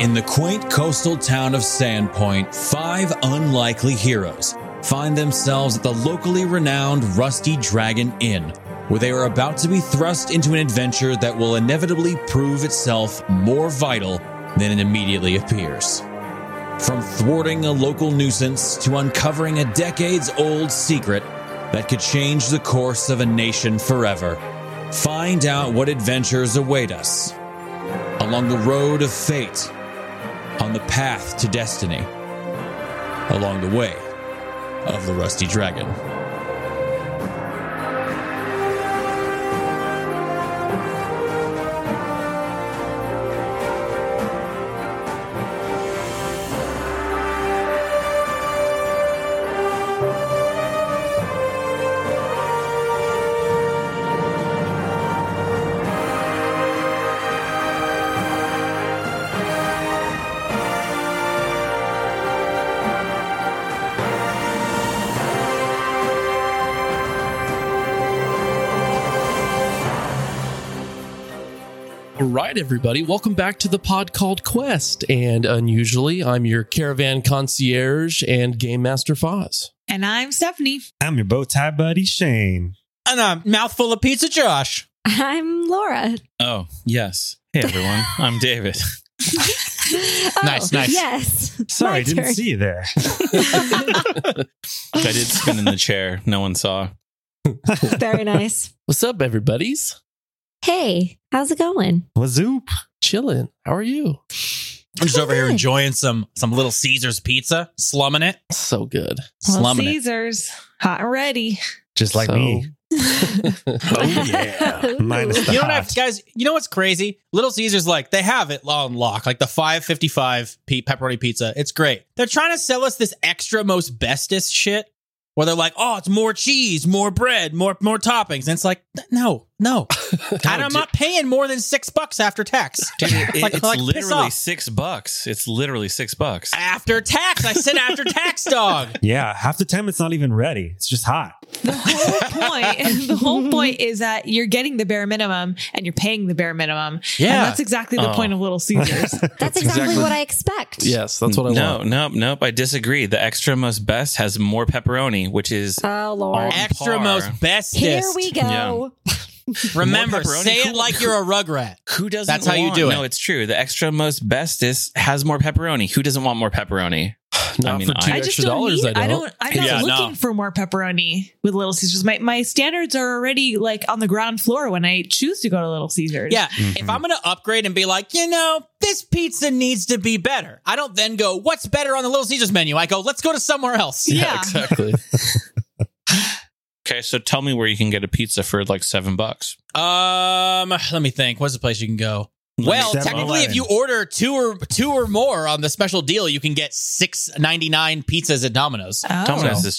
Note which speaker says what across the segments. Speaker 1: In the quaint coastal town of Sandpoint, five unlikely heroes find themselves at the locally renowned Rusty Dragon Inn, where they are about to be thrust into an adventure that will inevitably prove itself more vital than it immediately appears. From thwarting a local nuisance to uncovering a decades old secret that could change the course of a nation forever, find out what adventures await us along the road of fate, on the path to destiny, along the way of the Rusty Dragon.
Speaker 2: All right, everybody, welcome back to the pod called Quest. And unusually, I'm your caravan concierge and game master Foz.
Speaker 3: And I'm Stephanie.
Speaker 4: I'm your bow tie buddy, Shane.
Speaker 5: And a mouthful of pizza, Josh.
Speaker 6: I'm Laura.
Speaker 5: Oh, yes. Hey, everyone. I'm David.
Speaker 6: Oh,
Speaker 5: Nice, nice.
Speaker 6: Yes.
Speaker 4: Sorry,
Speaker 6: My
Speaker 4: didn't
Speaker 6: turn.
Speaker 4: see you there.
Speaker 5: I did spin in the chair. No one saw.
Speaker 6: Very nice.
Speaker 2: What's up, everybody's?
Speaker 6: Hey, how's it going?
Speaker 4: Wazoop.
Speaker 2: Chilling. How are you?
Speaker 5: I'm just over here
Speaker 6: Okay.
Speaker 5: enjoying some some little Caesar's pizza, slumming it.
Speaker 2: So good.
Speaker 3: Well,
Speaker 5: Slumming it.
Speaker 3: Caesars, hot and ready.
Speaker 4: Just like
Speaker 2: So-
Speaker 4: me.
Speaker 2: Oh,
Speaker 4: yeah. Minus the
Speaker 5: You don't
Speaker 4: hot.
Speaker 5: have guys, you know what's crazy? Little Caesar's like they have it on lock, like the 555 pe- pepperoni pizza. It's great. They're trying to sell us this extra most bestest shit where they're like, "Oh, it's more cheese, more bread, more more toppings." And it's like, "No, no. and I'm not paying more than 6 bucks after tax."
Speaker 7: Dude, it-
Speaker 5: Like-
Speaker 7: it's
Speaker 5: like, piss
Speaker 7: literally
Speaker 5: off.
Speaker 7: six bucks. It's literally six bucks.
Speaker 5: After tax, I said after tax, dog.
Speaker 4: Yeah, half the time it's not even ready. It's just hot.
Speaker 3: The whole point, the whole point is that you're getting the bare minimum and you're paying the bare minimum. And that's exactly the
Speaker 7: Oh.
Speaker 3: point of Little Caesars.
Speaker 6: That's exactly,
Speaker 7: Exactly.
Speaker 6: what I expect.
Speaker 2: Yes, that's what I
Speaker 7: no,
Speaker 2: want.
Speaker 7: nope, nope. I disagree. The extra most best has more pepperoni, which is
Speaker 6: Oh, Lord.
Speaker 7: All-
Speaker 5: Extra
Speaker 7: par.
Speaker 5: most bestest.
Speaker 6: Here we go.
Speaker 5: Remember,
Speaker 7: More pepperoni?
Speaker 5: say it
Speaker 7: Cool.
Speaker 5: like you're a rugrat.
Speaker 7: who doesn't.
Speaker 5: That's how you
Speaker 7: want-
Speaker 5: do it.
Speaker 7: No, it's true. The extra most bestest has more pepperoni. Who doesn't want more pepperoni?
Speaker 2: Not
Speaker 7: I mean,
Speaker 2: for two
Speaker 3: I
Speaker 7: I-
Speaker 3: just
Speaker 2: extra
Speaker 3: don't
Speaker 2: dollars.
Speaker 3: need,
Speaker 2: I
Speaker 3: I
Speaker 2: don't.
Speaker 3: don't, I'm not
Speaker 5: Yeah, no.
Speaker 3: looking for more pepperoni with Little Caesars. My, my standards are already like on the ground floor when I choose to go to Little Caesars.
Speaker 5: Yeah.
Speaker 4: Mhm.
Speaker 7: Hmm.
Speaker 5: If I'm going to upgrade and be like, you know, this pizza needs to be better, I don't then go, what's better on the Little Caesars menu? I go, let's go to somewhere else.
Speaker 3: Yeah.
Speaker 2: Exactly.
Speaker 7: Okay, so tell me where you can get a pizza for like seven bucks.
Speaker 5: Um, let me think. What's the place you can go?
Speaker 7: Let me
Speaker 5: Well,
Speaker 7: see.
Speaker 5: technically, if you order two or two or more on the special deal, you can get six ninety nine pizzas at Domino's.
Speaker 3: Oh.
Speaker 7: Domino's is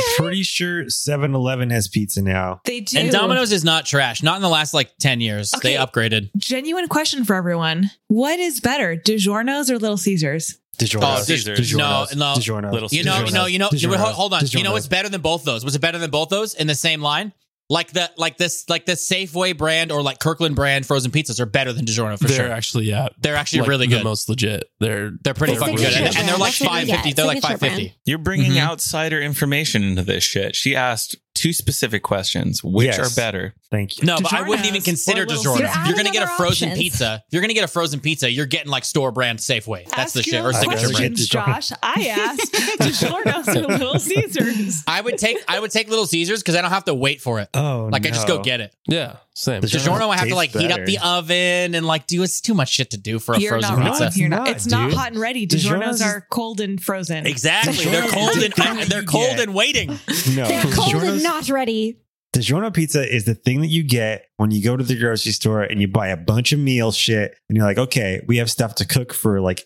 Speaker 4: I'm pretty sure 7 Eleven has pizza now.
Speaker 3: They do.
Speaker 5: And Domino's is not trash. Not in the last like ten years. They
Speaker 3: Okay.
Speaker 5: upgraded.
Speaker 3: Genuine question for everyone. What is better, DiGiorno's or Little Caesars?
Speaker 4: DiGiorno's.
Speaker 5: Oh,
Speaker 7: Caesar's.
Speaker 5: no, no.
Speaker 4: DiGiorno's.
Speaker 7: Little
Speaker 5: You know, you
Speaker 7: DiGiorno's.
Speaker 5: know, you know, you know.
Speaker 4: DiGiorno's.
Speaker 5: Hold on. You know
Speaker 4: DiGiorno's.
Speaker 5: what's better than both those? What's better than both those in the same line? Like the like this like the Safeway brand or like Kirkland brand frozen pizzas are better than DiGiorno for
Speaker 2: they're
Speaker 5: sure.
Speaker 2: actually yeah.
Speaker 5: They're actually
Speaker 2: like,
Speaker 5: really
Speaker 2: the
Speaker 5: good.
Speaker 2: most legit. They're
Speaker 5: they're pretty
Speaker 2: they're
Speaker 5: fucking
Speaker 2: signature
Speaker 5: good, and, and they're
Speaker 2: brand.
Speaker 5: like
Speaker 6: That's what
Speaker 5: five
Speaker 6: they
Speaker 5: fifty.
Speaker 6: get,
Speaker 5: They're like
Speaker 6: signature
Speaker 5: five
Speaker 6: brand.
Speaker 5: fifty.
Speaker 7: You're bringing
Speaker 5: Mhm.
Speaker 7: outsider information into this shit. She asked two specific questions. Which
Speaker 4: Yes.
Speaker 7: are better?
Speaker 4: Thank you.
Speaker 5: No, but I wouldn't
Speaker 3: DiGiorno's
Speaker 5: even
Speaker 3: or
Speaker 5: consider
Speaker 3: Little
Speaker 5: DiGiorno.
Speaker 6: Caesars.
Speaker 5: You're,
Speaker 6: You're
Speaker 5: gonna get a
Speaker 6: adding
Speaker 5: frozen
Speaker 6: other options.
Speaker 5: pizza. If you're gonna get a frozen pizza. You're getting like store brand Safeway. That's the
Speaker 3: Ask
Speaker 5: shit
Speaker 3: your
Speaker 5: or
Speaker 3: own
Speaker 5: signature brand.
Speaker 3: questions, Josh. I asked DiGiorno's or Little Caesars.
Speaker 5: I would take I would take Little Caesars because I don't have to wait for it.
Speaker 4: Oh,
Speaker 5: Like
Speaker 4: no.
Speaker 5: I just go get it.
Speaker 2: yeah. Same.
Speaker 4: The DiGiorno
Speaker 5: DiGiorno, I have to
Speaker 4: tastes
Speaker 5: like heat up
Speaker 4: better.
Speaker 5: the oven and like do it's too much shit to do for a
Speaker 3: You're
Speaker 5: frozen
Speaker 3: not
Speaker 5: pizza.
Speaker 3: wrong. You're not.
Speaker 4: Not,
Speaker 3: It's not
Speaker 4: dude.
Speaker 3: hot and ready.
Speaker 4: DiGiorno's
Speaker 3: DiGiorno's
Speaker 4: is-
Speaker 3: are cold and frozen.
Speaker 5: Exactly. They're cold and they're cold and waiting.
Speaker 4: No.
Speaker 6: They're cold and
Speaker 4: DiGiorno's-
Speaker 6: not ready.
Speaker 4: DiGiorno pizza is the thing that you get when you go to the grocery store and you buy a bunch of meal shit and you're like, okay, we have stuff to cook for like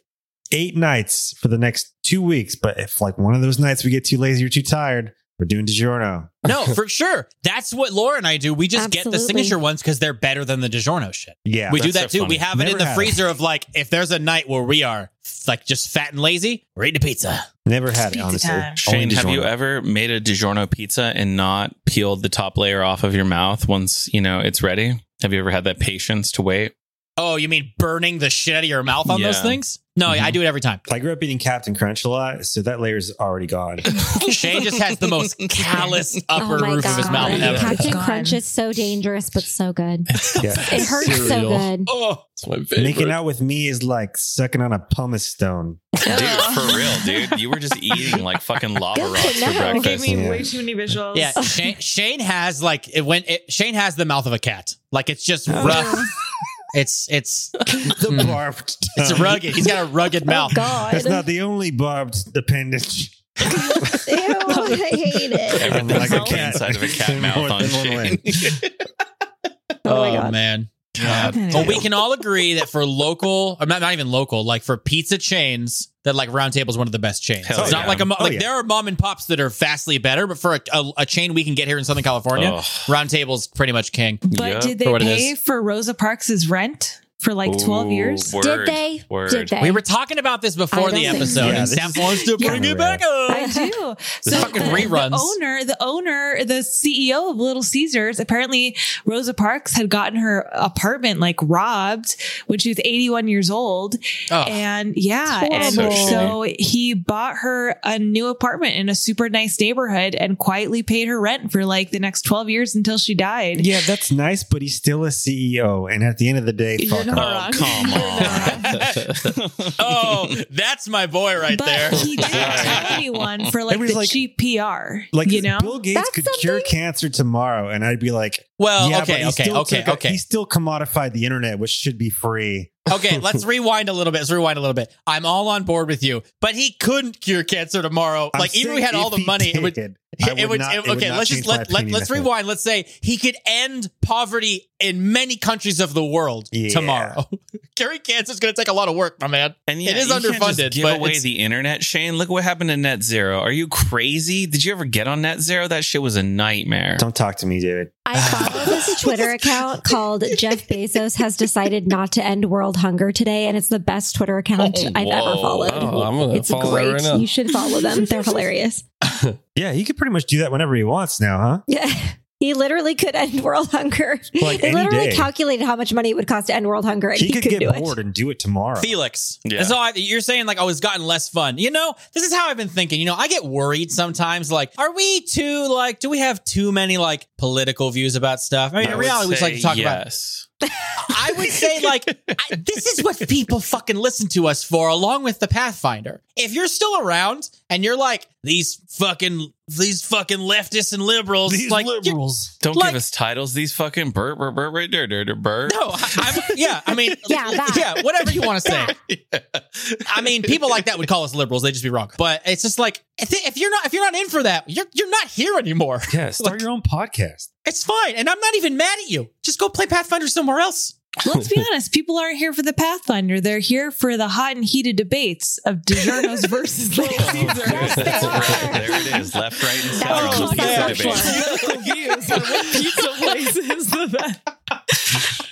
Speaker 4: eight nights for the next two weeks. But if like one of those nights we get too lazy or too tired, we're doing DiGiorno.
Speaker 5: No, for sure. That's what Laura and I do. We just get the
Speaker 6: Absolutely.
Speaker 5: signature ones because they're better than the DiGiorno shit.
Speaker 4: Yeah.
Speaker 5: we do that
Speaker 7: that's so
Speaker 5: too. We
Speaker 7: funny.
Speaker 5: have it in
Speaker 4: Never
Speaker 5: the
Speaker 4: had it.
Speaker 5: freezer of like, if there's a night where we are like just fat and lazy, we're eating a pizza.
Speaker 4: Never had it,
Speaker 3: Pizza
Speaker 4: honestly.
Speaker 3: time.
Speaker 7: Shane,
Speaker 4: Only
Speaker 7: have you
Speaker 4: DiGiorno.
Speaker 7: ever made a DiGiorno pizza and not peeled the top layer off of your mouth once you know it's ready? Have you ever had that patience to wait?
Speaker 5: Oh, you mean burning the shit out of your mouth on those
Speaker 7: Yeah.
Speaker 5: things? No,
Speaker 7: Mhm.
Speaker 4: Mm-hmm.
Speaker 5: I do it every time.
Speaker 4: I grew up eating Captain Crunch a lot, so that layer's already gone.
Speaker 5: Shane just has the most callous upper
Speaker 6: oh my
Speaker 5: roof
Speaker 6: god!
Speaker 5: of his mouth
Speaker 3: Yeah.
Speaker 5: ever.
Speaker 6: Captain
Speaker 3: Gone.
Speaker 6: Crunch is so dangerous, but so good.
Speaker 4: Yeah.
Speaker 6: It hurts so
Speaker 2: Cereal.
Speaker 6: good.
Speaker 2: Oh, it's my favorite.
Speaker 4: Making out with me is like sucking on a pumice stone.
Speaker 7: Dude, for real, dude. You were just eating like fucking lava
Speaker 6: Good to
Speaker 7: rocks for
Speaker 6: know. Give
Speaker 7: breakfast.
Speaker 4: me way
Speaker 3: too many visuals.
Speaker 5: Yeah, Shane, Shane has like it went. It, Shane has the mouth of a cat. Like it's just
Speaker 4: Oh.
Speaker 5: rough. It's it's
Speaker 7: Hmm.
Speaker 4: The barbed.
Speaker 5: it's
Speaker 4: tongue.
Speaker 5: rugged. He's got a rugged mouth.
Speaker 6: Oh god!
Speaker 4: That's not the only barbed appendage.
Speaker 6: Ew, I hate it.
Speaker 7: Everything's
Speaker 4: Like a
Speaker 7: on the
Speaker 4: cat.
Speaker 7: inside of a cat
Speaker 4: In more
Speaker 7: mouth on
Speaker 4: than one
Speaker 7: Shane.
Speaker 4: way.
Speaker 6: Oh my God.
Speaker 5: man.
Speaker 7: God
Speaker 3: Okay.
Speaker 5: Well,
Speaker 7: damn.
Speaker 5: we can all agree that for local, or not, not even local, like for pizza chains, that like Round Table is one of the best chains.
Speaker 7: Hell
Speaker 5: it's
Speaker 7: yeah.
Speaker 5: not like a mo-
Speaker 4: Oh,
Speaker 5: like
Speaker 4: yeah.
Speaker 5: there are mom and pops that are vastly better, but for a, a, a chain we can get here in Southern California,
Speaker 4: Oh.
Speaker 7: Ugh.
Speaker 5: Round Table's pretty much king.
Speaker 3: But
Speaker 7: Yeah,
Speaker 3: did they
Speaker 5: for what it
Speaker 3: pay for Rosa Parks' rent for like 12
Speaker 7: Ooh,
Speaker 3: years?
Speaker 7: Word,
Speaker 6: Did they?
Speaker 7: Word.
Speaker 6: Did they?
Speaker 5: We were talking about this before the
Speaker 6: I don't think
Speaker 5: episode,
Speaker 6: so.
Speaker 4: Yeah,
Speaker 5: and
Speaker 4: this
Speaker 5: Sam
Speaker 4: is
Speaker 5: wants to bring
Speaker 4: kinda
Speaker 5: it back
Speaker 3: I
Speaker 5: up.
Speaker 3: do.
Speaker 4: This is
Speaker 5: fucking
Speaker 3: the,
Speaker 5: reruns.
Speaker 3: The owner, the owner, the CEO of Little Caesars, apparently Rosa Parks had gotten her apartment like robbed when she was 81 years old.
Speaker 5: Oh,
Speaker 3: And yeah, and
Speaker 6: That's
Speaker 3: so,
Speaker 7: horrible. So
Speaker 3: he bought her a new apartment in a super nice neighborhood and quietly paid her rent for like the next 12 years until she died.
Speaker 4: Yeah, that's nice, but he's still a CEO. And at the end of the day,
Speaker 3: You're
Speaker 4: fuck
Speaker 3: not
Speaker 4: off.
Speaker 7: Oh,
Speaker 3: wrong.
Speaker 7: come on.
Speaker 5: You're oh, that's my boy right
Speaker 3: but
Speaker 5: there.
Speaker 3: he didn't tell anyone for like
Speaker 4: Everybody's
Speaker 3: the
Speaker 4: like-
Speaker 3: cheap PR.
Speaker 4: Like
Speaker 3: you know,
Speaker 4: Bill Gates
Speaker 6: That's
Speaker 4: could
Speaker 6: something-
Speaker 4: cure cancer tomorrow, and I'd be like,
Speaker 5: Well,
Speaker 4: yeah, but
Speaker 5: Oh, okay,
Speaker 4: he
Speaker 5: okay,
Speaker 4: still
Speaker 5: okay,
Speaker 4: took a-
Speaker 5: okay.
Speaker 4: He still commodified the internet, which should be free.
Speaker 5: Okay, let's rewind a little bit. Let's rewind a little bit. I'm all on board with you, but he couldn't cure cancer tomorrow.
Speaker 4: I'm
Speaker 5: like even if we
Speaker 4: saying
Speaker 5: had all
Speaker 4: if
Speaker 5: the
Speaker 4: he
Speaker 5: money, it would.
Speaker 4: did, I
Speaker 5: It would,
Speaker 4: not-
Speaker 5: it-
Speaker 4: it
Speaker 5: okay.
Speaker 4: would not
Speaker 5: let's just
Speaker 4: change my
Speaker 5: let, let
Speaker 4: opinion
Speaker 5: let's
Speaker 4: of it.
Speaker 5: rewind. Let's say he could end poverty in many countries of the world
Speaker 4: Yeah.
Speaker 5: tomorrow. Curing cancer is going to take a lot of work, my man.
Speaker 7: And yeah,
Speaker 5: It is
Speaker 7: you can't just
Speaker 5: underfunded,
Speaker 7: give
Speaker 5: but
Speaker 7: away
Speaker 5: it's-
Speaker 7: the internet, Shane. Look what happened to Net Zero. Are you crazy? Did you ever get on Net Zero? That shit was a nightmare.
Speaker 4: Don't talk to me, David.
Speaker 6: I follow this Twitter account called Jeff Bezos has decided not to end world hunger today, and it's the best Twitter account
Speaker 7: Oh,
Speaker 6: I've ever
Speaker 7: whoa.
Speaker 6: followed.
Speaker 2: Oh, I'm gonna
Speaker 6: it's
Speaker 2: follow that
Speaker 6: great.
Speaker 2: right now.
Speaker 6: You should follow them. They're hilarious.
Speaker 4: Yeah, he could pretty much do that whenever he wants now, huh?
Speaker 6: Yeah. He literally could end world hunger.
Speaker 4: Like
Speaker 6: they
Speaker 4: any
Speaker 6: literally
Speaker 4: day.
Speaker 6: calculated how much money it would cost to end world hunger, and
Speaker 4: He,
Speaker 6: he,
Speaker 4: could,
Speaker 6: do
Speaker 4: get
Speaker 6: it.
Speaker 4: bored and do it tomorrow.
Speaker 5: Felix.
Speaker 7: Yeah.
Speaker 5: And so I, you're saying like, oh, it's gotten less fun. You know, this is how I've been thinking. You know, I get worried sometimes. Like, are we too like? Do we have too many like political views about stuff? I mean,
Speaker 7: I
Speaker 5: in
Speaker 7: would
Speaker 5: reality, we just
Speaker 7: say
Speaker 5: like to talk about.
Speaker 7: yes.
Speaker 5: I would say like, I, this is what people fucking listen to us for, along with the Pathfinder. If you're still around and you're like these fucking these fucking leftists and liberals, like you're-
Speaker 7: Don't
Speaker 5: Like-
Speaker 7: give us titles. These fucking burr burr burr burr burr burr burr.
Speaker 5: No, I, I'm, yeah, I mean,
Speaker 6: Yeah, that.
Speaker 5: yeah, whatever you want to say. I mean, people like that would call us liberals; they'd just be wrong. But it's just like if if you're not if you're not in for that, you're you're not here anymore.
Speaker 4: Yeah, start
Speaker 5: Like-
Speaker 4: your own podcast.
Speaker 5: It's fine, and I'm not even mad at you. Just go play Pathfinder somewhere else.
Speaker 3: Let's be honest, people aren't here for the Pathfinder. They're here for the hot and heated debates of DiGiorno's versus Little
Speaker 6: Yes, they
Speaker 3: Caesars.
Speaker 6: are.
Speaker 7: there it is, left, right, and
Speaker 6: That
Speaker 7: center.
Speaker 6: was
Speaker 7: on the
Speaker 6: called
Speaker 3: Political
Speaker 6: South Shore.
Speaker 7: pizza debate.
Speaker 3: views on what pizza places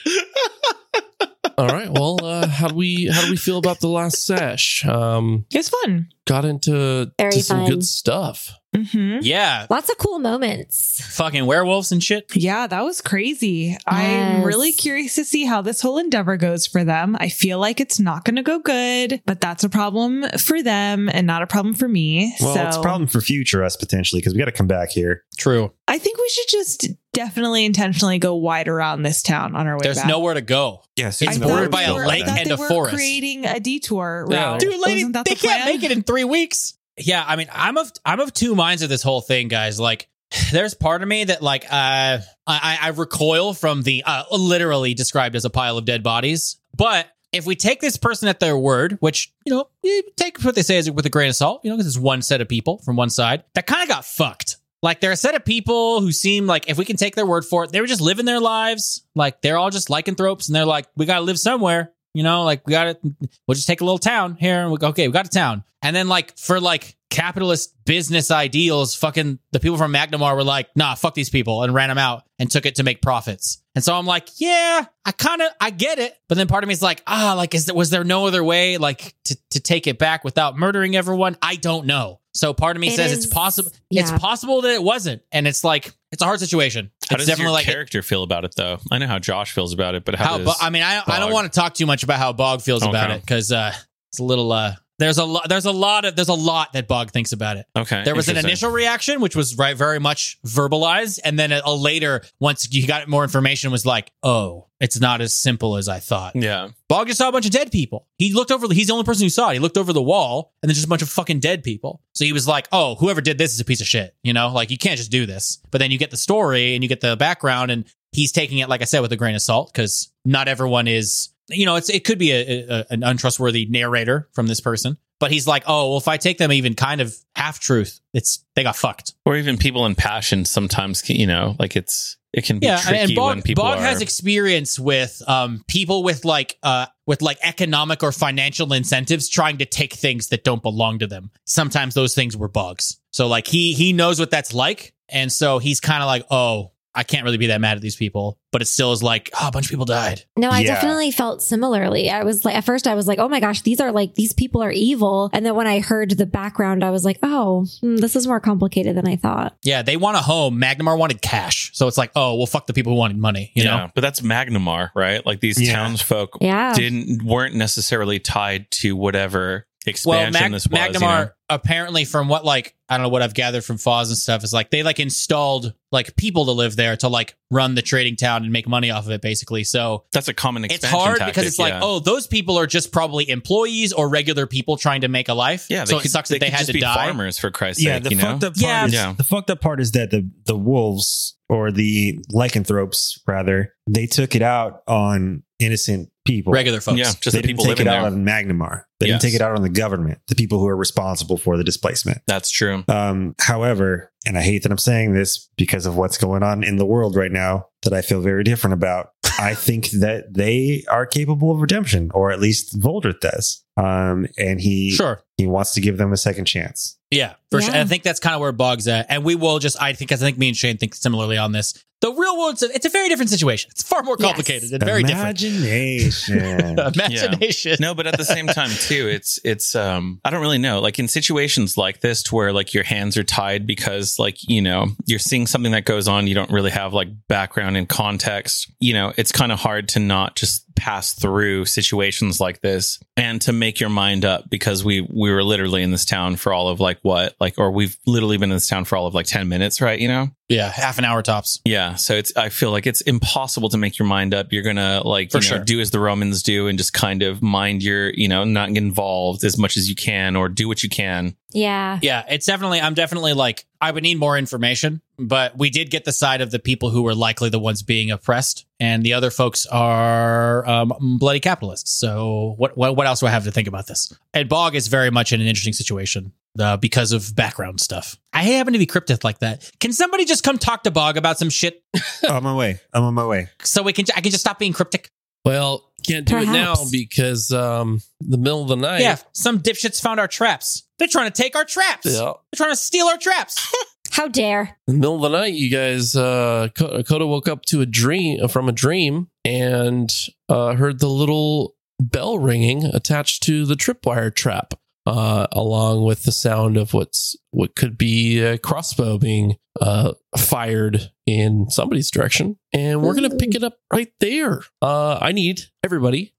Speaker 3: the best.
Speaker 2: All right. Well, uh, how do we how do we feel about the last sesh? Um,
Speaker 3: It was fun.
Speaker 2: got into
Speaker 6: Very
Speaker 2: to some
Speaker 6: fun.
Speaker 2: good stuff.
Speaker 3: Mm-hmm.
Speaker 5: Yeah,
Speaker 6: Lots of cool moments.
Speaker 5: fucking werewolves and shit.
Speaker 3: Yeah, that was crazy. I'm
Speaker 6: Yes.
Speaker 3: really curious to see how this whole endeavor goes for them. I feel like it's not going to go good, but that's a problem for them and not a problem for me.
Speaker 4: Well,
Speaker 3: so
Speaker 4: it's a problem for future us potentially because we got to come back here.
Speaker 5: True.
Speaker 3: I think we should just definitely intentionally go wide around this town on our way
Speaker 5: There's
Speaker 3: back.
Speaker 5: nowhere to go.
Speaker 4: Yes,
Speaker 5: It's
Speaker 3: I
Speaker 5: bordered
Speaker 3: thought
Speaker 5: by
Speaker 3: they
Speaker 5: a
Speaker 3: were- I
Speaker 5: lake
Speaker 3: thought
Speaker 5: and
Speaker 3: they
Speaker 5: a
Speaker 3: were
Speaker 5: forest.
Speaker 3: Creating a detour
Speaker 2: Yeah.
Speaker 3: route.
Speaker 5: Dude, lady,
Speaker 3: Wasn't that
Speaker 5: they
Speaker 3: the
Speaker 5: can't
Speaker 3: plan?
Speaker 5: make it in three weeks. Yeah, I mean, I'm of I'm of two minds of this whole thing, guys. Like, there's part of me that like uh, I I I recoil from the uh, literally described as a pile of dead bodies. But if we take this person at their word, which you know, you take what they say as with a grain of salt, you know, because it's one set of people from one side that kind of got fucked. Like they're a set of people who seem like if we can take their word for it, they were just living their lives. Like they're all just lycanthropes, and they're like, we gotta live somewhere. You know, like we gotta we'll just take a little town here and we go, okay, we got a town. And then like for like capitalist business ideals, fucking the people from Magnamar were like, nah, fuck these people and ran them out and took it to make profits. And so I'm like, yeah, I kind of, I get it. But then part of me is like, ah, like, is there, was there no other way like to, to take it back without murdering everyone? I don't know. So part of me
Speaker 6: It
Speaker 5: says
Speaker 6: is-
Speaker 5: it's possible. It's
Speaker 6: yeah.
Speaker 5: possible that it wasn't. And it's like, it's a hard situation.
Speaker 7: How
Speaker 5: it's
Speaker 7: does
Speaker 5: definitely
Speaker 7: your
Speaker 5: like,
Speaker 7: character feel about it, though? I know how Josh feels about it, but how,
Speaker 5: how,
Speaker 7: does
Speaker 5: Bo- I mean, I, I don't
Speaker 7: Bog?
Speaker 5: want to talk too much about how Bog feels about
Speaker 7: Okay.
Speaker 5: it because uh, it's a little, uh, there's a lot, there's a lot of, there's a lot that Bog thinks about it.
Speaker 7: okay,
Speaker 5: There was an
Speaker 7: interesting.
Speaker 5: initial reaction, which was right, very much verbalized, and then a, a later, once you got more information, was like, "Oh, it's not as simple as I thought."
Speaker 7: yeah.
Speaker 5: Bog just saw a bunch of dead people. He looked over. He's the only person who saw it. He looked over the wall, and there's just a bunch of fucking dead people. So he was like, "Oh, whoever did this is a piece of shit." You know, like you can't just do this. But then you get the story and you get the background, and he's taking it, like I said, with a grain of salt because not everyone is. You know, it's it could be a, a, an untrustworthy narrator from this person. But he's like, "Oh, well, if I take them even kind of half truth, it's they got fucked."
Speaker 7: Or even people in passion sometimes, can- you know, like it's it can be tricky
Speaker 5: and Bog,
Speaker 7: when people
Speaker 5: Bog
Speaker 7: are.
Speaker 5: has experience with um, people with like uh, with like economic or financial incentives trying to take things that don't belong to them. Sometimes those things were bugs. So like he he knows what that's like, and so he's kind of like, oh, I can't really be that mad at these people, but it still is like, oh, a bunch of people died.
Speaker 6: No, I
Speaker 4: Yeah.
Speaker 6: definitely felt similarly. I was like, at first, I was like, oh my gosh, these are like, these people are evil. And then when I heard the background, I was like, oh, hmm, this is more complicated than I thought.
Speaker 5: Yeah, they want a home. Magnamar wanted cash, so it's like, oh, well, fuck the people who wanted money, you know.
Speaker 7: yeah, but that's Magnamar, right? Like these
Speaker 4: Yeah.
Speaker 7: townsfolk
Speaker 6: Yeah.
Speaker 7: didn't weren't necessarily tied to whatever
Speaker 5: Well,
Speaker 7: expansion
Speaker 5: Mag-
Speaker 7: this was. you know?
Speaker 5: Magnamar apparently, from what like I don't know what I've gathered from Foz and stuff is like they like installed like people to live there to like run the trading town and make money off of it, basically. So
Speaker 7: That's a common
Speaker 5: it's
Speaker 7: expansion.
Speaker 5: hard
Speaker 7: tactic,
Speaker 5: because it's like,
Speaker 7: yeah.
Speaker 5: oh, those people are just probably employees or regular people trying to make a life.
Speaker 7: yeah.
Speaker 5: so
Speaker 7: could-
Speaker 5: it sucks that they,
Speaker 7: could
Speaker 5: had
Speaker 7: just
Speaker 5: to
Speaker 7: be
Speaker 5: die.
Speaker 7: farmers for Christ's
Speaker 4: yeah,
Speaker 7: sake.
Speaker 4: the
Speaker 7: you know,
Speaker 4: fucked up part
Speaker 5: Yeah.
Speaker 4: is,
Speaker 7: Yeah.
Speaker 4: the fucked up part is that the the wolves or the lycanthropes rather they took it out on innocent people.
Speaker 5: Regular folks.
Speaker 7: yeah, just
Speaker 4: they
Speaker 7: the
Speaker 4: didn't
Speaker 7: people
Speaker 4: take
Speaker 7: living
Speaker 4: it
Speaker 7: there.
Speaker 4: out on Magnamar. They
Speaker 7: Yes.
Speaker 4: didn't take it out on the government, the people who are responsible for the displacement.
Speaker 7: That's true.
Speaker 4: Um, however, and I hate that I'm saying this because of what's going on in the world right now that I feel very different about. I think that they are capable of redemption, or at least Voldrit does. Um, and he
Speaker 5: Sure.
Speaker 4: he wants to give them a second chance.
Speaker 5: Yeah, for sure.
Speaker 6: Yeah.
Speaker 5: And I think that's kind of where Bog's at. And we will just, I think, 'cause I think me and Shane think similarly on this. The real world's, a, it's a very different situation. It's far more
Speaker 6: Yes.
Speaker 5: complicated and very different.
Speaker 4: Imagination.
Speaker 5: Imagination.
Speaker 7: No, but at the same time too, it's it's um I don't really know. Like in situations like this to where like your hands are tied because like, you know, you're seeing something that goes on, you don't really have like background and context. You know, it's kind of hard to not just pass through situations like this and to make your mind up because we we were literally in this town for all of like what? Like or we've literally been in this town for all of like 10 minutes, right? You know?
Speaker 5: Yeah, half an hour tops.
Speaker 7: Yeah, so it's I feel like it's impossible to make your mind up. You're gonna like
Speaker 5: For
Speaker 7: you know,
Speaker 5: sure.
Speaker 7: do as the Romans do and just kind of mind your you know not get involved as much as you can or do what you can.
Speaker 6: Yeah.
Speaker 5: Yeah, it's definitely. I'm definitely like I would need more information, but we did get the side of the people who were likely the ones being oppressed, and the other folks are um, bloody capitalists. So what, what what else do I have to think about this? And Bog is very much in an interesting situation uh, because of background stuff. I happen to be cryptic like that. Can somebody just come talk to Bog about some shit
Speaker 4: I'm on my way. I'm on my way.
Speaker 5: so we can I can just stop being cryptic?
Speaker 2: Well, can't do it now
Speaker 6: Perhaps.
Speaker 2: because um the middle of the night.
Speaker 5: Yeah, some dipshits found our traps. They're trying to take our traps.
Speaker 2: Yeah.
Speaker 5: They're trying to steal our traps.
Speaker 6: How dare.
Speaker 2: In the middle of the night, you guys, uh, Ko- Coda woke up to a dream uh, from a dream and uh, heard the little bell ringing attached to the tripwire trap, uh, along with the sound of what's what could be a crossbow being uh, fired in somebody's direction. And we're gonna pick it up right there. Uh, I need everybody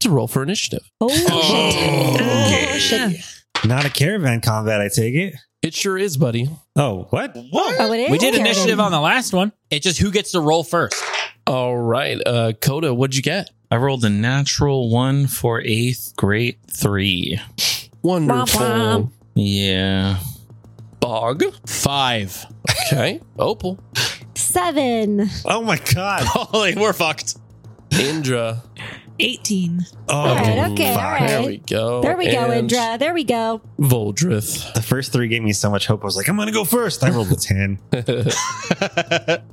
Speaker 2: to roll for initiative.
Speaker 6: Oh, shit. Oh,
Speaker 3: okay.
Speaker 6: shit.
Speaker 4: Not a caravan combat, I take it.
Speaker 2: It sure is, buddy.
Speaker 4: Oh, what?
Speaker 6: Oh, it is.
Speaker 5: we did
Speaker 6: Karen.
Speaker 5: initiative on the last one. It's just who gets to roll first.
Speaker 2: All right, uh, Coda, what'd you get?
Speaker 7: I rolled a natural one for eighth grade three.
Speaker 2: Wonderful
Speaker 6: womp.
Speaker 7: Yeah,
Speaker 2: bog.
Speaker 5: Five.
Speaker 2: Okay, Opal.
Speaker 6: seven.
Speaker 4: Oh my god.
Speaker 5: Holy, we're fucked.
Speaker 2: Indra.
Speaker 3: 18.
Speaker 4: Oh,
Speaker 6: All right. Okay.
Speaker 4: fuck.
Speaker 6: All
Speaker 2: There
Speaker 6: right.
Speaker 2: we go.
Speaker 6: There we go,
Speaker 2: And
Speaker 6: Indra. There we go.
Speaker 2: Voldrith.
Speaker 4: The first three gave me so much hope. I was like, I'm gonna go first. I rolled a ten.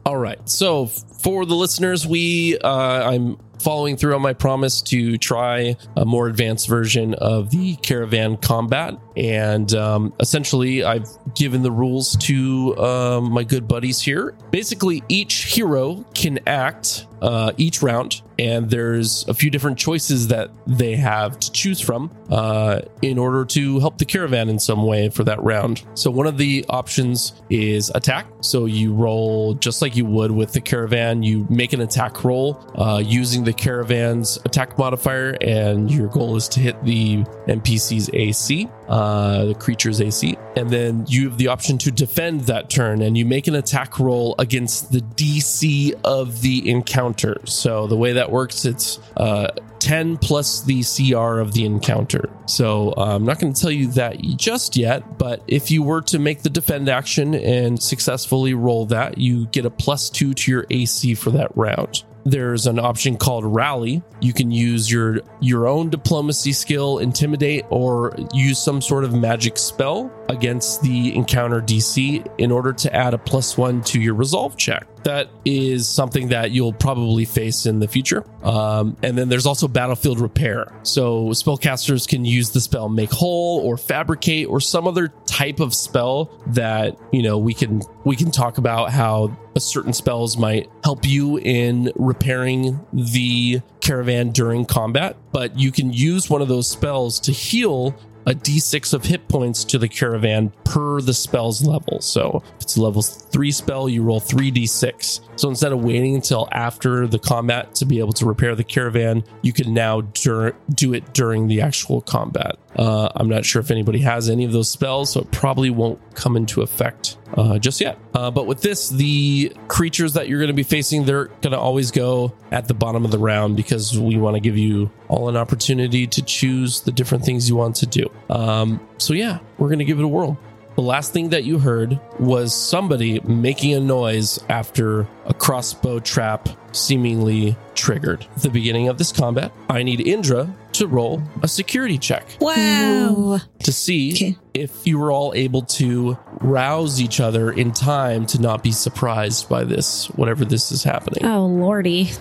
Speaker 2: All right. So for the listeners, we uh, I'm following through on my promise to try a more advanced version of the caravan combat. And um, essentially, I've given the rules to um, my good buddies here. Basically, each hero can act uh, each round, and there's a few different choices that they have to choose from uh, in order to help the caravan in some way for that round. So, one of the options is attack. So, you roll just like you would with the caravan, you make an attack roll uh, using the caravan's attack modifier, and your goal is to hit the NPC's AC, uh, the creature's AC. And then you have the option to defend that turn, and you make an attack roll against the DC of the encounter. So the way that works, it's uh, 10 plus the CR of the encounter. So uh, I'm not going to tell you that just yet, but if you were to make the defend action and successfully roll that, you get a plus two to your AC for that round. There's an option called rally. You can use your your own diplomacy skill, intimidate, or use some sort of magic spell against the encounter DC in order to add a plus one to your resolve check. That is something that you'll probably face in the future. Um, and then there's also battlefield repair. So spellcasters can use the spell make whole or fabricate or some other type of spell that you know we can we can talk about how a certain spells might help you in repairing the caravan during combat. But you can use one of those spells to heal a d6 of hit points to the caravan per the spell's level. So if it's a level three spell, you roll 3d6. So instead of waiting until after the combat to be able to repair the caravan, you can now dur- do it during the actual combat. Uh, I'm not sure if anybody has any of those spells, so it probably won't come into effect uh, just yet. Uh, but with this, the creatures that you're going to be facing, they're going to always go at the bottom of the round because we want to give you all an opportunity to choose the different things you want to do. Um, so, yeah, we're going to give it a whirl. The last thing that you heard was somebody making a noise after a crossbow trap seemingly triggered. At the beginning of this combat, I need Indra to roll a security check
Speaker 3: Wow.
Speaker 6: Ooh.
Speaker 2: to see
Speaker 3: Okay.
Speaker 2: if you were all able to rouse each other in time to not be surprised by this, whatever this is happening.
Speaker 6: Oh lordy.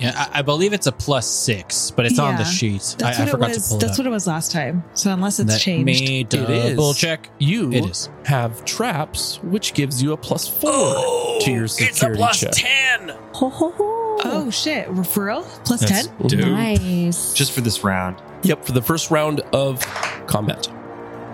Speaker 5: Yeah, I, I believe it's a plus six, but it's on the
Speaker 3: Yeah.
Speaker 5: sheet.
Speaker 3: That's
Speaker 5: I, I
Speaker 3: what
Speaker 5: forgot
Speaker 3: it was.
Speaker 5: to pull
Speaker 3: That's
Speaker 5: it
Speaker 3: what it was last time. So unless it's changed.
Speaker 5: Me
Speaker 2: is.
Speaker 5: double check.
Speaker 2: You
Speaker 5: It is.
Speaker 2: have traps, which gives you a plus four to your security check.
Speaker 6: Ho ho ho.
Speaker 3: Oh shit! We're for real? Plus
Speaker 7: That's
Speaker 3: ten.
Speaker 7: dope.
Speaker 6: nice.
Speaker 4: Just for this round.
Speaker 2: Yep, for the first round of combat.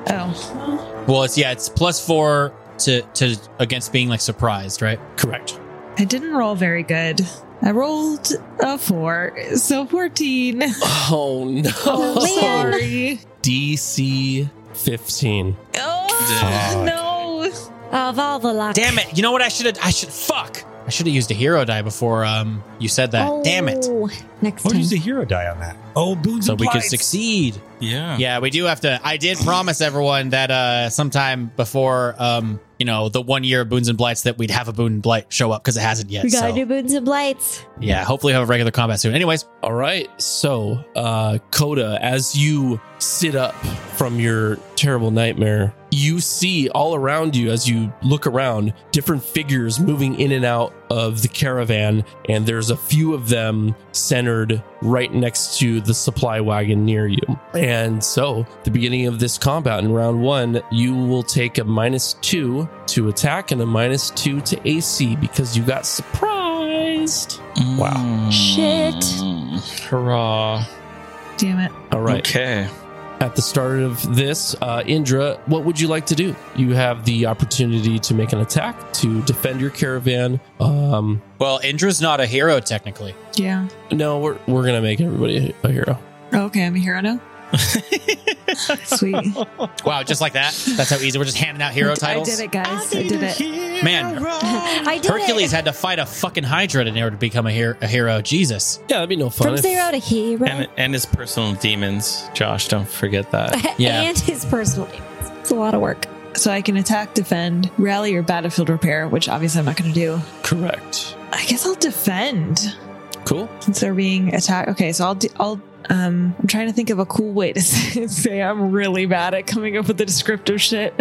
Speaker 3: Oh,
Speaker 5: Well, it's yeah, it's plus four to to against being like surprised, right?
Speaker 2: Correct.
Speaker 3: I didn't roll very good. I rolled a four, so fourteen.
Speaker 2: Oh no.
Speaker 3: Oh,
Speaker 6: man.
Speaker 3: sorry.
Speaker 2: DC 15.
Speaker 3: Oh no!
Speaker 6: Of all the luck.
Speaker 5: Damn it! You know what? I should have. I should fuck. I should have used a hero die before um you said that. Damn it!
Speaker 6: Oh, Next
Speaker 4: Or
Speaker 6: time.
Speaker 4: use the hero die on that. Oh, boons
Speaker 5: So
Speaker 4: and
Speaker 5: we could
Speaker 4: blights.
Speaker 5: succeed.
Speaker 7: Yeah.
Speaker 5: Yeah, we do have to. I did promise everyone that uh sometime before um you know the one year of boons and blights that we'd have a boon and blight show up because it hasn't yet.
Speaker 6: we gotta
Speaker 5: so,
Speaker 6: do boons and blights.
Speaker 5: yeah, hopefully have a regular combat soon. Anyways,
Speaker 2: All right. So, uh, Coda, as you sit up from your terrible nightmare, you see all around you as you look around different figures moving in and out of the caravan. And there's a few of them centered right next to the supply wagon near you. And so, the beginning of this combat in round one, you will take a minus two to attack and a minus two to AC because you got surprised.
Speaker 7: Wow.
Speaker 6: Shit.
Speaker 7: Hurrah.
Speaker 3: Damn it!
Speaker 2: All right.
Speaker 7: Okay.
Speaker 2: At the start of this, uh, Indra, what would you like to do? You have the opportunity to make an attack to defend your caravan. Um,
Speaker 5: well, Indra's not a hero technically.
Speaker 3: Yeah.
Speaker 2: no, we're we're gonna make everybody a hero.
Speaker 3: okay, I'm a hero now. Sweet.
Speaker 5: Wow, just like that. That's how easy. We're just handing out hero
Speaker 3: I
Speaker 5: titles.
Speaker 3: did it, guys. I did it.
Speaker 5: Man.
Speaker 6: I did
Speaker 5: Hercules
Speaker 6: it.
Speaker 5: had to fight a fucking Hydra in order to become a, her- a hero. Jesus.
Speaker 2: Yeah, that'd be no fun.
Speaker 6: From
Speaker 2: if-
Speaker 6: zero to hero.
Speaker 7: And, and his personal demons, Josh. Don't forget that.
Speaker 5: yeah.
Speaker 6: and his personal demons. It's a lot of work.
Speaker 3: So I can attack, defend, rally, or battlefield repair, which obviously I'm not going to do.
Speaker 2: correct.
Speaker 3: I guess I'll defend.
Speaker 2: Cool.
Speaker 3: since they're being attacked. Okay, so I'll do, I'll um I'm trying to think of a cool way to say, say I'm really bad at coming up with the descriptive shit.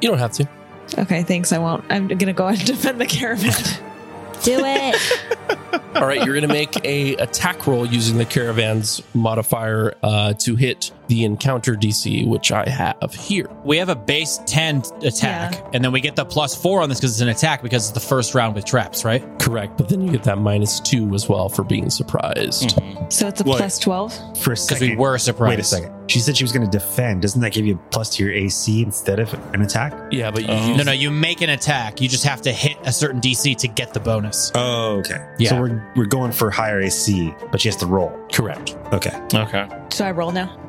Speaker 2: You don't have to.
Speaker 3: Okay, thanks. I won't. I'm gonna go ahead and defend the caravan.
Speaker 6: Do it.
Speaker 2: All right, you're going to make a attack roll using the caravan's modifier uh, to hit the encounter DC, which I have here.
Speaker 5: We have a base 10 attack, and then we get the plus four on this because it's an attack because it's the first round with traps, right?
Speaker 2: Correct, but then you get that minus two as well for being surprised.
Speaker 3: So it's a
Speaker 4: What?
Speaker 3: plus 12.
Speaker 4: For a
Speaker 5: Because
Speaker 4: second.
Speaker 5: we were surprised.
Speaker 4: Wait a second. She said she was going to defend. Doesn't that give you a plus to your AC instead of an attack?
Speaker 2: Yeah, but you
Speaker 7: Oh.
Speaker 5: No, no, you make an attack. You just have to hit a certain DC to get the bonus.
Speaker 4: Oh, okay.
Speaker 5: Yeah.
Speaker 4: So we're, we're going for higher AC, but she has to roll.
Speaker 2: correct.
Speaker 4: Okay.
Speaker 7: Okay.
Speaker 3: So I roll now.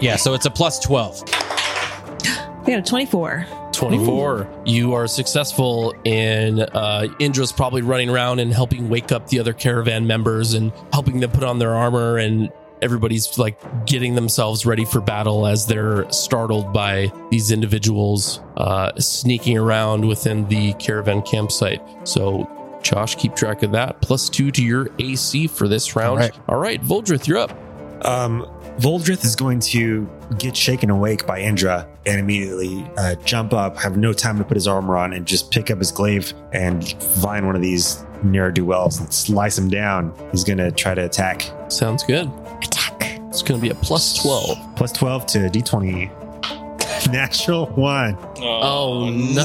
Speaker 5: Yeah, so it's a plus 12.
Speaker 3: I got a 24.
Speaker 2: 24. You are successful in uh, Indra's probably running around and helping wake up the other caravan members and helping them put on their armor and everybody's like getting themselves ready for battle as they're startled by these individuals uh, sneaking around within the caravan campsite. So Josh, keep track of that. Plus two to your AC for this round. All right,
Speaker 4: right.
Speaker 2: Voldrith, you're up.
Speaker 4: Um, Voldrith is going to get shaken awake by Indra and immediately uh, jump up, have no time to put his armor on, and just pick up his glaive and find one of these ne'er do wells and slice him down. He's going to try to attack.
Speaker 2: Sounds good.
Speaker 6: Attack.
Speaker 2: It's going to be a plus 12.
Speaker 4: Plus 12 to d20. Natural one.
Speaker 2: Oh, no.
Speaker 7: no.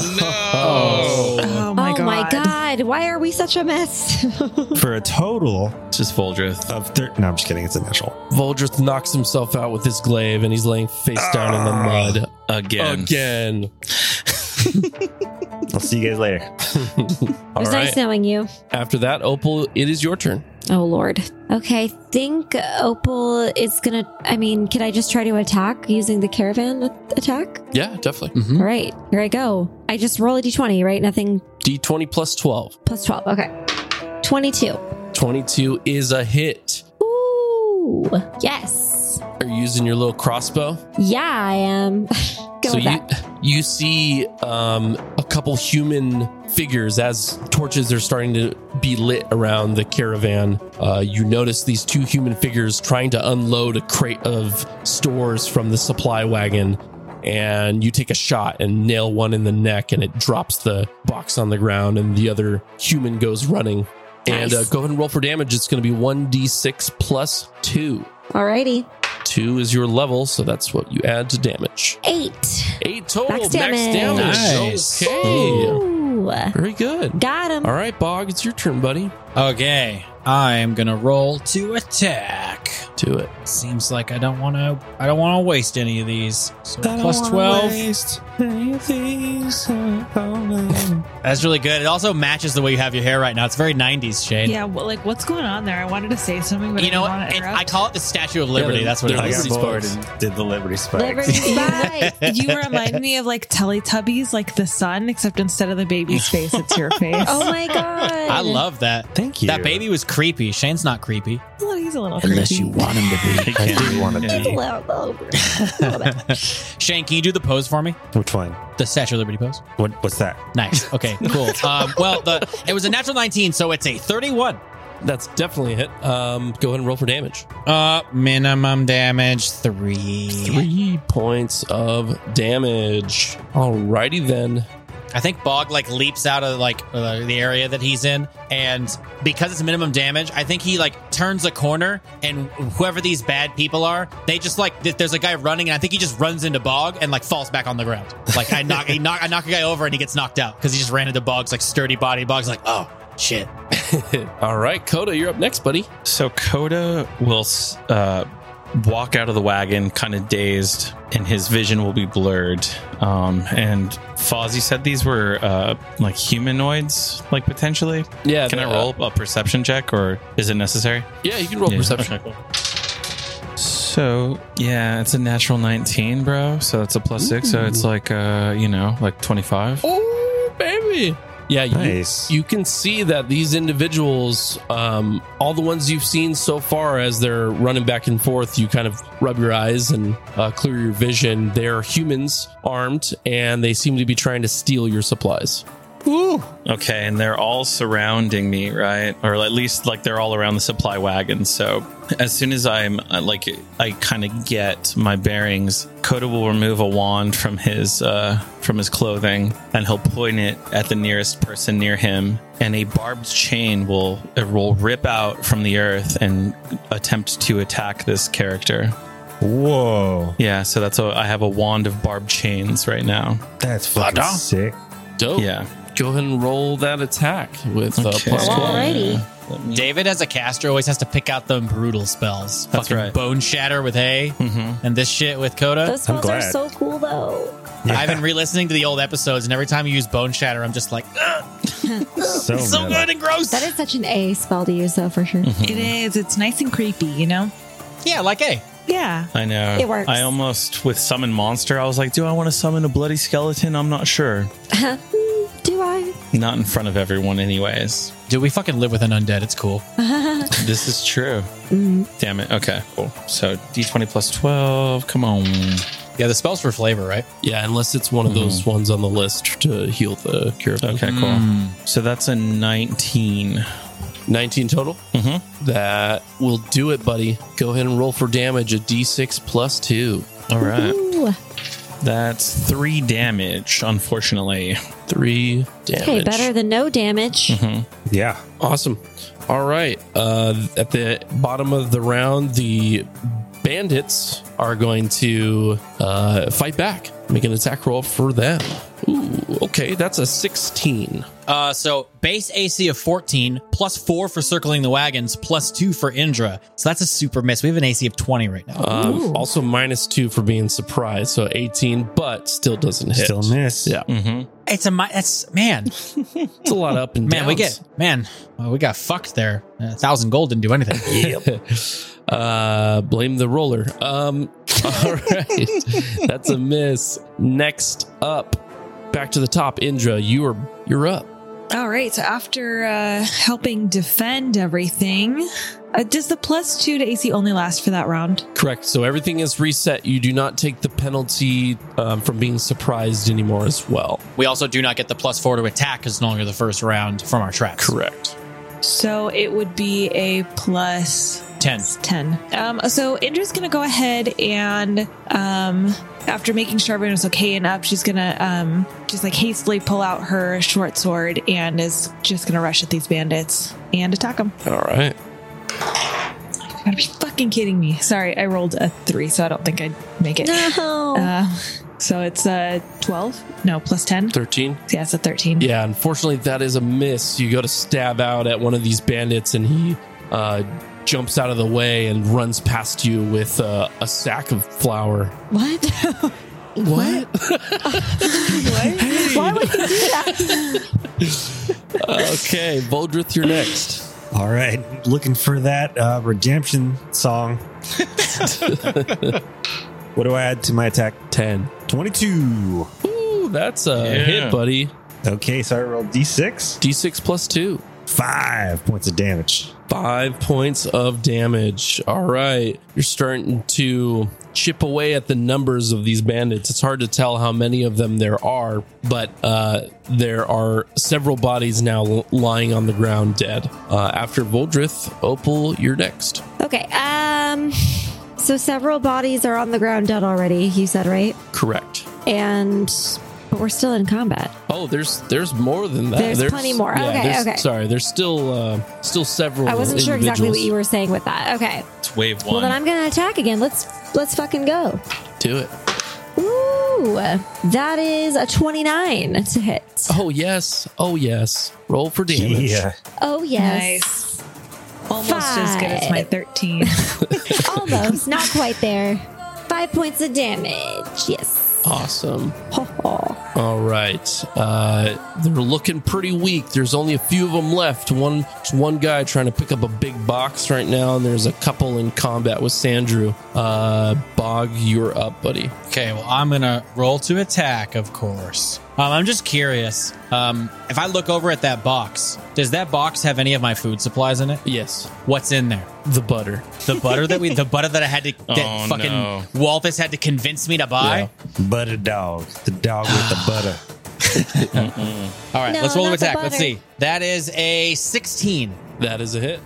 Speaker 3: Oh
Speaker 6: Oh my god. Why are we such a mess?
Speaker 4: For a total
Speaker 7: It's just Voldrith.
Speaker 4: of thir- No, I'm just kidding. It's a natural.
Speaker 2: Voldrith knocks himself out with his glaive and he's laying face down in the mud
Speaker 7: Again.
Speaker 2: again.
Speaker 4: I'll see you guys later.
Speaker 6: it
Speaker 2: All
Speaker 6: was
Speaker 2: right.
Speaker 6: nice knowing you.
Speaker 2: After that, Opal, it is your turn.
Speaker 6: Oh lord. Okay, I think Opal is gonna. I mean, can I just try to attack using the caravan a- attack?
Speaker 2: Yeah, definitely.
Speaker 6: All right, here I go. I just roll a d20, right? Nothing
Speaker 2: D20 plus 12.
Speaker 6: plus 12. Okay. 22.
Speaker 2: 22 is a hit.
Speaker 6: Ooh. Yes.
Speaker 2: Are you using your little crossbow?
Speaker 6: Yeah, I am. go
Speaker 2: so
Speaker 6: with
Speaker 2: you
Speaker 6: that.
Speaker 2: you see um, a couple human figures as torches are starting to be lit around the caravan. Uh, you notice these two human figures trying to unload a crate of stores from the supply wagon, and you take a shot and nail one in the neck, and it drops the box on the ground, and the other human goes running. And uh,
Speaker 6: Nice.
Speaker 2: go ahead and roll for damage. It's going to be one d6 plus two.
Speaker 6: Alrighty.
Speaker 2: Two is your level, so that's what you add to damage.
Speaker 6: Eight.
Speaker 2: Eight total. Max
Speaker 6: Max damage.
Speaker 2: damage.
Speaker 5: Nice.
Speaker 2: Okay.
Speaker 6: Ooh.
Speaker 2: Very good.
Speaker 6: Got him.
Speaker 2: All right, Bog, it's your turn, buddy.
Speaker 5: Okay, I'm gonna roll to attack.
Speaker 2: Do it.
Speaker 5: Seems like I don't want to. I don't want to waste any of these. So plus twelve. That's really good. It also matches the way you have your hair right now. It's very '90s, Shane.
Speaker 3: Yeah, well, like what's going on there? I wanted to say something, but
Speaker 5: You
Speaker 3: I
Speaker 5: know,
Speaker 3: didn't want to
Speaker 5: it,
Speaker 3: interrupt.
Speaker 5: I call it the Statue of Liberty.
Speaker 2: they're-
Speaker 5: That's what
Speaker 2: they're
Speaker 5: it
Speaker 4: I
Speaker 5: is.
Speaker 4: got
Speaker 2: Liberty
Speaker 4: bored
Speaker 2: spikes.
Speaker 4: and did the Liberty Spikes.
Speaker 6: Liberty spikes.
Speaker 3: you remind me of like Teletubbies, like the sun, except instead of the baby's face, it's your face.
Speaker 6: oh my god.
Speaker 5: I love that.
Speaker 4: Thank you.
Speaker 5: That baby was creepy. Shane's not creepy.
Speaker 3: He's a little- he's a little
Speaker 5: Unless
Speaker 3: creepy.
Speaker 5: you want him to be.
Speaker 4: I do want to
Speaker 6: It's a
Speaker 4: be.
Speaker 6: little over.
Speaker 5: Shane, can you do the pose for me?
Speaker 4: Which one?
Speaker 5: The Statue of Liberty pose.
Speaker 4: What? What's that?
Speaker 5: Nice. Okay. Cool. um, well, the it was a natural 19, so it's a 31.
Speaker 2: That's definitely a hit. Um, go ahead and roll for damage.
Speaker 5: Uh, minimum damage three.
Speaker 2: Three points of damage. Alrighty then.
Speaker 5: I think Bog like leaps out of like uh, the area that he's in, and because it's minimum damage, I think he like turns a corner, and whoever these bad people are, they just like th- there's a guy running, and I think he just runs into Bog and like falls back on the ground. Like I knock, he knock, I knock a guy over, and he gets knocked out because he just ran into Bog's like sturdy body. Bog's like, oh shit.
Speaker 2: All right, Coda, you're up next, buddy.
Speaker 7: So Coda will uh, walk out of the wagon, kind of dazed, and his vision will be blurred. Um, and Fozzie said these were uh, like humanoids, like potentially.
Speaker 2: Yeah.
Speaker 7: Can I
Speaker 2: uh,
Speaker 7: roll a perception check, or is it necessary?
Speaker 2: yeah, you can roll
Speaker 7: Yeah,
Speaker 2: perception.
Speaker 7: okay, So yeah, it's a natural nineteen, bro. So it's a plus six. So it's like uh, you know, like twenty-five.
Speaker 2: Oh, baby. Yeah, you,
Speaker 4: Nice.
Speaker 2: you can see that these individuals, um, all the ones you've seen so far, as they're running back and forth, you kind of rub your eyes and uh, clear your vision. They're humans armed, and they seem to be trying to steal your supplies.
Speaker 5: Ooh.
Speaker 7: Okay, and they're all surrounding me, right? Or at least like they're all around the supply wagon. So as soon as I'm uh, like, I kind of get my bearings, Coda will remove a wand from his uh, from his clothing, and he'll point it at the nearest person near him, and a barbed chain will it will rip out from the earth and attempt to attack this character.
Speaker 4: Whoa.
Speaker 7: Yeah, so that's a, I have a wand of barbed chains right now.
Speaker 4: That's fucking
Speaker 2: Vada.
Speaker 4: sick.
Speaker 2: Dope.
Speaker 7: Yeah,
Speaker 2: Go ahead and roll that attack with uh,
Speaker 7: Okay.
Speaker 2: plus twelve.
Speaker 6: Alrighty.
Speaker 7: Let me-
Speaker 5: David, as a caster, always has to pick out the brutal spells.
Speaker 7: That's
Speaker 5: Fucking
Speaker 7: right.
Speaker 5: Bone Shatter with Hay
Speaker 7: Mhm.
Speaker 5: and this shit with Coda.
Speaker 6: Those spells are
Speaker 4: glad.
Speaker 6: so cool though.
Speaker 5: I've been re listening to the old episodes, and every time you use Bone Shatter, I'm just like, "Ugh,
Speaker 4: So,
Speaker 5: it's so
Speaker 4: metal.
Speaker 5: good and gross.
Speaker 6: That is such an A spell to use though for sure.
Speaker 3: It is. It's nice and creepy, you know?
Speaker 5: yeah, like A.
Speaker 3: Yeah.
Speaker 7: I know.
Speaker 6: It works.
Speaker 7: I almost with summon monster. I was like, do I want to summon a bloody skeleton? I'm not sure.
Speaker 6: Mm, Do I?
Speaker 7: Not in front of everyone, anyways.
Speaker 5: Dude, we fucking live with an undead. It's cool.
Speaker 7: this is true.
Speaker 5: Mm-hmm.
Speaker 7: Damn it. Okay. Cool. So D20 plus 12. Come on.
Speaker 5: Yeah, the spell's for flavor, right?
Speaker 2: Yeah, unless it's one of those ones on the list to heal the cure.
Speaker 7: Hmm.
Speaker 2: Mm-hmm.
Speaker 7: Okay. Cool. So that's a 19.
Speaker 2: Nineteen total.
Speaker 7: Mhm.
Speaker 2: That will do it, buddy. Go ahead and roll for damage. A D6 plus two.
Speaker 7: All right.
Speaker 6: Ooh.
Speaker 7: That's three damage. Unfortunately.
Speaker 2: Three damage. Mm-hmm.
Speaker 6: Hey, better than no damage.
Speaker 4: Yeah.
Speaker 2: Awesome. All right. Uh, at the bottom of the round, the bandits are going to uh, fight back. Make an attack roll for them. Ooh, okay, that's a 16.
Speaker 5: Uh, so base AC of 14, plus 4 for circling the wagons, plus 2 for Indra. So that's a super miss. We have an AC of 20 right now.
Speaker 2: Um, also, minus two for being surprised. So 18, but still doesn't hit.
Speaker 4: Still miss. Mm.
Speaker 2: Yeah.
Speaker 7: Mm-hmm.
Speaker 5: It's a mi- that's man,
Speaker 2: It's a lot up and
Speaker 5: man. We
Speaker 2: downs.
Speaker 5: get man, well, we got fucked there. A thousand gold didn't do anything.
Speaker 2: uh, blame the roller. Um, all right, that's a miss. Next up, back to the top. Indra, you are you're up.
Speaker 3: All right. So after uh, helping defend everything, uh, does the plus two to AC only last for that round?
Speaker 2: Correct. So everything is reset. You do not take the penalty um, from being surprised anymore as well.
Speaker 5: We also do not get the plus four to attack because it's no longer the first round from our traps.
Speaker 2: Correct.
Speaker 3: So it would be a plus
Speaker 5: Ten.
Speaker 3: 10. Um, so Indra's going to go ahead and, um, after making sure everyone was okay and up, she's going to um, just like hastily pull out her short sword and is just going to rush at these bandits and attack them.
Speaker 2: All right.
Speaker 3: You gotta be fucking kidding me. Sorry, I rolled a three, so I don't think I'd make it.
Speaker 6: No.
Speaker 3: Uh, so it's a 12? No, plus 10?
Speaker 2: 13.
Speaker 3: Yeah, it's a 13.
Speaker 2: Yeah, unfortunately, that is a miss. You go to stab out at one of these bandits, and he uh, jumps out of the way and runs past you with uh, a sack of flour.
Speaker 6: what?
Speaker 2: What?
Speaker 6: Why would he do that?
Speaker 2: okay, Voldrith, you're next.
Speaker 4: All right. Looking for that uh, redemption song. what do I add to my attack?
Speaker 2: 10.
Speaker 4: 22.
Speaker 2: Ooh, that's a
Speaker 7: Yeah.
Speaker 2: hit, buddy.
Speaker 4: Okay. So I rolled d6.
Speaker 2: D6 plus 2.
Speaker 4: Five points of damage.
Speaker 2: Five points of damage. All right. You're starting to chip away at the numbers of these bandits. It's hard to tell how many of them there are, but uh, there are several bodies now l- lying on the ground dead. Uh, after Voldrith, Opal, you're next.
Speaker 6: Okay. Um. So several bodies are on the ground dead already. You said right,
Speaker 2: Correct.
Speaker 6: and but we're still in combat.
Speaker 2: Oh, there's there's more than that.
Speaker 6: There's plenty more. Okay,
Speaker 2: there's-
Speaker 6: okay.
Speaker 2: Sorry, there's still uh, still several.
Speaker 6: I wasn't sure exactly what
Speaker 2: individuals.
Speaker 6: you were saying with that. Okay.
Speaker 7: It's wave
Speaker 6: Well,
Speaker 7: one.
Speaker 6: then I'm gonna attack again. Let's let's fucking go.
Speaker 2: Do it.
Speaker 6: Ooh, that is a twenty-nine to hit.
Speaker 2: Oh yes. Oh yes. Roll for damage.
Speaker 4: Yeah.
Speaker 6: Oh yes,
Speaker 3: Nice. Almost as good as my 13.
Speaker 6: almost, not quite there. Five points of damage. Yes.
Speaker 2: Awesome.
Speaker 6: Ho, ho.
Speaker 2: All right. Uh, they're looking pretty weak. There's only a few of them left. One one guy trying to pick up a big box right now, and there's a couple in combat with Sandrew. Uh, Bog, you're up, buddy.
Speaker 5: Okay, well I'm gonna roll to attack, of course. Um, I'm just curious. Um, if I look over at that box, does that box have any of my food supplies in it?
Speaker 2: Yes,
Speaker 5: What's in there?
Speaker 2: the butter.
Speaker 5: The butter that we, the butter that I had to, that
Speaker 7: Oh,
Speaker 5: fucking
Speaker 7: no.
Speaker 5: Walthus had to convince me to buy.
Speaker 4: Butter dog. The dog with the butter.
Speaker 7: Mm-mm.
Speaker 5: All right,
Speaker 6: No,
Speaker 5: let's roll the
Speaker 6: not the
Speaker 5: attack. Let's
Speaker 6: butter.
Speaker 5: see. That is a 16.
Speaker 2: That is a hit.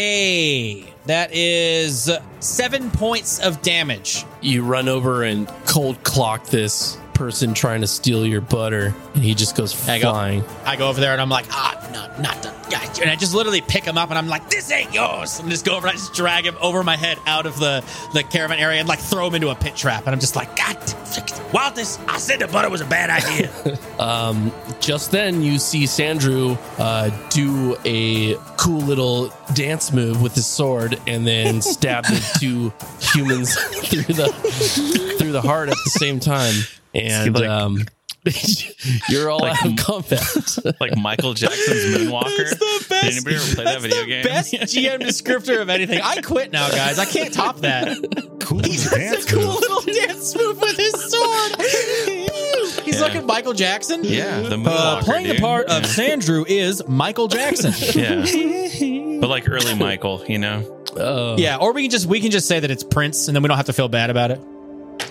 Speaker 5: Okay. That is seven points of damage.
Speaker 2: You run over and cold clock this person trying to steal your butter, and he just goes
Speaker 5: I go.
Speaker 2: flying.
Speaker 5: I go over there and I'm like, ah, no, not done. Yeah, And I just literally pick him up and I'm like, this ain't yours. And just go over and I just drag him over my head out of the, the caravan area and like throw him into a pit trap. And I'm just like, God, Wildness, I said the butter was a bad idea.
Speaker 2: Um, just then, you see Sandrew uh, do a cool little dance move with his sword, and then stab the two humans through the through the heart at the same time. And
Speaker 7: like-
Speaker 2: um, you're all
Speaker 7: Like-
Speaker 2: out of combat.
Speaker 7: like Michael Jackson's Moonwalker.
Speaker 5: That's the best.
Speaker 7: Did anybody ever play that
Speaker 5: that's
Speaker 7: video
Speaker 5: the
Speaker 7: game?
Speaker 5: Best GM descriptor of anything. I quit now, guys. I can't top that.
Speaker 4: Cool
Speaker 5: He does
Speaker 4: dance
Speaker 5: a cool
Speaker 4: move.
Speaker 5: little dance move with his sword. He's
Speaker 7: Yeah.
Speaker 5: like a Michael Jackson.
Speaker 7: Yeah, the
Speaker 5: Uh,
Speaker 7: Moonwalker.
Speaker 5: playing
Speaker 7: dude.
Speaker 5: the part of
Speaker 7: Yeah.
Speaker 5: Sandrew is Michael Jackson.
Speaker 7: yeah, but like early Michael, you know.
Speaker 2: Oh.
Speaker 5: yeah, or we can just we can just say that it's Prince, and then we don't have to feel bad about it.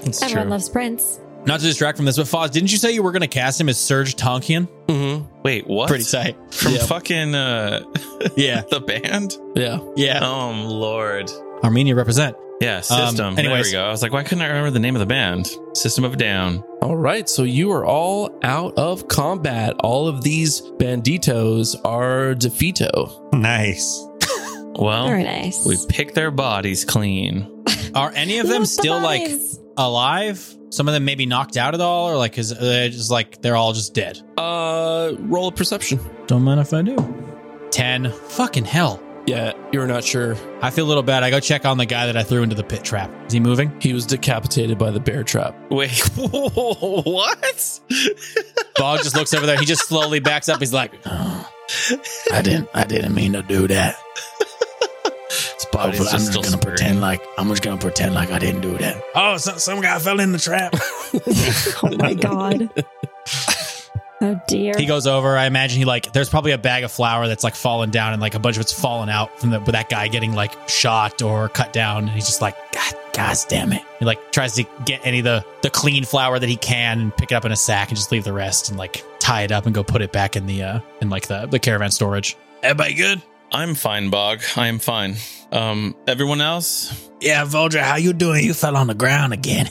Speaker 7: It's
Speaker 6: Everyone loves Prince.
Speaker 5: Not to distract from this, but Foz, didn't you say you were going to cast him as Serge Tonkian?
Speaker 2: Mhm.
Speaker 7: Wait, what?
Speaker 5: Pretty tight.
Speaker 7: From
Speaker 5: Yeah.
Speaker 7: fucking uh,
Speaker 5: Yeah,
Speaker 7: the band?
Speaker 2: yeah.
Speaker 5: yeah.
Speaker 7: Oh lord.
Speaker 5: Armenia represent.
Speaker 7: Yeah,
Speaker 5: Um,
Speaker 7: system. there
Speaker 5: anyways.
Speaker 7: we go. I was like, why couldn't I remember the name of the band? System of a Down.
Speaker 2: All right, so you are all out of combat. All of these banditos are defeato.
Speaker 4: Nice.
Speaker 2: Oh.
Speaker 7: Well,
Speaker 6: Very nice.
Speaker 7: we pick their bodies clean.
Speaker 5: Are any of
Speaker 6: Love
Speaker 5: them
Speaker 6: the
Speaker 5: still like
Speaker 6: bodies.
Speaker 5: alive? Some of them maybe knocked out at all, or like is they're just like they're all just dead.
Speaker 2: Uh, roll a perception.
Speaker 5: Don't mind if I do. Ten. Fucking hell.
Speaker 2: Yeah, you're not sure.
Speaker 5: I feel a little bad. I go check on the guy that I threw into the pit trap. Is he moving?
Speaker 2: He was decapitated by the bear trap.
Speaker 7: Wait, what?
Speaker 5: Bog just looks over there. He just slowly backs up. He's like, "Oh, I didn't, I didn't mean to do that.
Speaker 7: His body's just still spurting.
Speaker 5: like I'm just gonna pretend like I didn't do that.
Speaker 4: Oh, some, some guy fell in the trap.
Speaker 6: Oh my god. oh dear.
Speaker 5: He goes over. I imagine he like there's probably a bag of flour that's like fallen down and like a bunch of it's fallen out from the, with that guy getting like shot or cut down. And he's just like, God, God damn it! He like tries to get any of the the clean flour that he can and pick it up in a sack and just leave the rest and like tie it up and go put it back in the uh in like the the caravan storage. Everybody good?
Speaker 7: I'm fine, Bog. I am fine. Um, everyone else?
Speaker 5: Yeah, Volger, how you doing? You fell on the ground again.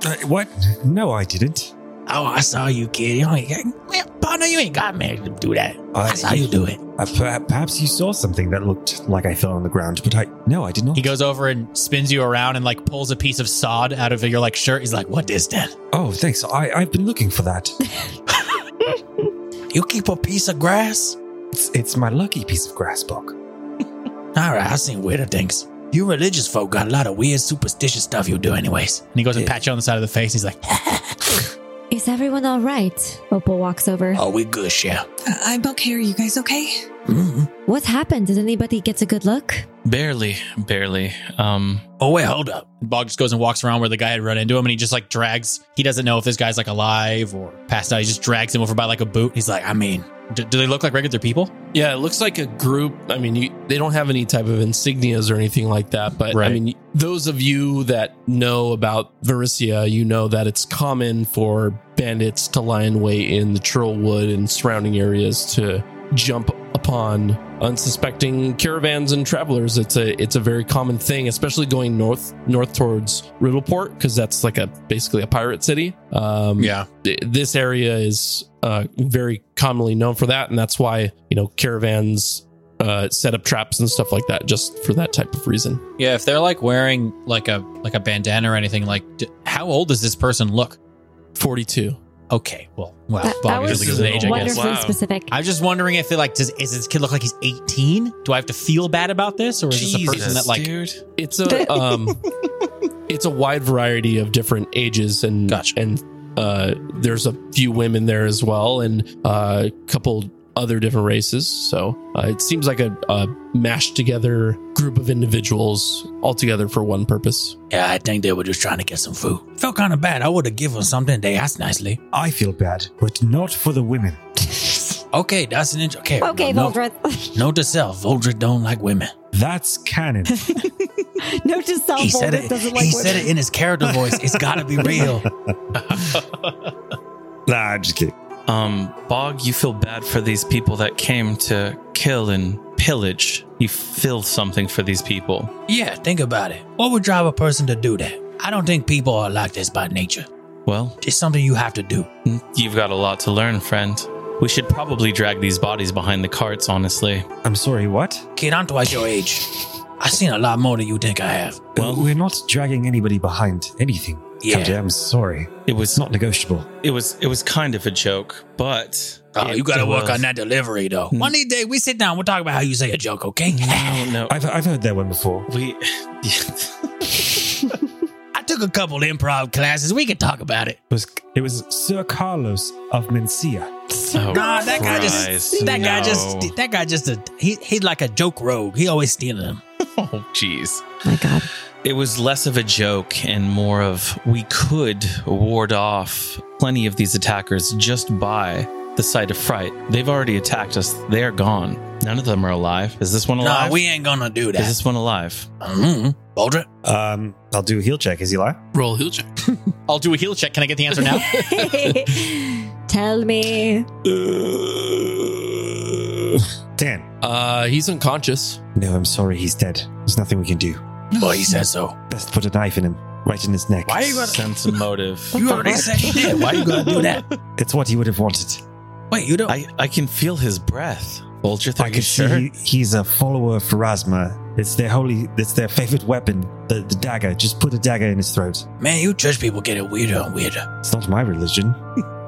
Speaker 4: Uh, what? No, I didn't.
Speaker 5: Oh, I saw you, kid. You ain't got, well, partner, you ain't got me to do that.
Speaker 4: I,
Speaker 5: do it.
Speaker 4: Uh, per- perhaps you saw something that looked like I fell on the ground, but I no, I did not.
Speaker 5: He goes over and spins you around and like pulls a piece of sod out of your like shirt. He's like, "What is that?
Speaker 4: oh, thanks. I I've been looking for that.
Speaker 5: You keep a piece of grass?
Speaker 4: It's, it's my lucky piece of grass, Bog.
Speaker 5: All right, I seen weirder things. You religious folk got a lot of weird superstitious stuff you do, anyways." And he goes and
Speaker 4: Yeah.
Speaker 5: pats you on the side of the face. He's like,
Speaker 6: Is everyone all right? Opal walks over.
Speaker 5: "Oh, we good, yeah."
Speaker 3: I'm okay. Are you guys okay?
Speaker 5: Mm-hmm.
Speaker 6: What happened? Did anybody get a good look?
Speaker 7: Barely, barely. Um,
Speaker 5: Oh wait, hold up. Bog just goes and walks around where the guy had run into him, and he just like drags. He doesn't know if this guy's like alive or passed out. He just drags him over by like a boot. He's like, "I mean, do, do they look like regular people?"
Speaker 2: Yeah, it looks like a group. I mean, you, they don't have any type of insignias or anything like that. But
Speaker 5: Right.
Speaker 2: I mean, those of you that know about Varicia, you know that it's common for bandits to lie in wait in the Troll Wood and surrounding areas to jump upon unsuspecting caravans and travelers. It's a it's a very common thing, especially going north north towards Riddleport because that's like a basically a pirate city.
Speaker 5: Mm-hmm.
Speaker 2: Um, th- this area is uh, very commonly known for that, and that's why you know caravans uh, set up traps and stuff like that just for that type of reason.
Speaker 5: Yeah, if they're like wearing like a like a bandana or anything, like d- how old does this person look?
Speaker 2: Forty-two.
Speaker 5: Okay, well, well,
Speaker 6: That, that
Speaker 5: Bobby
Speaker 6: was
Speaker 5: doesn't give us an age, I guess.
Speaker 6: wonderfully
Speaker 7: Wow.
Speaker 6: specific.
Speaker 5: I'm just wondering if they like does is this kid look like he's 18? Do I have to feel bad about this, or is this a person that like?
Speaker 7: dude.
Speaker 2: It's a um, it's a wide variety of different ages and
Speaker 5: Gotcha.
Speaker 2: and uh, there's a few women there as well, and uh, a couple other different races. So uh, it seems like a, a mashed together group of individuals all together for one purpose.
Speaker 5: Yeah, I think they were just trying to get some food. Felt kind of bad. I would have given something. They asked nicely.
Speaker 4: I feel bad, but not for the women.
Speaker 5: Okay, that's an inch. Okay,
Speaker 6: okay,
Speaker 5: no,
Speaker 6: Voldrith.
Speaker 5: Note, note to self: Voldrick don't like women.
Speaker 4: That's canon.
Speaker 6: Note to self,
Speaker 5: he said
Speaker 6: Voldrith
Speaker 5: it.
Speaker 6: doesn't
Speaker 5: he
Speaker 6: like
Speaker 5: said it in his character voice. It's got to be real.
Speaker 4: Nah, I'm just kidding.
Speaker 7: Um, Bog, you feel bad for these people that came to kill and pillage. You feel something for these people.
Speaker 5: Yeah, think about it. What would drive a person to do that? I don't think people are like this by nature.
Speaker 7: Well,
Speaker 5: It's something you have to do.
Speaker 7: you've got a lot to learn, friend. We should probably drag these bodies behind the carts, honestly.
Speaker 4: I'm sorry, what?
Speaker 5: Kid, I'm twice your age. I've seen a lot more than you think I have.
Speaker 4: Well, we're not dragging anybody behind anything.
Speaker 5: Yeah.
Speaker 4: Captain, I'm sorry.
Speaker 7: It was
Speaker 4: It's not negotiable.
Speaker 7: it was it was kind of a joke, but
Speaker 5: Oh, you gotta
Speaker 7: it
Speaker 5: work
Speaker 7: was-
Speaker 5: on that delivery though.
Speaker 7: Hmm.
Speaker 5: One day we sit down, we'll talk about how you say a joke, okay?
Speaker 7: No, no.
Speaker 4: I've, I've heard that one before.
Speaker 7: we
Speaker 5: I took a couple improv classes. We can talk about it.
Speaker 4: It was, it was Sir Carlos of Mencia.
Speaker 7: Oh,
Speaker 5: Nah, that guy just-
Speaker 7: Christ,
Speaker 5: that guy
Speaker 7: no.
Speaker 5: just that guy just a, he he's like a joke rogue. He always stealing them.
Speaker 7: Oh, jeez.
Speaker 6: My God.
Speaker 7: It was less of a joke and more of we could ward off plenty of these attackers just by the sight of fright. They've already attacked us. They're gone. None of them are alive. Is this one alive?
Speaker 5: Nah, we ain't gonna do
Speaker 7: Is
Speaker 5: that.
Speaker 7: this one alive?
Speaker 5: Mm, Boulder.
Speaker 4: Um, I'll do a heel check. Is he live?
Speaker 2: Roll heel check.
Speaker 5: I'll do a heel check. Can I get the answer
Speaker 6: Tell me.
Speaker 4: 10.
Speaker 2: Uh, he's unconscious.
Speaker 4: No, I'm sorry. He's dead. There's nothing we can do.
Speaker 5: well, Oh, he said so.
Speaker 4: Best put a knife in him, right in his neck.
Speaker 5: Why you gotta?
Speaker 7: Sense of motive.
Speaker 5: You already said he did. Why you gotta do that?
Speaker 4: It's what he would have wanted.
Speaker 5: Wait, you don't.
Speaker 7: I, I can feel his breath. Vulture through
Speaker 4: I can
Speaker 7: his shirt.
Speaker 4: see he, he's a follower of Pharasma. It's their holy, it's their favorite weapon, the, the dagger. Just put a dagger in his throat.
Speaker 5: Man, you church people get it weirder and weirder.
Speaker 4: It's not my religion.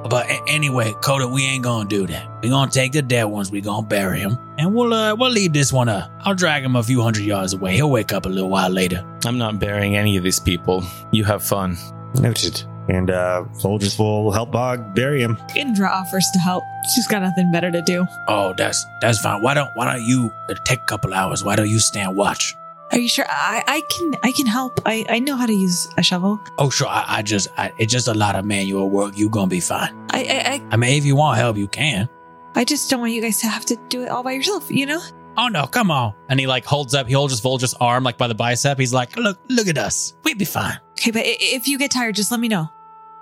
Speaker 5: But a- anyway, Coda, we ain't gonna do that. We gonna take the dead ones. We gonna bury him, and we'll uh we'll leave this one up. I'll drag him a few hundred yards away. He'll wake up a little while later.
Speaker 7: I'm not burying any of these people. You have fun.
Speaker 4: Noted. And uh, soldiers will help Bog bury him.
Speaker 3: Indra offers to help. She's got nothing better to do.
Speaker 5: Oh, that's that's fine. Why don't why don't you uh, take a couple hours? Why don't you stand watch?
Speaker 3: Are you sure? I, I can I can help. I, I know how to use a shovel.
Speaker 5: Oh, sure. I, I just I, it's just a lot of manual work. You gonna be fine.
Speaker 3: I, I I
Speaker 5: I mean, if you want help, you can.
Speaker 3: I just don't want you guys to have to do it all by yourself. You know.
Speaker 5: Oh no, come on. And he like holds up, he holds his Volger's arm like by the bicep. He's like, look, look at us. We'd be fine.
Speaker 3: Okay, but i- i- if you get tired, just let me know.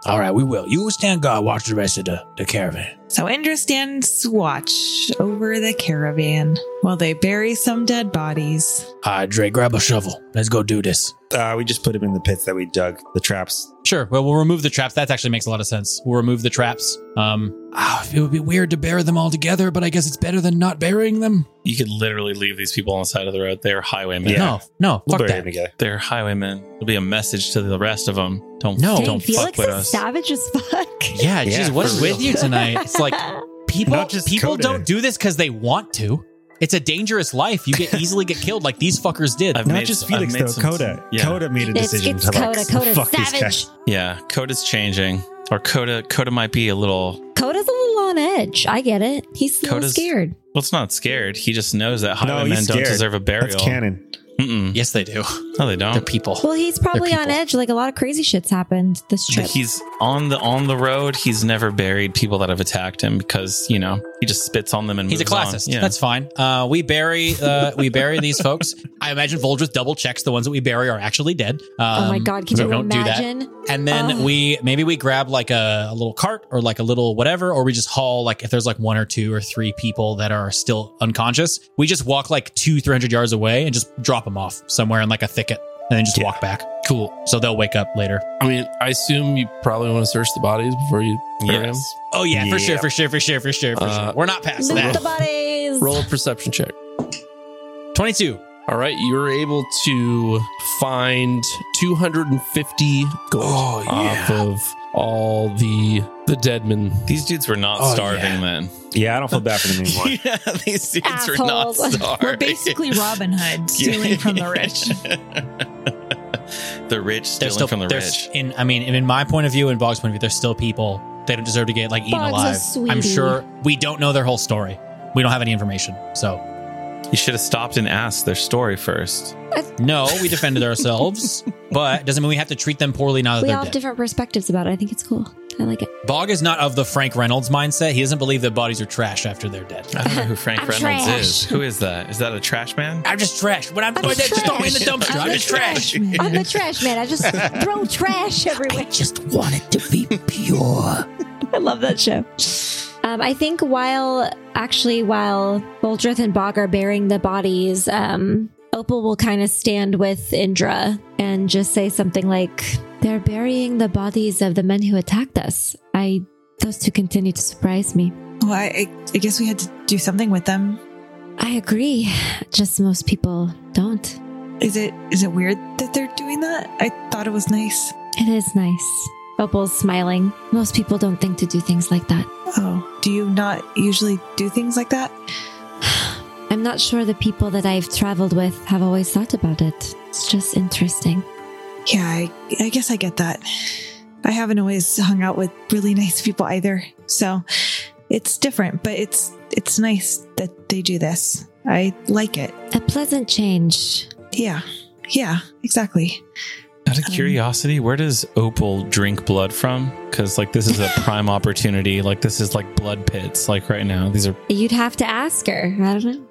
Speaker 5: All right, we will. You stand guard, watch the rest of the, the caravan.
Speaker 3: So Indra stands watch over the caravan while they bury some dead bodies.
Speaker 5: All right, Dre, grab a shovel. Let's go do this.
Speaker 4: Uh, we just put him in the pits that we dug, the traps.
Speaker 5: Sure. Well, we'll remove the traps. That actually makes a lot of sense. We'll remove the traps. Um, it would be weird to bury them all together, but I guess it's better than not burying them.
Speaker 7: You could literally leave these people on the side of the road. They're highwaymen.
Speaker 4: Yeah.
Speaker 5: No, no,
Speaker 4: We'll
Speaker 5: fuck
Speaker 4: bury
Speaker 5: that.
Speaker 4: him together.
Speaker 7: They're highwaymen. It'll be a message to the rest of them. Don't
Speaker 5: No.
Speaker 6: Dang,
Speaker 7: don't fuck
Speaker 6: Felix
Speaker 7: with
Speaker 6: is
Speaker 7: us.
Speaker 6: savage as fuck.
Speaker 5: Yeah,
Speaker 4: Yeah,
Speaker 5: geez, what
Speaker 4: for
Speaker 5: is with
Speaker 4: real.
Speaker 5: you tonight? It's like people
Speaker 4: Not just
Speaker 5: people
Speaker 4: Coda.
Speaker 5: don't do this because they want to. It's a dangerous life. You get easily get killed like these fuckers did.
Speaker 7: I've
Speaker 4: Not
Speaker 7: made-
Speaker 4: just
Speaker 7: I've
Speaker 4: Felix,
Speaker 7: made
Speaker 4: though.
Speaker 7: some-
Speaker 4: Coda.
Speaker 7: Yeah.
Speaker 4: Coda made a
Speaker 6: It's,
Speaker 4: decision
Speaker 6: it's
Speaker 4: to like,
Speaker 6: Coda. Coda's
Speaker 4: fuck this guy.
Speaker 6: savage.
Speaker 7: Yeah, Coda's changing. Or Coda Coda might be a little
Speaker 6: Coda's a little on edge. I get it. He's a little
Speaker 7: Coda's-
Speaker 6: scared.
Speaker 7: well, it's not scared. He just knows that
Speaker 4: No,
Speaker 7: highwaymen
Speaker 4: he's
Speaker 7: don't
Speaker 4: scared.
Speaker 7: deserve a
Speaker 4: That's
Speaker 7: burial.
Speaker 4: canon.
Speaker 7: Mm-mm.
Speaker 5: yes, they do.
Speaker 7: No, they
Speaker 5: Oh, They're
Speaker 7: don't.
Speaker 5: people.
Speaker 6: Well, he's probably on
Speaker 5: people.
Speaker 6: edge. Like a lot of crazy shit's happened this
Speaker 7: But
Speaker 6: trip.
Speaker 7: he's on the on the road. He's never buried people that have attacked him because you know he just spits on them and
Speaker 5: He's a
Speaker 7: moves on.
Speaker 5: classist.
Speaker 7: Yeah.
Speaker 5: That's fine. Uh, we bury uh, we bury these folks. I imagine Voldrith double checks the ones that we bury are actually dead.
Speaker 6: oh my
Speaker 5: Um,
Speaker 6: god, can
Speaker 5: so
Speaker 6: you
Speaker 5: don't do that.
Speaker 6: imagine?
Speaker 5: And then
Speaker 6: Oh.
Speaker 5: we maybe we grab like a, a little cart or like a little whatever, or we just haul like if there's like one or two or three people that are still unconscious, we just walk like two, three hundred yards away and just drop them off somewhere in like a thicket and then just
Speaker 4: Yeah.
Speaker 5: walk back. Cool. So they'll wake up later.
Speaker 2: I mean, I assume you probably want to search the bodies before you bury
Speaker 7: Yes.
Speaker 5: Oh yeah, for sure,
Speaker 4: Yeah.
Speaker 5: for sure, for sure, for sure, for
Speaker 2: Uh,
Speaker 5: sure. We're not past
Speaker 6: Loot
Speaker 5: that.
Speaker 6: the bodies.
Speaker 2: him. Roll a perception check.
Speaker 5: Twenty-two.
Speaker 2: All right, you were able to find 250 gold
Speaker 5: Oh,
Speaker 2: off of all the the dead men.
Speaker 7: These dudes were not
Speaker 5: Oh,
Speaker 7: starving
Speaker 5: yeah.
Speaker 7: then.
Speaker 4: Yeah, I don't feel bad for them anymore.
Speaker 7: yeah, these dudes
Speaker 6: Assholes. We're
Speaker 3: We're basically Robin Hood stealing from the rich.
Speaker 7: the rich
Speaker 5: They're
Speaker 7: stealing
Speaker 5: still
Speaker 7: from the
Speaker 5: they're
Speaker 7: rich.
Speaker 5: In I mean, in my point of view and Bog's point of view, they're still people. They don't deserve to get like eaten
Speaker 6: Bog's a
Speaker 5: alive. I'm
Speaker 6: sweetie.
Speaker 5: sure we don't know their whole story. We don't have any information. So
Speaker 7: You should have stopped and asked their story first.
Speaker 5: no, we defended ourselves, but it doesn't mean we have to treat them poorly now that
Speaker 6: we all
Speaker 5: they're
Speaker 6: have
Speaker 5: dead.
Speaker 6: different perspectives about it. I think it's cool. I like it.
Speaker 5: Bog is not of the Frank Reynolds mindset. He doesn't believe that bodies are trash after they're dead.
Speaker 7: I don't know who Frank
Speaker 6: I'm
Speaker 7: Reynolds
Speaker 6: trash.
Speaker 7: is. Who is that? Is that a trash man?
Speaker 5: I'm just trash. When I'm,
Speaker 6: I'm
Speaker 5: throwing
Speaker 6: the
Speaker 5: Oh, that, just throw me in the
Speaker 7: trash.
Speaker 5: dumpster.
Speaker 6: I'm
Speaker 5: I'm,
Speaker 6: the
Speaker 5: just trash.
Speaker 3: trash man.
Speaker 6: I'm the trash man. I just throw trash everywhere.
Speaker 7: Oh,
Speaker 5: just want it to be pure.
Speaker 6: I love that show. Um, I think while actually while Boldrith and Bog are burying the bodies, um, Opal will kind of stand with Indra and just say something like, "They're burying the bodies of the men who attacked us." I those two continue to surprise me.
Speaker 3: Well, I, I, I guess we had to do something with them.
Speaker 6: I agree. Just most people don't.
Speaker 3: Is it is it weird that they're doing that? I thought it was nice.
Speaker 6: It is nice. Opal's smiling. Most people don't think to do things like that.
Speaker 3: Oh, do you not usually do things like that?
Speaker 6: I'm not sure the people that I've traveled with have always thought about it. It's just interesting.
Speaker 3: Yeah, I, I guess I get that. I haven't always hung out with really nice people either, so it's different. But it's it's nice that they do this. I like it.
Speaker 6: A pleasant change.
Speaker 3: Yeah, yeah, exactly.
Speaker 7: Out of curiosity, where does Opal drink blood from? Because like this is a prime opportunity. Like this is like blood pits. Like right now, these are
Speaker 6: You'd have to ask her. I don't know.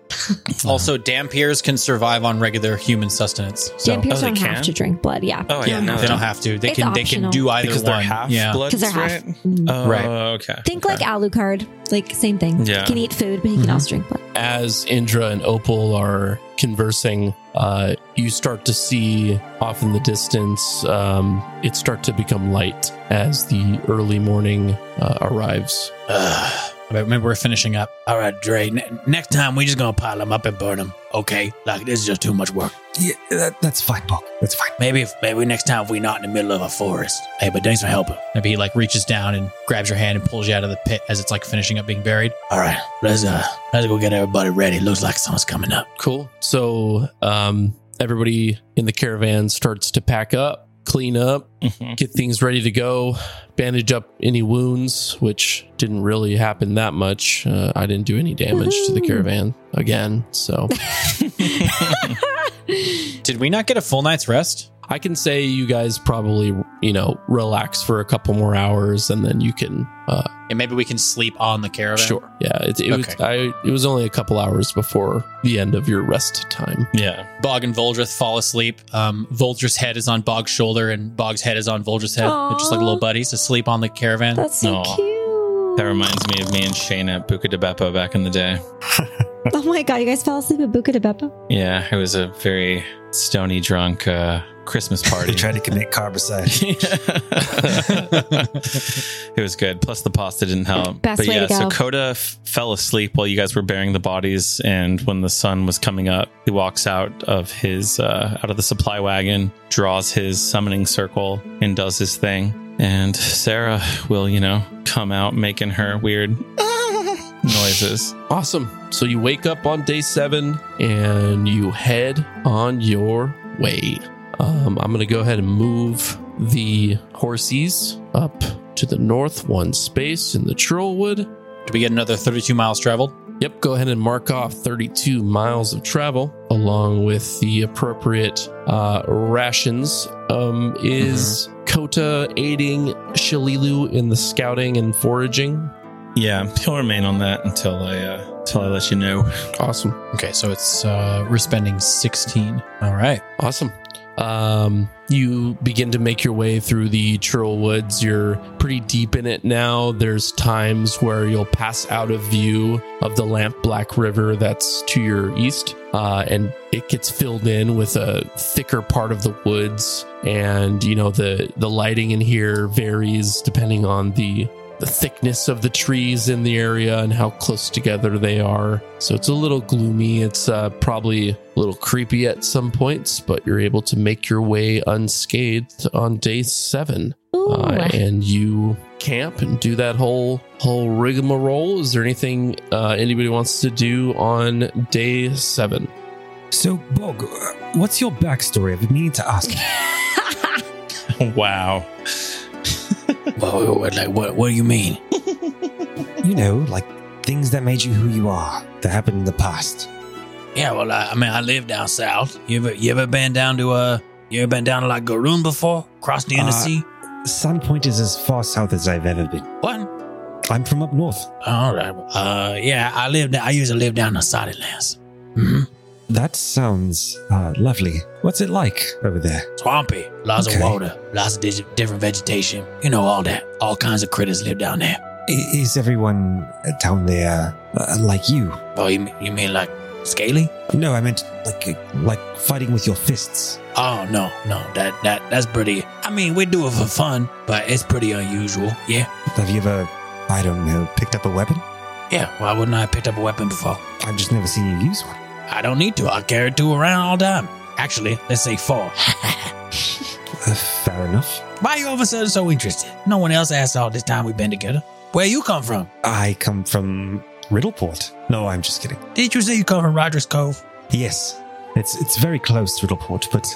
Speaker 5: Also,
Speaker 7: Mm-hmm.
Speaker 5: Dampiers can survive on regular human sustenance. So.
Speaker 6: Dampiers
Speaker 7: oh, they
Speaker 6: don't have
Speaker 7: can?
Speaker 6: to drink blood. Yeah.
Speaker 7: Oh
Speaker 5: Yeah,
Speaker 7: yeah, no,
Speaker 5: they don't have to. They
Speaker 6: It's
Speaker 5: can they
Speaker 6: optional.
Speaker 5: can do either
Speaker 7: because
Speaker 5: one.
Speaker 7: they're half
Speaker 5: yeah.
Speaker 7: bloods,
Speaker 6: 'Cause they're half.
Speaker 7: right?
Speaker 6: Mm.
Speaker 7: Oh,
Speaker 5: Right.
Speaker 7: Okay.
Speaker 6: Think
Speaker 7: okay.
Speaker 6: like Alucard. Like same thing.
Speaker 7: Yeah. Mm-hmm.
Speaker 6: He can eat food, but he can
Speaker 5: Mhm.
Speaker 6: also drink blood.
Speaker 2: as Indra and Opal are conversing, uh, you start to see off in the distance um, it start to become light as the early morning uh, arrives.
Speaker 5: Ugh. I remember we're finishing up. All right, Dre. Ne- next time we just gonna pile them up and burn them. Okay, like this is just too much work.
Speaker 4: Yeah, that, that's fine, Bog. That's fine.
Speaker 5: Maybe if maybe next time if we're not in the middle of a forest. Hey, but thanks for helping. Maybe he like reaches down and grabs your hand and pulls you out of the pit as it's like finishing up being buried. All right, let's uh let's go get everybody ready. Looks like someone's coming up.
Speaker 2: Cool. So um, everybody in the caravan starts to pack up, clean up,
Speaker 7: Mhm.
Speaker 2: get things ready to go, bandage up any wounds, which didn't really happen that much. Uh, I didn't do any damage to the
Speaker 6: Woohoo.
Speaker 2: caravan again. So.
Speaker 5: Did we not get a full night's rest?
Speaker 2: I can say you guys probably, you know, relax for a couple more hours and then you can uh
Speaker 5: And maybe we can sleep on the caravan.
Speaker 2: sure. Yeah, it, it was
Speaker 5: Okay.
Speaker 2: I it was only a couple hours before the end of your rest time.
Speaker 7: Yeah.
Speaker 5: Bog and Voldrith fall asleep. Um, Voldrith's head is on Bog's shoulder, and Bog's head is on Voldrith's head. They're just like
Speaker 6: Aw.
Speaker 5: little buddies asleep on the caravan.
Speaker 6: That's so
Speaker 7: Aw.
Speaker 6: cute.
Speaker 7: That reminds me of me and Shane at Buca de Beppo back in the day.
Speaker 6: Oh my god, you guys fell asleep at Buca de Beppo?
Speaker 7: Yeah, it was a very stony drunk uh, Christmas party.
Speaker 4: They tried to commit carbicide.
Speaker 7: it was good. Plus, the pasta didn't help.
Speaker 6: Best
Speaker 7: but
Speaker 6: way to
Speaker 7: yeah,
Speaker 6: go.
Speaker 7: so Coda f- fell asleep while you guys were burying the bodies, and when the sun was coming up, he walks out of his uh, out of the supply wagon, draws his summoning circle, and does his thing. And Sarah will, you know, come out making her weird noises.
Speaker 2: Awesome. So you wake up on day 7 and you head on your way. Um I'm going to go ahead and move the horses up to the north one space in the Trollwood.
Speaker 5: Did we get another 32 miles traveled?
Speaker 2: Yep, go ahead and mark off 32 miles of travel along with the appropriate uh, rations. Um, is Kota aiding Shalilu in the scouting and foraging?
Speaker 7: Yeah, he'll remain on that until I uh, until I let you know.
Speaker 2: Awesome.
Speaker 5: Okay, so it's uh, we're spending 16. All right.
Speaker 2: Awesome. Um, you begin to make your way through the Churl Woods. You're pretty deep in it now. There's times where you'll pass out of view of the Lamp Black River that's to your east, uh, and it gets filled in with a thicker part of the woods. And you know the the lighting in here varies depending on the the thickness of the trees in the area and how close together they are. So it's a little gloomy. It's uh, probably a little creepy at some points, but you're able to make your way unscathed on day seven.
Speaker 6: Ooh.
Speaker 2: Uh, and you camp and do that whole whole rigmarole. Is there anything uh, anybody wants to do on day seven?
Speaker 4: So, Bog, uh, what's your backstory? I've been meaning to ask.
Speaker 7: wow.
Speaker 5: Well, what- like, what, what do you mean?
Speaker 4: you know, like things that made you who you are that happened in the past.
Speaker 5: Yeah, well, I, I mean, I live down south. You ever you ever been down to uh you ever been down to like Garoon before? Crossed the
Speaker 4: Uh,
Speaker 5: Sea?
Speaker 4: Sandpoint is as far south as I've ever been.
Speaker 5: What?
Speaker 4: I'm from up north.
Speaker 5: All right. Uh, yeah, I lived. I used to live down in Saudi lands. hmm
Speaker 4: That sounds uh, lovely. What's it like over there?
Speaker 5: Swampy, lots
Speaker 4: Okay.
Speaker 5: of water, lots of dis- different vegetation. You know all that. All kinds of critters live down there.
Speaker 4: Is everyone down there uh, like you?
Speaker 5: Oh, you, you mean like scaly?
Speaker 4: No, I meant like uh, like fighting with your fists.
Speaker 5: Oh no, no, that that that's pretty. I mean, we do it for fun, but it's pretty unusual. Yeah,
Speaker 4: Have you ever, I don't know, picked up a weapon?
Speaker 5: yeah. Why wouldn't I have picked up a weapon before?
Speaker 4: I've just never seen you use one.
Speaker 5: I don't need to. I carry two around all the time. Actually, let's say four.
Speaker 4: Uh, fair enough.
Speaker 5: Why you all of a sudden so interested? No one else asked all this time we've been together. Where you come from?
Speaker 4: I come from Riddleport. No, I'm just kidding.
Speaker 5: Did you say you come from Rogers Cove?
Speaker 4: Yes, it's it's very close to Riddleport, but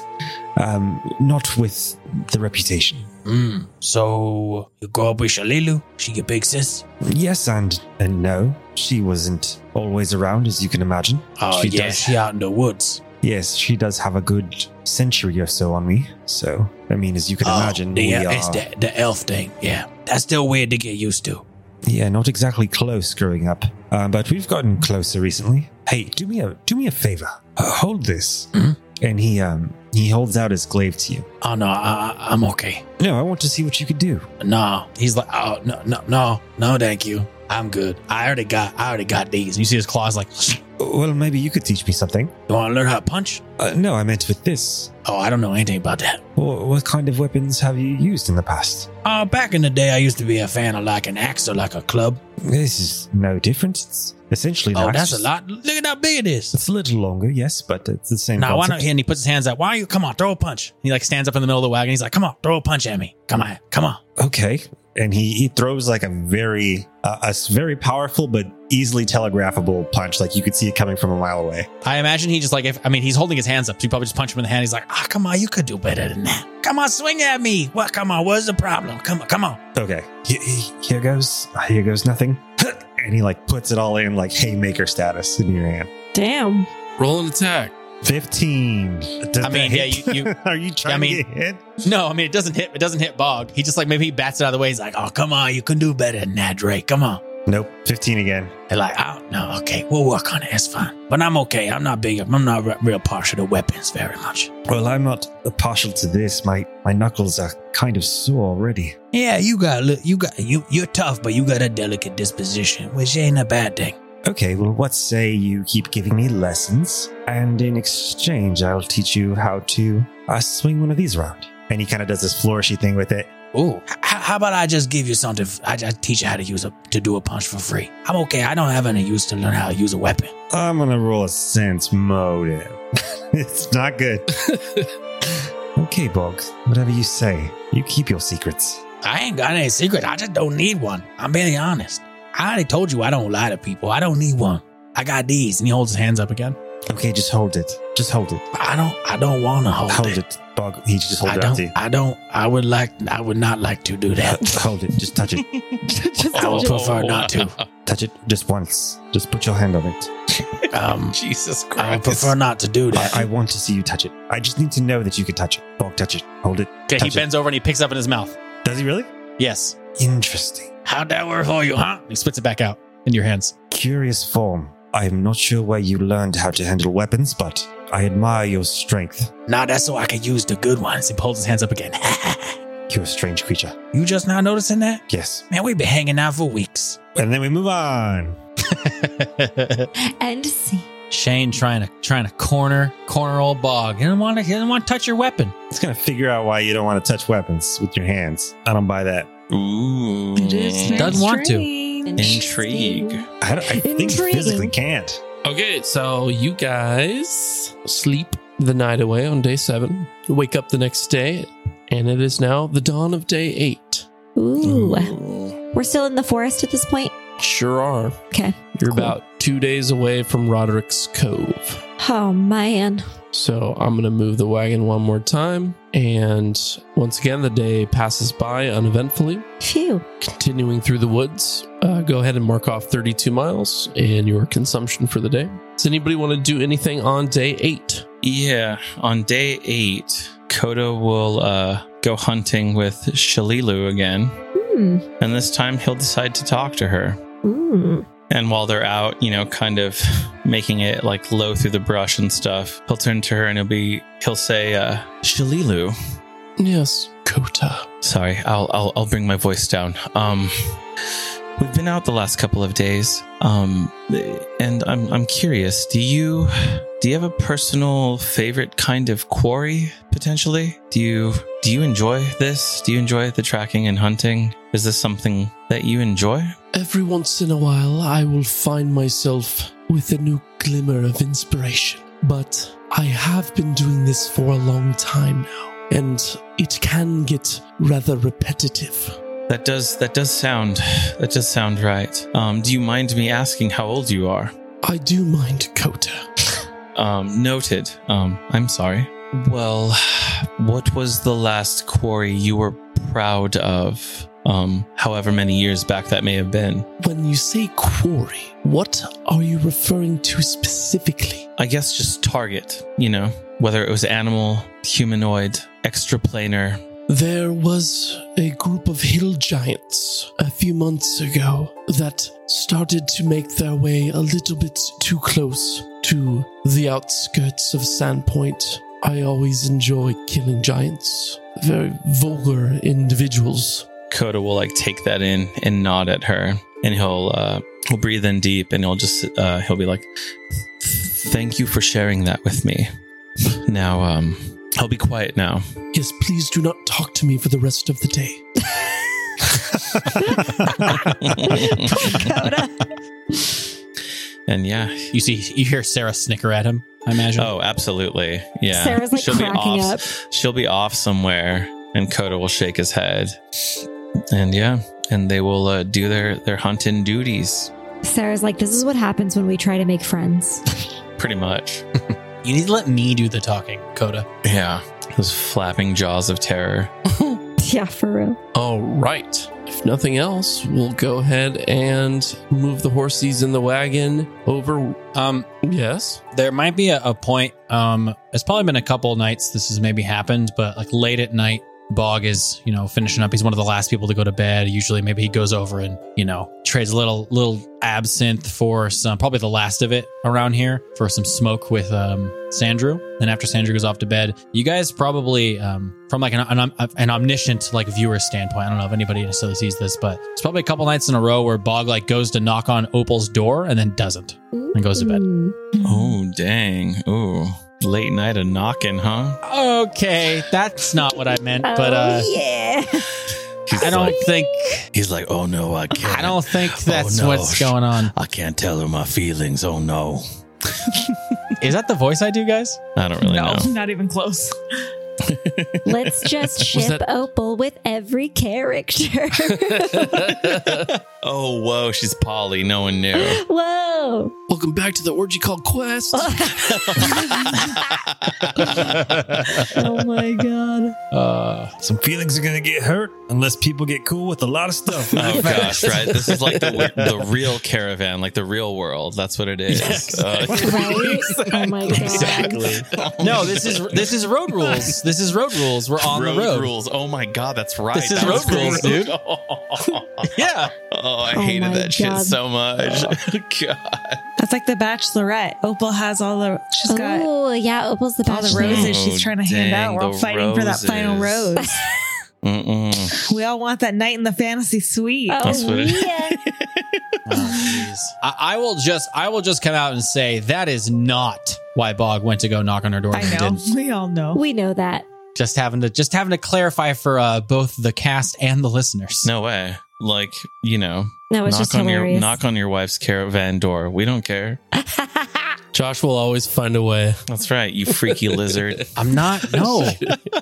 Speaker 4: um, not with the reputation.
Speaker 5: Hmm. So you grow up with Shalilu? She your big sis?
Speaker 4: Yes and and no. She wasn't always around, as you can imagine.
Speaker 5: Oh
Speaker 4: she
Speaker 5: yeah,
Speaker 4: does.
Speaker 5: she out in the woods.
Speaker 4: Yes, she does have a good century or so on me. So, I mean, as you can
Speaker 5: Oh,
Speaker 4: imagine,
Speaker 5: yeah,
Speaker 4: we are,
Speaker 5: it's the, the elf thing. Yeah, that's still weird to get used to.
Speaker 4: yeah, not exactly close growing up, um, but we've gotten closer recently. Hey, do me a do me a favor. Uh, hold this,
Speaker 5: Mhm.
Speaker 4: and he um he holds out his glaive to you.
Speaker 5: Oh no, I, I- I'm okay.
Speaker 4: No, I want to see what you could do.
Speaker 5: No, he's like, oh no, no, no, no, thank you. I'm good. I already got, I already got these. And you see his claws like, you
Speaker 4: Well, maybe you could teach me something.
Speaker 5: want to learn how to punch?
Speaker 4: Uh, no, I meant with this.
Speaker 5: Oh, I don't know anything about that.
Speaker 4: Wha- what kind of weapons have you used in the past?
Speaker 5: Uh, back in the day, I used to be a fan of like an axe or like a club.
Speaker 4: This is no different. It's essentially an
Speaker 5: Oh,
Speaker 4: axe,
Speaker 5: that's a
Speaker 4: just-
Speaker 5: lot. Look at how big it is.
Speaker 4: It's a little longer, yes, but it's the same.
Speaker 5: Now, why not?
Speaker 4: concept.
Speaker 5: And he puts his hands out. Why are you? Come on, throw a punch. He like stands up in the middle of the wagon. He's like, come on, throw a punch at me. Come on, come on.
Speaker 4: Okay, and he he throws like a very uh, a s- very powerful but easily telegraphable punch. Like you could see it coming from a mile away.
Speaker 5: I imagine he just like, if I mean, he's holding his hands up, so you probably just punch him in the hand. He's like, ah, come on, you could do better than that. Come on, swing at me. What? Come on, what's the problem? Come on, come on.
Speaker 4: Okay, he- he- here goes Uh, here goes nothing. And he like puts it all in like haymaker status in your hand.
Speaker 6: Damn.
Speaker 2: Roll an attack.
Speaker 4: Fifteen. Does
Speaker 5: I mean,
Speaker 4: that
Speaker 5: yeah,
Speaker 4: hit?
Speaker 5: you- you-
Speaker 4: are you trying
Speaker 5: mean-
Speaker 4: to get hit?
Speaker 5: No, I mean it doesn't hit. It doesn't hit Bog. He just like maybe he bats it out of the way. He's like, "Oh, come on, you can do better than that, Drake. Come on."
Speaker 4: Nope. Fifteen again.
Speaker 5: They're like, "Oh no, okay, we'll work on it. It's fine." But I'm okay. I'm not big. I'm not re- real partial to weapons very much.
Speaker 4: Well, I'm not partial to this. My my knuckles are kind of sore already.
Speaker 5: Yeah, you got look. You got you. You're tough, but you got a delicate disposition, which ain't a bad thing.
Speaker 4: Okay, well, what say you keep giving me lessons, and in exchange, I'll teach you how to uh, swing one of these around. And he kind of does this flourishy thing with it.
Speaker 5: Ooh, H- how about I just give you something? f- I just teach you how to use a to do a punch for free. I'm okay. I don't have any use to learn how to use a weapon.
Speaker 4: I'm gonna roll a sense motive. it's not good. okay, Bog, whatever you say, you keep your secrets.
Speaker 5: I ain't got any secret. I just don't need one. I'm being honest. I already told you I don't lie to people. I don't need one. I got these. And he holds his hands up again.
Speaker 4: Okay, just hold it. Just hold it.
Speaker 5: I don't. I don't want to hold,
Speaker 4: Hold
Speaker 5: it.
Speaker 4: it, Bog. He just hold
Speaker 5: I
Speaker 4: it out
Speaker 5: don't.
Speaker 4: to you. Oh.
Speaker 5: I don't. I would like. I would not like to do that.
Speaker 4: hold it. Just touch it.
Speaker 5: I would prefer not to.
Speaker 4: Touch it just once. Just put your hand on it.
Speaker 5: Um,
Speaker 7: Jesus Christ.
Speaker 5: I would prefer not to do that.
Speaker 4: I, I want to see you touch it. I just need to know that you can touch it. Bog, touch it. Hold it.
Speaker 5: okay,
Speaker 4: touch it.
Speaker 5: over and he picks up in his mouth.
Speaker 4: Does he really?
Speaker 5: Yes.
Speaker 4: Interesting.
Speaker 5: How'd that work for you, huh? He spits it back out in your hands.
Speaker 4: Curious form. I am not sure where you learned how to handle weapons, but I admire your strength.
Speaker 5: Nah, that's so I could use the good ones. He holds his hands up again.
Speaker 4: You're a strange creature.
Speaker 5: you just now noticing that?
Speaker 4: Yes.
Speaker 5: Man, we've been hanging out for weeks.
Speaker 4: And then we move on.
Speaker 6: And see.
Speaker 5: Shane trying to trying to corner corner old bog. He didn't want to he didn't want to touch your weapon.
Speaker 4: It's gonna figure out why you don't want to touch weapons with your hands. I don't buy that.
Speaker 7: Ooh.
Speaker 3: It is very
Speaker 5: Doesn't want to.
Speaker 3: strange.
Speaker 7: Intrigue.
Speaker 4: I, don't, I think you
Speaker 6: Intriguing.
Speaker 4: physically can't.
Speaker 2: Okay, so you guys sleep the night away on day seven, wake up the next day, and it is now the dawn of day eight.
Speaker 6: Ooh.
Speaker 7: Ooh.
Speaker 6: We're still in the forest at this point.
Speaker 2: Sure are.
Speaker 6: Okay.
Speaker 2: You're
Speaker 6: Cool.
Speaker 2: about two days away from Roderick's Cove.
Speaker 6: Oh man.
Speaker 2: So I'm going to move the wagon one more time. And once again, the day passes by uneventfully.
Speaker 6: Phew.
Speaker 2: Continuing through the woods, uh, go ahead and mark off 32 miles in your consumption for the day. Does anybody want to do anything on day eight?
Speaker 7: Yeah. On day eight, Koda will uh, go hunting with Shalilu again.
Speaker 6: Hmm.
Speaker 7: And this time he'll decide to talk to her.
Speaker 6: Mm.
Speaker 7: And while they're out, you know, kind of making it like low through the brush and stuff, he'll turn to her and he'll be, he'll say, uh, Shalilu.
Speaker 2: Yes, Kota.
Speaker 7: Sorry, I'll, I'll, I'll bring my voice down. Um, We've been out the last couple of days, um, and I'm I'm curious. Do you do you have a personal favorite kind of quarry potentially? Do you do you enjoy this? Do you enjoy the tracking and hunting? Is this something that you enjoy?
Speaker 2: Every once in a while, I will find myself with a new glimmer of inspiration. But I have been doing this for a long time now, and it can get rather repetitive.
Speaker 7: That does that does sound that does sound right. Um, do you mind me asking how old you are?
Speaker 2: I do mind Kota.
Speaker 7: Um, noted. Um, I'm sorry. Well, what was the last quarry you were proud of? Um, however many years back that may have been.
Speaker 2: When you say quarry, what are you referring to specifically?
Speaker 7: I guess just target, you know, whether it was animal, humanoid, extraplanar.
Speaker 2: There was a group of hill giants a few months ago that started to make their way a little bit too close to the outskirts of Sandpoint. I always enjoy killing giants, very vulgar individuals.
Speaker 7: Coda will like take that in and nod at her, and he'll uh, he'll breathe in deep, and he'll just uh, he'll be like, "Thank you for sharing that with me." Now, um, I'll be quiet now.
Speaker 2: Yes, please do not talk to me for the rest of the day.
Speaker 7: and yeah,
Speaker 8: You see, you hear Sarah snicker at him. I imagine.
Speaker 7: oh, absolutely, yeah.
Speaker 6: Sarah's like cracking
Speaker 7: off.
Speaker 6: up.
Speaker 7: She'll be off somewhere, and Coda will shake his head, and yeah, and they will uh, do their their hunting duties
Speaker 6: Sarah's like, this is what happens when we try to make friends.
Speaker 7: pretty much.
Speaker 8: You need to let me do the talking, Coda.
Speaker 7: Yeah, those flapping jaws of terror.
Speaker 6: yeah, for real.
Speaker 2: All right. If nothing else, we'll go ahead and move the horsies in the wagon over.
Speaker 8: Um,
Speaker 2: Yes.
Speaker 8: there might be a, a point um it's probably been a couple nights this has maybe happened but like late at night bog is you know finishing up he's one of the last people to go to bed usually maybe he goes over and you know trades a little little absinthe for some probably the last of it around here for some smoke with um sandrew then after sandrew goes off to bed you guys probably um from like an, an, an omniscient like viewer standpoint i don't know if anybody necessarily sees this but it's probably a couple nights in a row where bog like goes to knock on opal's door and then doesn't and goes to bed
Speaker 6: Mm.
Speaker 7: Oh dang! Ooh, late night of knocking, huh?
Speaker 8: Okay, that's not what I meant,
Speaker 6: Oh,
Speaker 8: but uh,
Speaker 6: yeah.
Speaker 7: He's
Speaker 8: I don't
Speaker 7: like,
Speaker 8: think
Speaker 7: he's like, oh no, I can't. Oh,
Speaker 8: I don't think that's
Speaker 7: no.
Speaker 8: what's going on.
Speaker 7: I can't tell her my feelings. Oh no,
Speaker 8: Is that the voice I do, guys?
Speaker 7: I don't really know.
Speaker 3: not even close.
Speaker 6: Let's just ship
Speaker 2: that-
Speaker 6: Opal with every character.
Speaker 7: Oh whoa, she's Polly. No one knew.
Speaker 6: Whoa.
Speaker 2: Welcome back to the orgy called Quest.
Speaker 6: Oh my god.
Speaker 8: Uh,
Speaker 4: Some feelings are gonna get hurt unless people get cool with a lot of stuff.
Speaker 7: Oh gosh, right? This is like the the real caravan, like the real world. That's what it is. Uh,
Speaker 6: Right? Oh my god.
Speaker 8: no, this is this is road rules. This is road rules. We're on
Speaker 7: road,
Speaker 8: the road.
Speaker 7: rules. Oh my god, that's right.
Speaker 8: This is
Speaker 7: That was
Speaker 8: road rules,
Speaker 7: great.
Speaker 8: dude.
Speaker 7: yeah. Oh, I
Speaker 6: Oh
Speaker 7: hated
Speaker 6: my
Speaker 7: that shit
Speaker 6: God.
Speaker 7: so much.
Speaker 8: Oh.
Speaker 7: god.
Speaker 3: That's like the Bachelorette. Opal has all the she's got
Speaker 6: Oh yeah, Opal's the
Speaker 3: all the
Speaker 6: bachelorette.
Speaker 3: roses she's trying to hand
Speaker 7: Dang,
Speaker 3: out. We're all
Speaker 7: the
Speaker 3: fighting for that final
Speaker 7: roses.
Speaker 3: rose.
Speaker 7: Mm-mm.
Speaker 3: we all want that night in the fantasy suite.
Speaker 6: Oh
Speaker 7: That's what it is.
Speaker 6: yeah.
Speaker 8: I, I will just I will just come out and say that is not why Bog went to go knock on her door.
Speaker 3: I
Speaker 8: and
Speaker 3: know.
Speaker 8: didn't.
Speaker 3: We all know.
Speaker 6: we know that.
Speaker 8: Just having to just having to clarify for uh, both the cast and the listeners.
Speaker 7: No way. Like, you know,
Speaker 6: That was
Speaker 7: knock
Speaker 6: just
Speaker 7: on your
Speaker 6: hilarious.
Speaker 7: knock on your wife's caravan door. We don't care.
Speaker 2: Josh will always find a way.
Speaker 7: That's right, you freaky lizard.
Speaker 8: I'm not. No,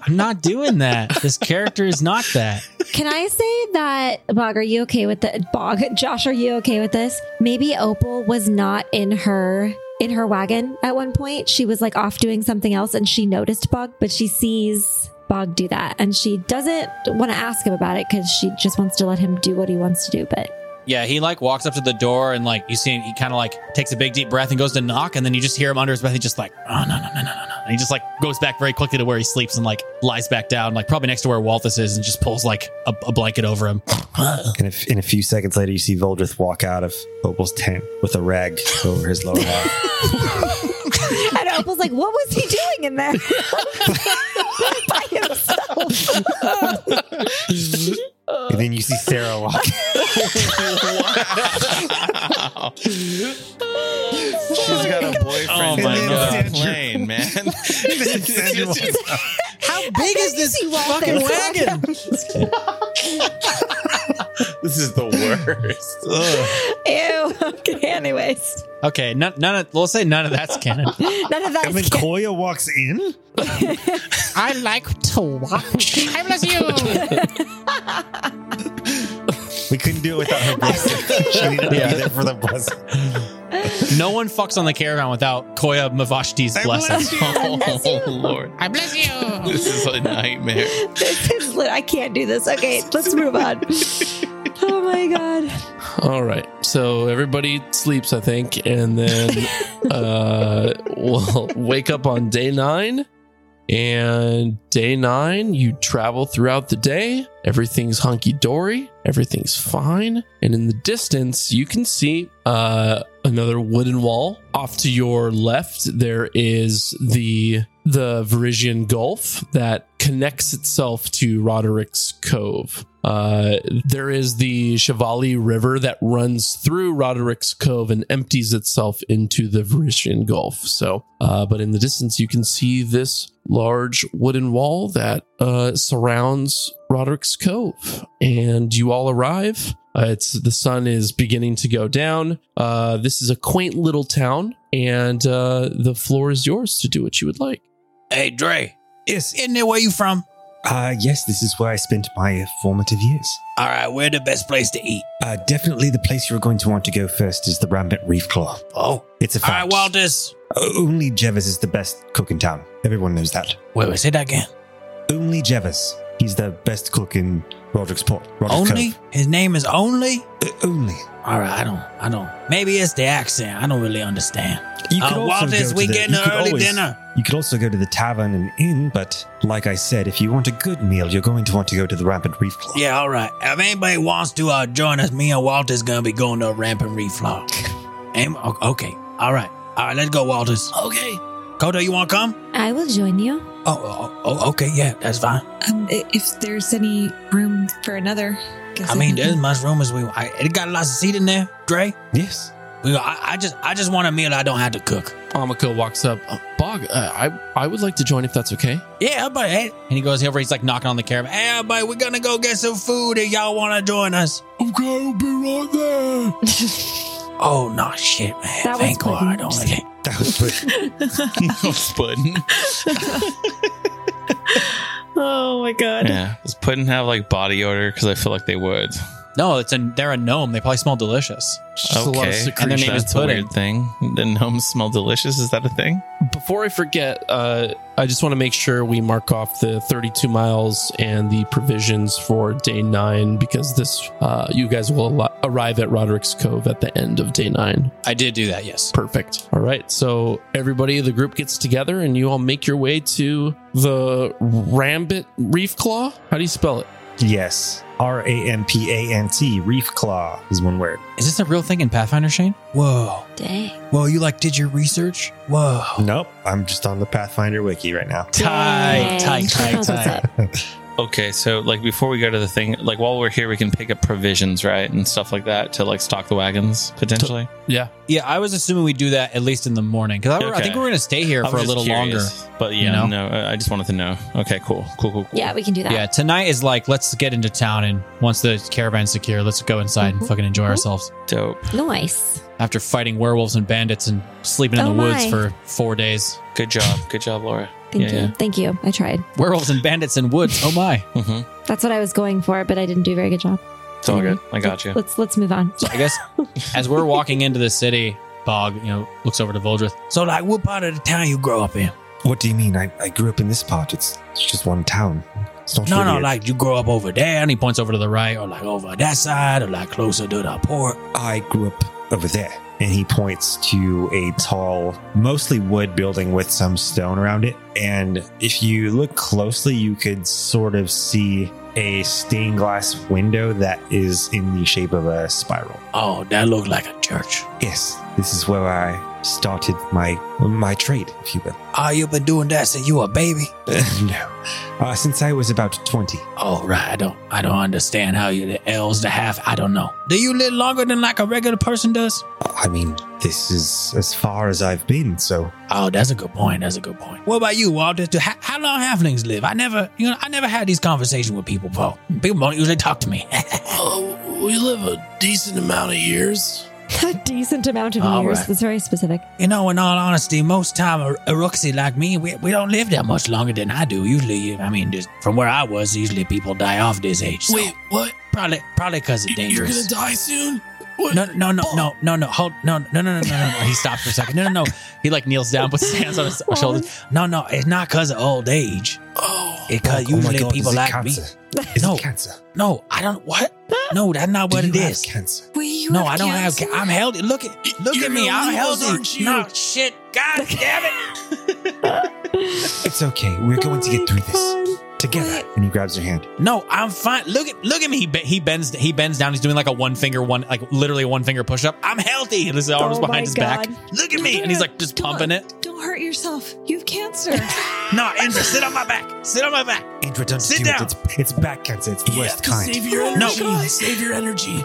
Speaker 8: I'm not doing that. This character is not that.
Speaker 6: Can I say that Bog, are you okay with the Bog? Josh, are you okay with this? Maybe Opal was not in her in her wagon at one point. She was like off doing something else and she noticed Bog, but she sees Bog do that and she doesn't want to ask him about it because she just wants to let him do what he wants to do. But
Speaker 8: Yeah, he like walks up to the door and like you see him, he kind of like takes a big deep breath and goes to knock, and then you just hear him under his breath. He just like, oh no no no no no no, and he just like goes back very quickly to where he sleeps and like lies back down, like probably next to where Walthus is, and just pulls like a, a blanket over him.
Speaker 4: And if, in a few seconds later, you see Voldrith walk out of Opal's tent with a rag over his lower half.
Speaker 6: and Opal's like, what was he doing in there? By himself.
Speaker 4: And then you see Sarah walk.
Speaker 7: wow. She's got a boyfriend
Speaker 4: Oh
Speaker 7: in
Speaker 4: my
Speaker 7: the
Speaker 4: God.
Speaker 7: plane, man.
Speaker 5: How big is this
Speaker 6: see why
Speaker 5: fucking
Speaker 6: things like
Speaker 5: wagon?
Speaker 7: this is the worst.
Speaker 6: Ew. Okay. Anyways,
Speaker 5: Okay, none, none of, we'll say none of that's canon.
Speaker 6: none of that
Speaker 4: and then
Speaker 6: is canon.
Speaker 4: Koya walks in.
Speaker 5: I like to watch. I bless you.
Speaker 4: We couldn't do it without her blessing. she needed to
Speaker 5: Yeah.
Speaker 4: be there for the blessing.
Speaker 5: No one fucks on the caravan without Koya Mavashti's
Speaker 4: I
Speaker 5: blessing.
Speaker 7: Oh, Lord. I bless you. This is a nightmare.
Speaker 6: This is lit. I can't do this. Okay, let's move on. Oh my god.
Speaker 2: All right. So everybody sleeps, I think, and then uh, we'll wake up on day nine. And day nine, you travel throughout the day. Everything's hunky dory. Everything's fine. And in the distance, you can see uh, another wooden wall. Off to your left, there is the the Verizian Gulf that connects itself to Roderick's Cove. Uh, there is the Chevali River that runs through Roderick's Cove and empties itself into the Verizian Gulf. So, uh, but in the distance, you can see this large wooden wall that uh, surrounds Roderick's Cove, and you all arrive. Uh, it's the sun is beginning to go down. Uh, this is a quaint little town, and uh, the floor is yours to do what you would like.
Speaker 5: Hey, Dre,
Speaker 4: Yes.
Speaker 5: isn't there where you from?
Speaker 4: Uh, yes, this is where I spent my formative years.
Speaker 5: All right, where the best place to eat?
Speaker 4: Uh, definitely the place you're going to want to go first is the Rampant Reef Claw.
Speaker 5: Oh,
Speaker 4: It's a
Speaker 5: all
Speaker 4: fact.
Speaker 5: right, Walters.
Speaker 4: Only Jevers is the best cook in town. Everyone knows that.
Speaker 5: Wait, wait, say that again.
Speaker 4: Only Jevers. He's the best cook in Roderick's Port. Roderick's
Speaker 5: only
Speaker 4: Cove.
Speaker 5: his name is Only.
Speaker 4: Uh, only.
Speaker 5: All right, I don't, I don't. Maybe it's the accent. I don't really understand.
Speaker 4: You
Speaker 5: Uh, Walters, we
Speaker 4: the-
Speaker 5: getting
Speaker 4: you
Speaker 5: an
Speaker 4: could
Speaker 5: early
Speaker 4: always-
Speaker 5: dinner.
Speaker 4: You could also go to the tavern and inn, but like I said, if you want a good meal, you're going to want to go to the Rampant Reef Claw.
Speaker 5: Yeah, all right. If anybody wants to uh, join us, me and Walter's gonna be going to a rampant reflow. Aim, o- okay, all right, all right. Let's go, Walters. Okay, Kodo, you want to come?
Speaker 6: I will join you.
Speaker 5: Oh, oh, oh, okay, yeah, that's fine.
Speaker 3: Um, i- if there's any room for another, guess
Speaker 5: I mean, there's much room as we. I, it got lots of seat in there, Dre.
Speaker 4: Yes.
Speaker 5: We, I, I just, I just want a meal I don't have to cook.
Speaker 2: Amako walks up. "Uh, Bog, uh, I I would like to join if that's okay.
Speaker 5: Yeah, but hey. And he goes over. He's like knocking on the caravan. Hey, everybody, we're gonna go get some food. If y'all want to join us.
Speaker 2: Okay, I'll be right there.
Speaker 5: Oh no, shit, man.
Speaker 6: That was
Speaker 5: Thank God. I
Speaker 6: pretty-
Speaker 5: don't like it.
Speaker 4: That was pretty.
Speaker 7: Puddin.
Speaker 3: oh my god.
Speaker 7: Yeah. Does Puddin have like body odor? Because I feel like they would.
Speaker 5: No, it's a they're a gnome. They probably smell delicious.
Speaker 2: Just a lot of
Speaker 7: Okay. And their name
Speaker 2: secretion.
Speaker 7: is
Speaker 5: That's
Speaker 7: a
Speaker 5: Puddin.
Speaker 7: weird thing. The gnomes smell delicious. Is that a thing?
Speaker 2: Before I forget, uh, I just want to make sure we mark off the 32 miles and the provisions for day nine because this, uh, you guys will al- arrive at Roderick's Cove at the end of day nine.
Speaker 5: I did do that. Yes.
Speaker 2: Perfect. All right. So everybody, the group gets together and you all make your way to the Rambit Reef Claw. How do you spell it?
Speaker 4: yes. R A M P A N T, Reef Claw is one word.
Speaker 5: Is this a real thing in Pathfinder, Shane? Whoa,
Speaker 6: Dang.
Speaker 5: whoa! You like did your research? Whoa.
Speaker 4: Nope. I'm just on the Pathfinder wiki right now.
Speaker 5: Tight,
Speaker 6: Dang.
Speaker 5: tight, tight,
Speaker 6: That's what's
Speaker 5: tight.
Speaker 6: up.
Speaker 7: Okay, so like before we go to the thing, like while we're here, we can pick up provisions, right, and stuff like that to like stock the wagons potentially.
Speaker 2: Yeah.
Speaker 5: Yeah, I was assuming we'd do that at least in the morning because I, I think
Speaker 7: Okay.
Speaker 5: we were going to stay here
Speaker 7: I
Speaker 5: for a
Speaker 7: was just
Speaker 5: little longer.
Speaker 7: curious, but yeah,
Speaker 5: you know?
Speaker 7: no, uh, I just wanted to know. Okay, cool, cool, cool, cool.
Speaker 6: Yeah, we can do that.
Speaker 5: Yeah, tonight is like let's get into town and once the caravan's secure, let's go inside and
Speaker 6: Mhm.
Speaker 5: fucking enjoy
Speaker 6: Mhm.
Speaker 5: ourselves
Speaker 7: dope.
Speaker 6: Nice.
Speaker 5: after fighting werewolves and bandits and sleeping in
Speaker 6: Oh
Speaker 5: the woods
Speaker 6: my.
Speaker 5: for four days.
Speaker 7: Good job, good job, Laura.
Speaker 6: Thank
Speaker 7: Yeah,
Speaker 6: you.
Speaker 7: yeah.
Speaker 6: Thank you. I tried.
Speaker 5: Werewolves and bandits in woods. Oh my.
Speaker 7: hmm
Speaker 6: That's what I was going for, but I didn't do a very good job.
Speaker 7: It's all good. I got you.
Speaker 6: Let's let's move on.
Speaker 5: So I guess as we're walking into the city, Bog, you know, looks over to Voldrith. So, like, what part of the town you grow up in?
Speaker 4: What do you mean? I, I grew up in this part. It's, it's just one town. It's not
Speaker 5: No,
Speaker 4: really
Speaker 5: no,
Speaker 4: a-
Speaker 5: like you grow up over there, and he points over to the right, or like over that side, or like closer to the port.
Speaker 4: I grew up over there. And he points to a tall, mostly wood building with some stone around it. And if you look closely, you could sort of see a stained glass window that is in the shape of a spiral.
Speaker 5: Oh, that looked like a church.
Speaker 4: Yes, This is where I started my my trade, if you will.
Speaker 5: Ah, you've been doing that since you were a baby.
Speaker 4: no, uh, since I was about twenty.
Speaker 5: Oh right, I don't, I don't understand how you the L's the half. I don't know. Do you live longer than like a regular person does?
Speaker 4: I mean, this is as far as I've been. So
Speaker 5: Oh, that's a good point. That's a good point. What about you, Walter? Do, how, how long halflings live? I never, you know, I never had these conversations with people, Paul. People don't usually talk to me.
Speaker 2: Oh, we live a decent amount of years.
Speaker 6: A decent amount of
Speaker 5: All
Speaker 6: years.
Speaker 5: right.
Speaker 6: That's very specific.
Speaker 5: You know, in all honesty, most time a, a rookie like me, we, we don't live that much longer than I do. Usually, I mean, just from where I was, usually people die off this age. So
Speaker 2: Wait, what?
Speaker 5: probably probably because it's
Speaker 2: Y- You're gonna
Speaker 5: dangerous.
Speaker 2: die Oh. soon? What?
Speaker 5: No, no, no, no, no, no. Hold, no, no, no, no, no, no. no. He stopped for a second. No, no, no,
Speaker 8: He like kneels down, puts his hands on his shoulders.
Speaker 5: no, no. It's not because of old age.
Speaker 2: Oh,
Speaker 5: It's because usually people
Speaker 4: is it
Speaker 5: like
Speaker 4: cancer?
Speaker 5: me.
Speaker 4: Is
Speaker 5: No.
Speaker 4: it cancer?
Speaker 5: No, I don't. What? No, that's not
Speaker 4: Do
Speaker 5: what
Speaker 4: you
Speaker 5: it
Speaker 4: have
Speaker 5: is.
Speaker 4: cancer?
Speaker 5: No, I don't have. ca- I'm healthy. Look at look
Speaker 2: You're
Speaker 5: at me.
Speaker 2: gonna
Speaker 5: I'm
Speaker 2: lose, aren't
Speaker 5: healthy.
Speaker 2: you?
Speaker 5: No shit. God damn it.
Speaker 4: It's okay. We're going to get through this together.
Speaker 6: Wait.
Speaker 4: And he grabs her hand.
Speaker 5: No, I'm fine. Look at
Speaker 8: Look at me. He, be- he bends. He bends down. He's doing like a one finger, one like literally a one finger push up. I'm healthy. And his arm is
Speaker 6: Oh my
Speaker 8: behind his back.
Speaker 6: God.
Speaker 8: Look at me, and he's like just
Speaker 3: Don't-
Speaker 8: pumping it.
Speaker 3: Don't hurt yourself. You have cancer.
Speaker 5: no. Indra, sit on my back. Sit on my back.
Speaker 4: Andrew, don't
Speaker 5: Sit
Speaker 4: do
Speaker 5: down.
Speaker 4: it. It's, it's back cancer. It's the
Speaker 2: you have
Speaker 4: worst
Speaker 2: to
Speaker 4: kind.
Speaker 2: save your
Speaker 3: Oh my
Speaker 2: energy.
Speaker 3: God.
Speaker 2: save your energy.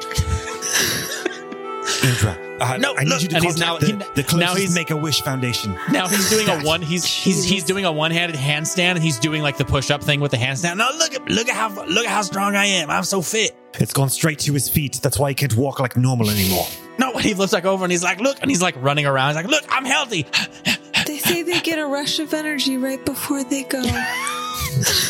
Speaker 4: Indra, uh,
Speaker 8: No,
Speaker 4: I need
Speaker 8: look,
Speaker 4: you to contact
Speaker 8: and he's now-
Speaker 4: the,
Speaker 8: he-
Speaker 4: the closest
Speaker 8: now
Speaker 4: now
Speaker 8: he's-
Speaker 4: he's, Make-A-Wish Foundation.
Speaker 8: Now he's doing a one. He's he's he's doing a one handed handstand, and he's doing like the push up thing with the handstand.
Speaker 5: Now look at look at how look at how strong I am. I'm so fit.
Speaker 4: It's gone straight to his feet. That's why he can't walk like normal anymore.
Speaker 8: No, and he looks like over, and he's like, look, and he's like running around. He's like, look, I'm healthy.
Speaker 3: they say they get a rush of energy right before they go.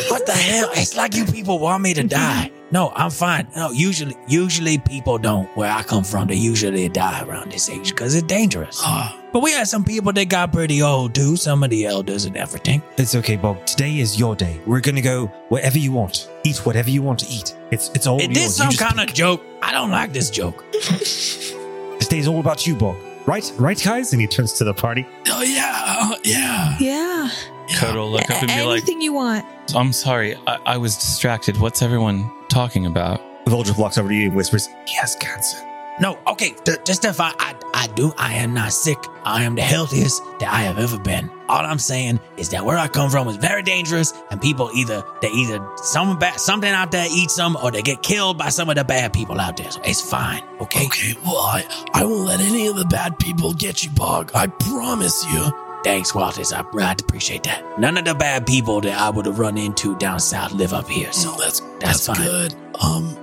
Speaker 5: What the hell? It's like you people want me to die. No, I'm fine. No, usually usually people don't. Where I come from, they usually die around this age because it's dangerous.
Speaker 8: Ah.
Speaker 5: but we had some people that got pretty old too. Some of the elders and everything.
Speaker 4: It's okay, Bob. Today is your day. We're gonna go wherever you want. Eat whatever you want to eat. It's it's
Speaker 8: Oh,
Speaker 4: all
Speaker 5: Is
Speaker 4: yours.
Speaker 5: this
Speaker 4: You
Speaker 5: some
Speaker 4: just
Speaker 5: kind of joke? I don't like this joke.
Speaker 4: pick. this day's all about you, Bob. Right, right, guys. And he turns to the party.
Speaker 2: Oh yeah, oh, yeah.
Speaker 3: Yeah.
Speaker 7: Coda will look up and be like,
Speaker 3: Anything you want.
Speaker 7: I'm sorry, I, I was distracted. What's everyone talking about?
Speaker 4: Voldra walks over to you and whispers, "He has cancer."
Speaker 5: No, okay, th- just if I, I, I do, I am not sick. I am the healthiest that I have ever been. All I'm saying is that where I come from is very dangerous, and people either they either some bad something out there eats them, or they get killed by some of the bad people out there. So it's fine, okay?
Speaker 2: Okay, well I I won't let any of the bad people get you, Bog. I promise you.
Speaker 5: Thanks, Walters. I I'd appreciate that. None of the bad people that I would have run into down south live up here, so
Speaker 2: So that's
Speaker 5: that's,
Speaker 2: that's,
Speaker 5: fine.
Speaker 2: good. Um,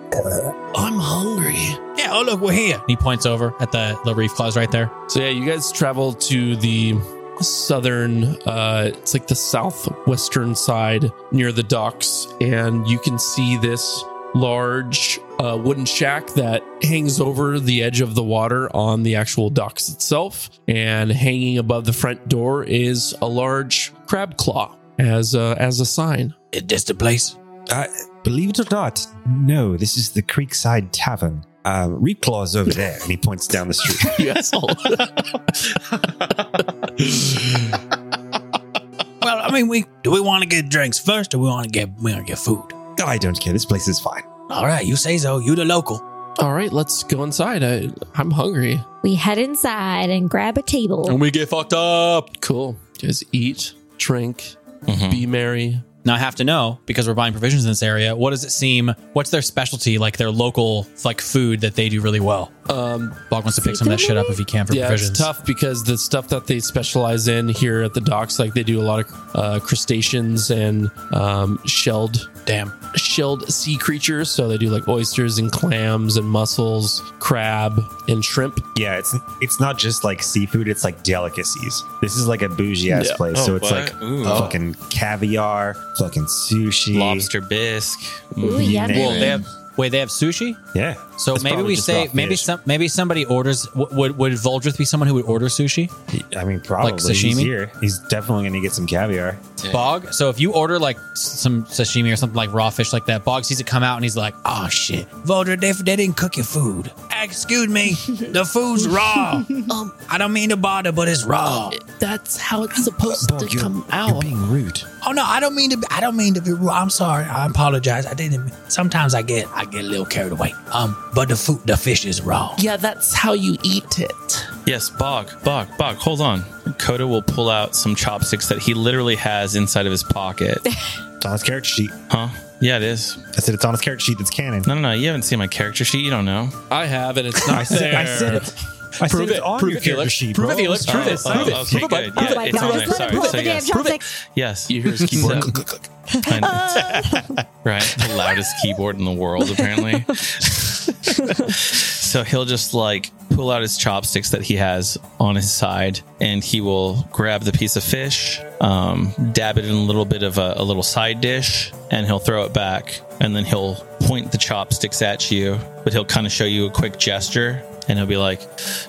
Speaker 2: I'm hungry.
Speaker 5: Yeah. Oh look, we're here.
Speaker 8: And he points over at the the reef claws right there.
Speaker 2: So yeah, you guys travel to the southern uh it's like the southwestern side near the docks and you can see this large uh, wooden shack that hangs over the edge of the water on the actual docks itself and hanging above the front door is a large crab claw as a, as a sign
Speaker 5: Is this the place?
Speaker 4: Uh, believe it or not, no. This is the Creekside Tavern. Uh, Reclaw's over there, and he points down the street.
Speaker 2: you asshole
Speaker 5: Well, I mean, we do we want to get drinks first, or we want to get we want to get food?
Speaker 4: I don't care. This place is fine.
Speaker 5: All right, you say so. You the local.
Speaker 2: all right let's go inside I, i'm hungry
Speaker 6: We head inside and grab a table.
Speaker 8: we get fucked up.
Speaker 2: cool just eat drink
Speaker 7: Mhm.
Speaker 2: be merry
Speaker 8: Now I have to know because we're buying provisions in this area. What does it seem? What's their specialty? Like their local like food that they do really well.
Speaker 2: um
Speaker 8: Bog wants to pick some of that shit up if he can for
Speaker 2: yeah,
Speaker 8: provisions.
Speaker 2: it's tough because the stuff that they specialize in here at the docks, like they do a lot of uh, crustaceans and um, shelled, damn, shelled sea creatures. So they do like oysters and clams and mussels, crab and shrimp.
Speaker 4: Yeah, it's it's not just like seafood; it's like delicacies. This is like a bougie ass
Speaker 2: Yeah.
Speaker 4: place,
Speaker 7: Oh,
Speaker 4: so it's
Speaker 7: what?
Speaker 4: like
Speaker 7: Ooh.
Speaker 4: fucking caviar, fucking sushi,
Speaker 7: Lobster bisque.
Speaker 6: Ooh,
Speaker 7: Mm.
Speaker 6: yummy.
Speaker 8: Well, they have wait, they have sushi.
Speaker 4: Yeah.
Speaker 8: So
Speaker 4: That's
Speaker 8: maybe
Speaker 4: probably
Speaker 8: we
Speaker 4: just
Speaker 8: say
Speaker 4: raw
Speaker 8: maybe
Speaker 4: fish.
Speaker 8: some maybe somebody orders w- would would Voldrith be someone who would order sushi?
Speaker 4: I mean, probably he's
Speaker 8: sashimi?
Speaker 4: here. He's definitely going to get some caviar.
Speaker 8: Bog. So if you order like s- some sashimi or something like raw fish like that, Bog sees it come out and he's like,
Speaker 5: Oh shit, Voldra, they, they didn't cook your food. Excuse me, the food's raw. um, I don't mean to bother, but it's raw.
Speaker 9: That's how it's supposed
Speaker 4: Bog,
Speaker 9: to
Speaker 4: you're-
Speaker 9: come
Speaker 4: You're
Speaker 9: out.
Speaker 4: being rude.
Speaker 5: Oh no, I don't mean to. Be, I don't mean to be rude. I'm sorry. I apologize. I didn't. Sometimes I get I get a little carried away. Um, but the food, the fish is raw.
Speaker 9: Yeah, that's how you eat it.
Speaker 7: Yes, Bog, Bog, Bog, hold on. Coda will pull out some chopsticks that he literally has inside of his pocket.
Speaker 4: It's on his character sheet.
Speaker 7: huh? Yeah, it is.
Speaker 4: I said it's on his character sheet. That's canon.
Speaker 7: No, no, no. You haven't seen my character sheet. You don't know.
Speaker 2: I have, and it's not there.
Speaker 4: I said it. I said
Speaker 2: Prove
Speaker 4: it's
Speaker 2: it.
Speaker 4: on
Speaker 2: Prove
Speaker 4: your
Speaker 2: it,
Speaker 4: character
Speaker 2: Felix.
Speaker 4: sheet,
Speaker 2: Prove
Speaker 4: bro.
Speaker 2: it, Felix. Prove it.
Speaker 7: Oh,
Speaker 2: Prove it.
Speaker 7: oh,
Speaker 2: Prove
Speaker 7: Okay,
Speaker 2: it, bud.
Speaker 7: good. Yeah,
Speaker 6: Prove it.
Speaker 7: it's
Speaker 6: Now
Speaker 7: on
Speaker 6: just let
Speaker 7: there.
Speaker 6: him
Speaker 7: Sorry.
Speaker 6: prove
Speaker 7: So
Speaker 6: the damn
Speaker 7: yes,
Speaker 6: chopsticks.
Speaker 7: yes.
Speaker 2: You hear his keyboard.
Speaker 7: I know. right? The loudest keyboard in the world, apparently. so he'll just like pull out his chopsticks that he has on his side and he will grab the piece of fish, um, dab it in a little bit of a, a little side dish, and he'll throw it back. And then he'll point the chopsticks at you, but he'll kind of show you a quick gesture. And he'll be like,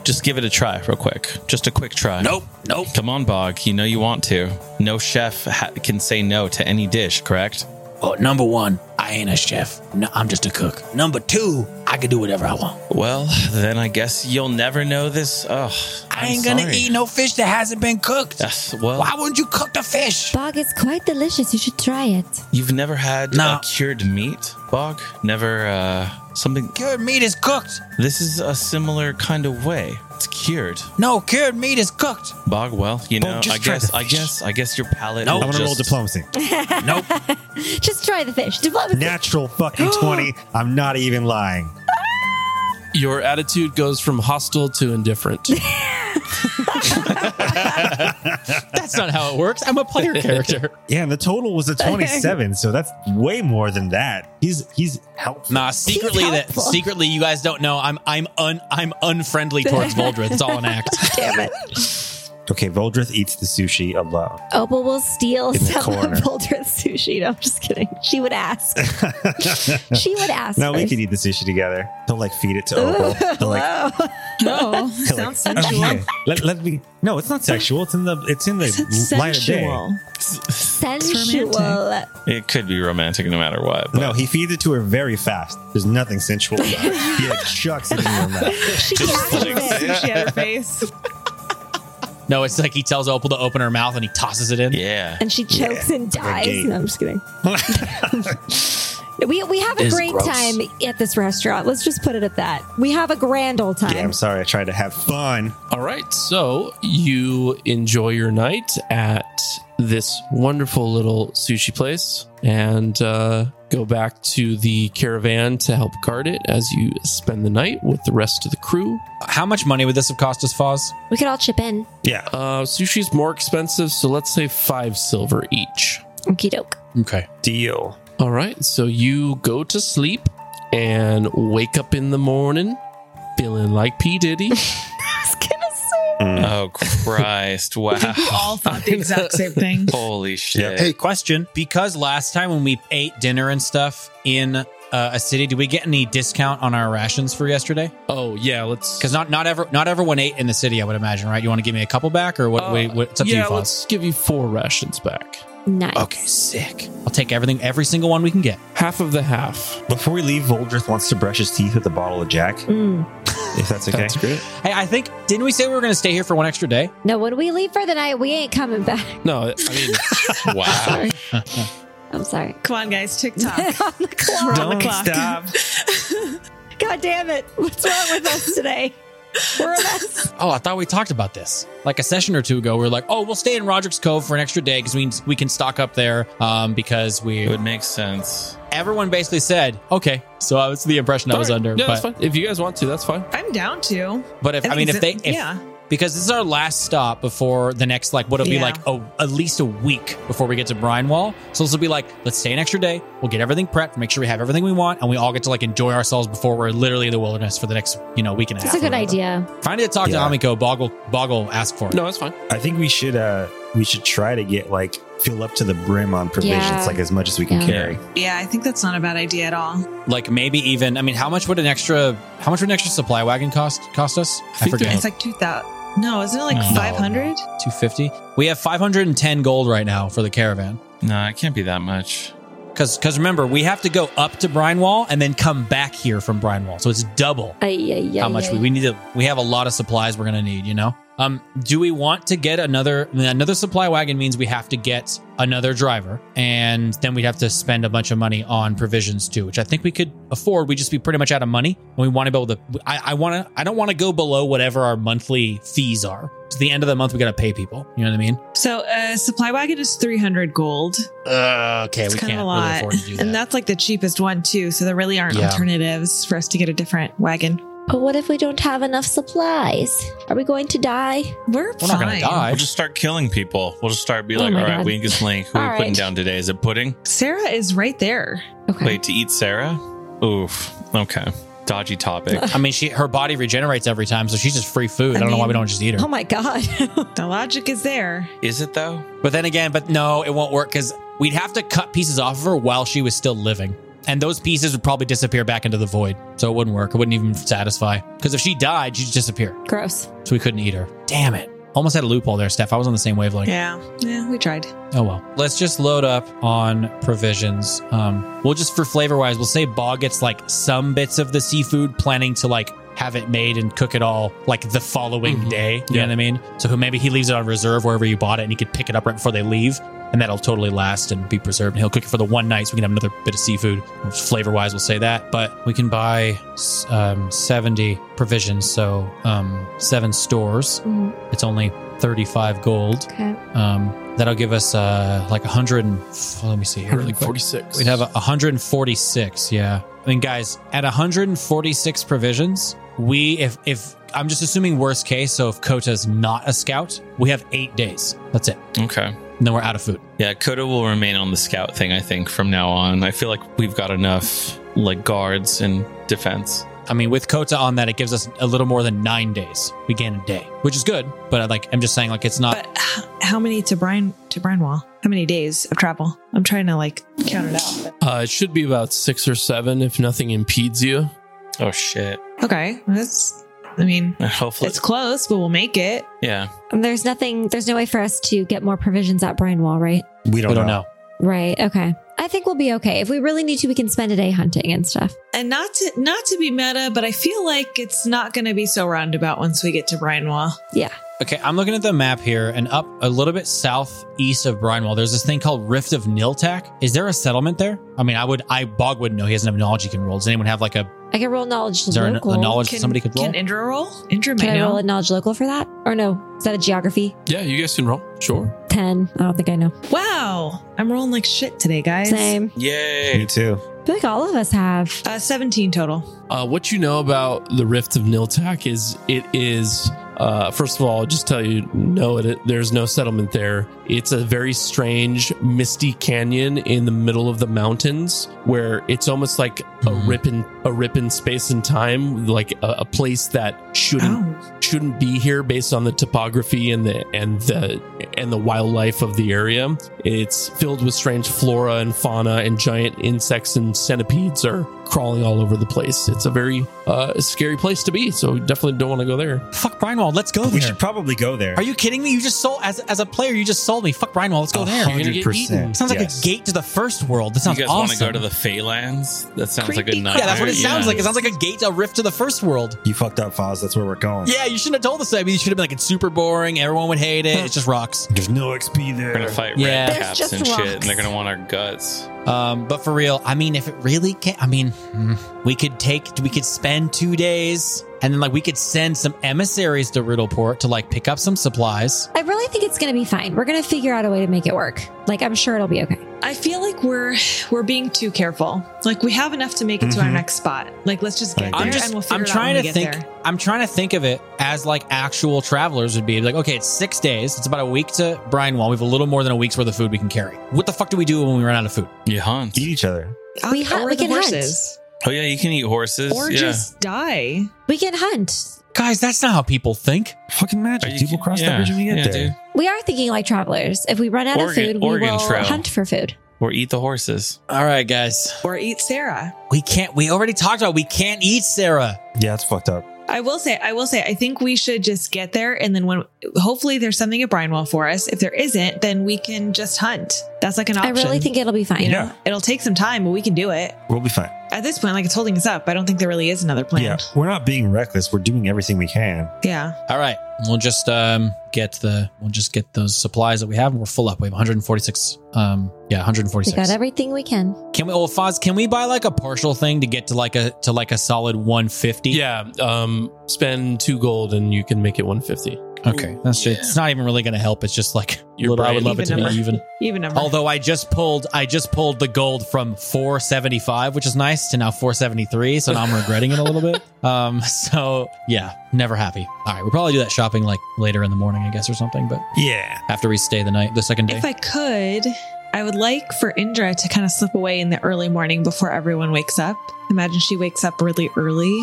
Speaker 7: just give it a try, real quick. Just a quick try.
Speaker 5: Nope, nope.
Speaker 7: Come on, Bog. You know you want to. No chef ha- can say no to any dish, correct?
Speaker 5: Oh, number one, I ain't a chef. No, I'm just a cook. Number two, I can do whatever I want.
Speaker 7: Well, then I guess you'll never know this. Oh,
Speaker 5: I ain't gonna eat no fish that hasn't been cooked.
Speaker 7: well,
Speaker 5: Why wouldn't you cook the fish?
Speaker 6: Bog is quite delicious. You should try it.
Speaker 7: you've never had
Speaker 5: No.
Speaker 7: a cured meat, Bog? Never uh, something.
Speaker 5: Cured meat is cooked.
Speaker 7: This is a similar kind of way. It's cured,
Speaker 5: No, cured meat is cooked.
Speaker 7: Bog. Well, you
Speaker 4: Bog,
Speaker 7: know,
Speaker 4: just
Speaker 7: I
Speaker 4: try
Speaker 7: guess,
Speaker 4: the
Speaker 7: I
Speaker 4: fish.
Speaker 7: guess, I guess your palate.
Speaker 5: No,
Speaker 7: will
Speaker 4: I want to roll
Speaker 7: just-
Speaker 4: diplomacy.
Speaker 5: Nope.
Speaker 6: Just try the fish. Diplomacy.
Speaker 4: Natural fucking 20. I'm not even lying.
Speaker 2: Your attitude goes from hostile to indifferent.
Speaker 8: That's not how it works. I'm a player character.
Speaker 4: Yeah, and the total was a 27, so that's way more than that. He's he's helpful.
Speaker 8: Nah, secretly
Speaker 6: He's
Speaker 8: that
Speaker 6: helpful.
Speaker 8: secretly you guys don't know. I'm I'm un I'm unfriendly towards Voldrith. It's all an act.
Speaker 6: Damn it.
Speaker 4: Okay, Voldrith eats the sushi alone.
Speaker 6: Opal will Oh, steal
Speaker 4: In the
Speaker 6: some
Speaker 4: corner.
Speaker 6: of Boulder's sushi. No, I'm just kidding. She would ask. she would ask.
Speaker 4: Now we
Speaker 6: first.
Speaker 4: could eat the sushi together. He'll like feed it to Opal. He'll, like,
Speaker 6: Whoa.
Speaker 3: No,
Speaker 4: he'll,
Speaker 3: sounds
Speaker 4: like, "Oh,
Speaker 3: sensual.
Speaker 4: here, let, let me. No, it's not sexual. It's in the it's in the
Speaker 3: It's
Speaker 4: light of day.
Speaker 3: sensual.
Speaker 6: Sensual.
Speaker 7: It could be romantic, no matter what. But
Speaker 4: No, he feeds it to her very fast. There's nothing sensual about it. He like chucks it in her mouth.
Speaker 6: She catches it.
Speaker 3: Sushi at her face.
Speaker 8: No, it's like he tells Opal to open her mouth and he tosses it in.
Speaker 7: yeah,
Speaker 6: And she chokes and
Speaker 4: like a
Speaker 6: dies.
Speaker 4: game.
Speaker 6: No, I'm just kidding. We, we have a
Speaker 5: It's
Speaker 6: great
Speaker 5: gross.
Speaker 6: time at this restaurant. Let's just put it at that. We have a grand old time.
Speaker 4: Yeah, I'm sorry. I tried to have fun.
Speaker 2: All right, so you enjoy your night at this wonderful little sushi place and uh, go back to the caravan to help guard it as you spend the night with the rest of the crew.
Speaker 8: How much money would this have cost us, Foz?
Speaker 6: we could all chip in.
Speaker 4: Yeah,
Speaker 2: Uh, sushi's more expensive, so let's say five silver each.
Speaker 6: Okie doke.
Speaker 8: Okay.
Speaker 4: deal.
Speaker 2: All right, so you go to sleep and wake up in the morning feeling like P. Diddy.
Speaker 6: I was gonna say.
Speaker 7: Oh Christ!
Speaker 3: We
Speaker 7: Wow!
Speaker 3: all thought the exact same thing.
Speaker 7: Holy shit!
Speaker 8: Hey, question. Because last time when we ate dinner and stuff in uh, a city, did we get any discount on our rations for yesterday?
Speaker 2: oh, yeah, let's.
Speaker 8: Because not not ever not everyone ate in the city. I would imagine, right? You want to give me a couple back, or what?
Speaker 2: Uh,
Speaker 8: wait, what it's up
Speaker 2: yeah,
Speaker 8: to you, Foz.
Speaker 2: let's give you four rations back.
Speaker 6: Nice.
Speaker 5: Okay, sick.
Speaker 8: I'll take everything, every single one we can get.
Speaker 2: Half of the half.
Speaker 4: Before we leave, Voldrith wants to brush his teeth with a bottle of Jack,
Speaker 6: Mm.
Speaker 4: if that's okay.
Speaker 2: great.
Speaker 8: Hey, I think didn't we say we were going to stay here for one extra day?
Speaker 6: No, when we leave for the night, we ain't coming back.
Speaker 2: No, I mean,
Speaker 7: Wow!
Speaker 6: Sorry. I'm sorry.
Speaker 3: Come on, guys, TikTok.
Speaker 6: on the
Speaker 3: We're
Speaker 6: clock.
Speaker 3: on the clock.
Speaker 6: God damn it. What's wrong with us today? We're a mess.
Speaker 8: Oh, I thought we talked about this like a session or two ago. We were like, oh, we'll stay in Roderick's Cove for an extra day because we we can stock up there um, because
Speaker 7: It
Speaker 8: we
Speaker 7: would make sense.
Speaker 8: everyone basically said okay. So I was the impression I was
Speaker 2: Alright.
Speaker 8: under.
Speaker 2: Yeah,
Speaker 8: but,
Speaker 2: that's fine. If you guys want to, that's fine.
Speaker 3: I'm down to.
Speaker 8: but if I, mean, if they
Speaker 3: think it's-
Speaker 8: if,
Speaker 3: yeah.
Speaker 8: because this is our last stop before the next like what'll be
Speaker 3: Yeah.
Speaker 8: like a, at least a week before we get to Brynewall. So this will be like let's stay an extra day. We'll get everything prepped, make sure we have everything we want, and we all get to like enjoy ourselves before we're literally in the wilderness for the next you know week and a half.
Speaker 6: That's a
Speaker 8: or
Speaker 6: good
Speaker 8: whatever.
Speaker 6: idea.
Speaker 8: If I need to talk
Speaker 4: Yeah.
Speaker 8: to Amiko, Boggle Boggle ask for it.
Speaker 2: No, that's fine.
Speaker 4: I think we should uh we should try to get like fill up to the brim on provisions,
Speaker 6: Yeah.
Speaker 4: like as much as we can
Speaker 6: Yeah.
Speaker 4: carry.
Speaker 3: Yeah, I think that's not a bad idea at all.
Speaker 8: Like maybe even I mean, how much would an extra how much would an extra supply wagon cost cost us? I
Speaker 2: think
Speaker 8: forget.
Speaker 3: It's like 2,000. No, isn't it like
Speaker 7: No.
Speaker 3: 500?
Speaker 8: Two fifty. We have five hundred and ten gold right now for the caravan.
Speaker 7: No, it can't be that much.
Speaker 8: Because because remember, we have to go up to Brynewall and then come back here from Brynewall, so it's double
Speaker 6: Ay, ay, ay,
Speaker 8: how much
Speaker 6: ay.
Speaker 8: we we need to. We have a lot of supplies we're gonna need. You know. Um, do we want to get another another supply wagon? Means we have to get another driver, and then we'd have to spend a bunch of money on provisions too, which I think we could afford. We'd just be pretty much out of money, and we want to be able to. I, I want to. I don't want to go below whatever our monthly fees are. To the end of the month, we got to pay people. You know what I mean?
Speaker 3: So a supply wagon is 300 gold.
Speaker 8: Uh, okay,
Speaker 3: It's
Speaker 8: we
Speaker 3: kind of a
Speaker 8: can't really
Speaker 3: lot.
Speaker 8: afford to do that.
Speaker 3: And that's like the cheapest one too. So there really aren't
Speaker 8: Yeah.
Speaker 3: alternatives for us to get a different wagon.
Speaker 6: But what if we don't have enough supplies? Are we going to die?
Speaker 3: We're,
Speaker 8: We're
Speaker 3: fine.
Speaker 8: not gonna die.
Speaker 7: We'll just start killing people. We'll just start be
Speaker 6: Oh
Speaker 7: like,
Speaker 6: my
Speaker 7: all right,
Speaker 6: God.
Speaker 7: Wingus Link, who are
Speaker 6: All
Speaker 7: we putting
Speaker 6: right.
Speaker 7: down today? Is it pudding?
Speaker 3: Sarah is right there.
Speaker 6: Okay.
Speaker 7: Wait, to eat Sarah? Oof. Okay. Dodgy topic.
Speaker 8: I mean, she her body regenerates every time, so she's just free food. I,
Speaker 3: I
Speaker 8: don't know why we
Speaker 3: mean-
Speaker 8: don't just eat her.
Speaker 6: Oh my god.
Speaker 3: The logic is there.
Speaker 7: Is it though?
Speaker 8: But then again, but no, it won't work because we'd have to cut pieces off of her while she was still living. And those pieces would probably disappear back into the void. So it wouldn't work. It wouldn't even satisfy. Because if she died, she'd disappear.
Speaker 6: Gross.
Speaker 8: So we couldn't eat her. Damn it. Almost had a loophole there, Steph. I was on the same wavelength.
Speaker 3: Yeah. Yeah, we tried.
Speaker 8: Oh well. Let's just load up on provisions. Um, we'll just for flavor wise, we'll say Bog gets like some bits of the seafood, planning to like have it made and cook it all like the following
Speaker 2: Mhm.
Speaker 8: day. You
Speaker 2: Yeah.
Speaker 8: know what I mean? So who- maybe he leaves it on reserve wherever you bought it, and he could pick it up right before they leave, and that'll totally last and be preserved. And he'll cook it for the one night, so we can have another bit of seafood. Flavor wise, we'll say that. But we can buy s- um, seventy provisions, so um, seven stores.
Speaker 6: Mm,
Speaker 8: It's only thirty-five gold.
Speaker 6: Okay.
Speaker 8: Um, that'll give us uh, like 100. And, f- let me see here really quick.
Speaker 2: 146.
Speaker 8: We'd have a 146. Yeah. I mean, guys, at 146 provisions, we if if I'm just assuming worst case. So if Kota's not a scout, we have eight days. That's it.
Speaker 7: Okay.
Speaker 8: And then we're out of food.
Speaker 7: Yeah, Coda will remain on the scout thing, I think, from now on. I feel like we've got enough like guards and defense.
Speaker 8: I mean, with Kota on that, it gives us a little more than nine days. We gain a day, which is good. But I, like, I'm just saying, like, it's not.
Speaker 3: But h- how many to Brian to Brianwall? How many days of travel? I'm trying to like count it out.
Speaker 2: Uh, it should be about six or seven if nothing impedes you.
Speaker 7: Oh shit.
Speaker 3: but- Okay, that's. I mean,
Speaker 7: Hopefully
Speaker 3: it's close, but we'll make it.
Speaker 7: Yeah.
Speaker 6: And Um, there's nothing there's no way for us to get more provisions at Brian Wall, right?
Speaker 4: We don't,
Speaker 8: we don't
Speaker 4: know.
Speaker 8: know.
Speaker 6: Right. Okay. I think we'll be okay. If we really need to, we can spend a day hunting and stuff.
Speaker 3: And not to not to be meta, but I feel like it's not going to be so roundabout once we get to Brianwall.
Speaker 8: Oh, Okay, I'm looking at the map here, and up a little bit southeast of Brinewell, there's this thing called Rift of Niltak. Is there a settlement there? I mean, I would, I Bog wouldn't know. He doesn't have a knowledge he can roll. Does anyone have like a,
Speaker 6: I can roll knowledge
Speaker 8: is there a,
Speaker 6: local.
Speaker 8: a knowledge
Speaker 3: Can,
Speaker 8: that somebody could roll?
Speaker 3: can Indra roll? Indra
Speaker 6: Can
Speaker 3: might
Speaker 6: I roll
Speaker 3: know.
Speaker 6: a knowledge local for that? Or no? Is that a geography?
Speaker 2: Yeah, you guys can roll. Sure.
Speaker 6: Ten. I don't think I know.
Speaker 3: Wow, I'm rolling like shit today, guys.
Speaker 6: Same.
Speaker 4: Me
Speaker 7: Yay.
Speaker 4: too.
Speaker 6: I feel like all of us have.
Speaker 3: Uh, 17 total.
Speaker 2: Uh, what you know about the Rift of Niltak is it is, uh, first of all, I'll just tell you, no, it, there's no settlement there. It's a very strange, misty canyon in the middle of the mountains where it's almost like a
Speaker 8: Mhm.
Speaker 2: rip in a rip in space and time, like a, a place that shouldn't
Speaker 3: Oh,
Speaker 2: shouldn't be here based on the topography and the and the and the wildlife of the area. It's filled with strange flora and fauna and giant insects and centipedes are crawling all over the place. It's a very uh, scary place to be, so definitely don't want to go there.
Speaker 8: Fuck Brinewell, let's go
Speaker 4: We
Speaker 8: there.
Speaker 4: should probably go there.
Speaker 8: Are you kidding me? You just sold as as a player. You just sold me. Fuck Brinewell, let's go there.
Speaker 2: gonna get eaten.
Speaker 8: Sounds like
Speaker 4: Oh, yes.
Speaker 8: a gate to the first world. That sounds
Speaker 7: you guys want
Speaker 8: awesome.
Speaker 7: to go to the Feylands? That sounds like a
Speaker 3: Creepy.
Speaker 7: nightmare.
Speaker 8: yeah, that's what it
Speaker 7: Yeah.
Speaker 8: sounds like. It sounds like a gate, a rift to the first world.
Speaker 4: You fucked up, Foz. That's where we're going.
Speaker 8: Yeah, you shouldn't have told us that. I mean, you should have been like, it's super boring. Everyone would hate it. It just rocks.
Speaker 4: There's no XP
Speaker 7: We're gonna
Speaker 4: there.
Speaker 7: fight
Speaker 8: Yeah.
Speaker 7: red
Speaker 6: There's
Speaker 7: caps
Speaker 6: just
Speaker 7: and shit, and
Speaker 6: rocks.
Speaker 7: they're gonna want our guts.
Speaker 8: Um, but for real, I mean, if it really can, I mean, hmm, we could take, we could spend two days, and then like we could send some emissaries to Riddleport to like pick up some supplies.
Speaker 6: I really think it's going to be fine. We're going to figure out a way to make it work. Like, I'm sure it'll be okay.
Speaker 3: I feel like we're we're being too careful. Like we have enough to make it to our
Speaker 4: Mhm.
Speaker 3: next spot. Like let's just get
Speaker 4: I'm
Speaker 3: there
Speaker 8: Mm-hmm. I'm just,
Speaker 3: and we'll figure
Speaker 8: I'm
Speaker 3: it out
Speaker 8: trying
Speaker 3: when
Speaker 8: to
Speaker 3: we
Speaker 8: think,
Speaker 3: get there.
Speaker 8: I'm trying to think of it as like actual travelers would be like, okay, it's six days, it's about a week to Bryanwall. We have a little more than a week's worth of food we can carry. What the fuck do we do when we run out of food?
Speaker 7: You hunt.
Speaker 4: Eat each other.
Speaker 6: We
Speaker 3: Or
Speaker 6: hunt- we
Speaker 3: the
Speaker 6: can hunt.
Speaker 3: horses.
Speaker 7: Oh yeah, you can eat horses.
Speaker 3: or
Speaker 7: yeah.
Speaker 3: just die.
Speaker 6: We can hunt.
Speaker 8: Guys, that's not how people think.
Speaker 4: Fucking
Speaker 7: Are
Speaker 4: magic.
Speaker 7: you
Speaker 4: Dude, we'll
Speaker 7: ki-
Speaker 4: cross
Speaker 7: yeah,
Speaker 4: that bridge when we get
Speaker 7: yeah,
Speaker 4: there.
Speaker 7: dude.
Speaker 6: We are thinking like travelers. If we run out
Speaker 7: Oregon-
Speaker 6: of food, we
Speaker 7: Oregon
Speaker 6: will
Speaker 7: Trail.
Speaker 6: hunt for food.
Speaker 7: Or eat the horses.
Speaker 8: All right, guys,
Speaker 3: Or eat Sarah.
Speaker 8: we can't. We already talked about we can't eat Sarah.
Speaker 4: Yeah, that's fucked up.
Speaker 3: I will say, I will say, I think we should just get there and then when hopefully there's something at Brinewell for us. If there isn't, then we can just hunt. That's like an
Speaker 6: I
Speaker 3: option.
Speaker 6: really think it'll be fine.
Speaker 3: you know
Speaker 4: Yeah.
Speaker 3: it'll take some time, but we can do it.
Speaker 4: We'll be fine.
Speaker 3: I at this point, like it's holding us up. I don't think there really is another plan.
Speaker 4: Yeah, we're not being reckless. We're doing everything we can.
Speaker 3: Yeah.
Speaker 8: All right, we'll just um, get the we'll just get those supplies that we have. We're full up. We have 146. Um, yeah,
Speaker 6: We
Speaker 8: 146.
Speaker 6: got everything we can.
Speaker 8: Can we? Well, Foz, can we buy like a partial thing to get to like a to like a solid 150?
Speaker 2: Yeah, um, spend two gold and you can make it 150.
Speaker 8: Okay. That's
Speaker 10: Yeah.
Speaker 8: it's not even really going to help. It's just like
Speaker 2: Your
Speaker 8: little- I would
Speaker 2: brain.
Speaker 8: love it to
Speaker 3: Even
Speaker 8: be
Speaker 3: number.
Speaker 8: even.
Speaker 3: Even number.
Speaker 8: Although I just pulled I just pulled the gold from 475, which is nice, to now 473, so now I'm regretting it a little bit. Um so yeah, never happy. All right, we'll probably do that shopping like later in the morning, I guess or something, but
Speaker 4: Yeah.
Speaker 8: after we stay the night, the second day.
Speaker 3: If I could, I would like for Indra to kind of slip away in the early morning before everyone wakes up. Imagine she wakes up really early.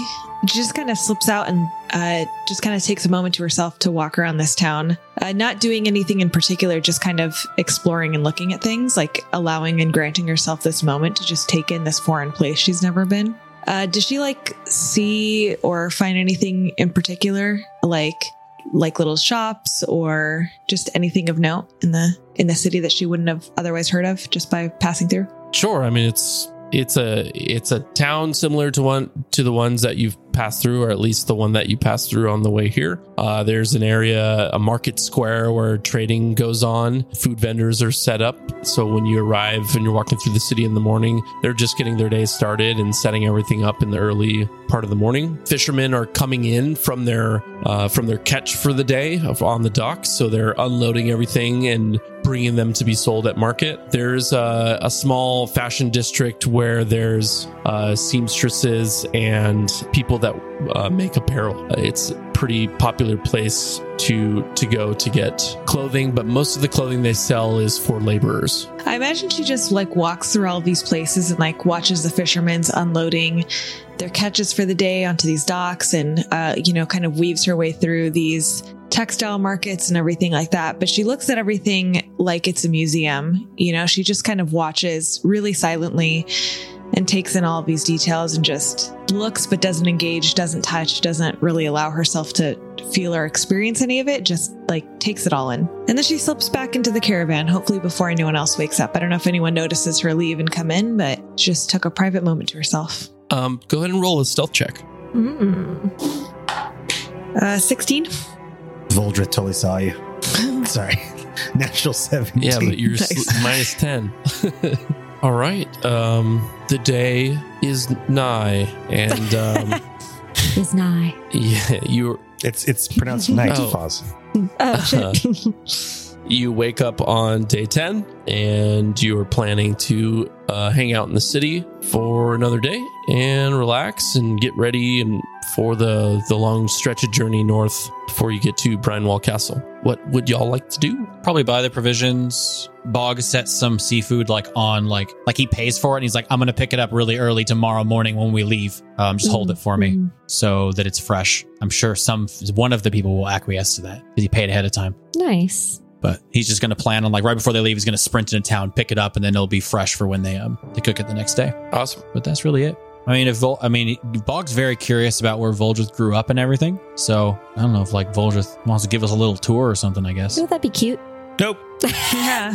Speaker 3: She just kind of slips out and uh, just kind of takes a moment to herself to walk around this town, uh, not doing anything in particular, just kind of exploring and looking at things, like allowing and granting herself this moment to just take in this foreign place she's never been. Uh, does she like see or find anything in particular, like like little shops or just anything of note in the in the city that she wouldn't have otherwise heard of just by passing through.
Speaker 2: Sure. I mean, it's it's a it's a town similar to one to the ones that you've passed through, or at least the one that you passed through on the way here. Uh, there's an area, a market square where trading goes on. Food vendors are set up, so when you arrive and you're walking through the city in the morning, they're just getting their day started and setting everything up in the early part of the morning. Fishermen are coming in from their uh, from their catch for the day of, on the docks, so they're unloading everything and bringing them to be sold at market. There's a, a small fashion district where there's uh, seamstresses and people that uh, make apparel. It's a pretty popular place to to go to get clothing, but most of the clothing they sell is for laborers.
Speaker 3: I imagine she just like walks through all these places and like watches the fishermen's unloading their catches for the day onto these docks and uh, you know kind of weaves her way through these textile markets and everything like that but she looks at everything like it's a museum you know she just kind of watches really silently and takes in all of these details and just looks but doesn't engage doesn't touch doesn't really allow herself to feel or experience any of it just like takes it all in and then she slips back into the caravan hopefully before anyone else wakes up i don't know if anyone notices her leave and come in but she just took a private moment to herself
Speaker 2: Um, go ahead and roll a stealth check.
Speaker 6: Mm.
Speaker 3: uh 16
Speaker 4: Voldra totally saw you. Sorry. Natural 17.
Speaker 2: Yeah, but you're
Speaker 3: Nice.
Speaker 2: sl- minus 10. All right. Um, the day is nigh, and um,
Speaker 6: Is nigh.
Speaker 2: yeah, you're
Speaker 4: it's it's pronounced night,
Speaker 2: Oh.
Speaker 4: Foz.
Speaker 6: Oh shit.
Speaker 2: You wake up on day 10 and you are planning to uh, hang out in the city for another day and relax and get ready and for the, the long stretch of journey north before you get to Brinewall Castle. What would y'all like to do?
Speaker 8: Probably buy the provisions. Bog sets some seafood like on like like he pays for it and he's like I'm going to pick it up really early tomorrow morning when we leave. Um just hold it for me
Speaker 6: Mm.
Speaker 8: so that it's fresh. I'm sure some one of the people will acquiesce to that cuz he paid ahead of time.
Speaker 6: Nice.
Speaker 8: But he's just going to plan on like right before they leave he's going to sprint into town, pick it up and then it'll be fresh for when they um they cook it the next day.
Speaker 2: Awesome.
Speaker 8: But that's really it. I mean, if Vol- I mean Bog's very curious about where Voldrith grew up and everything. So, I don't know if like Voldrith wants to give us a little tour or something, I guess.
Speaker 6: Wouldn't that be cute?
Speaker 4: Nope.
Speaker 3: yeah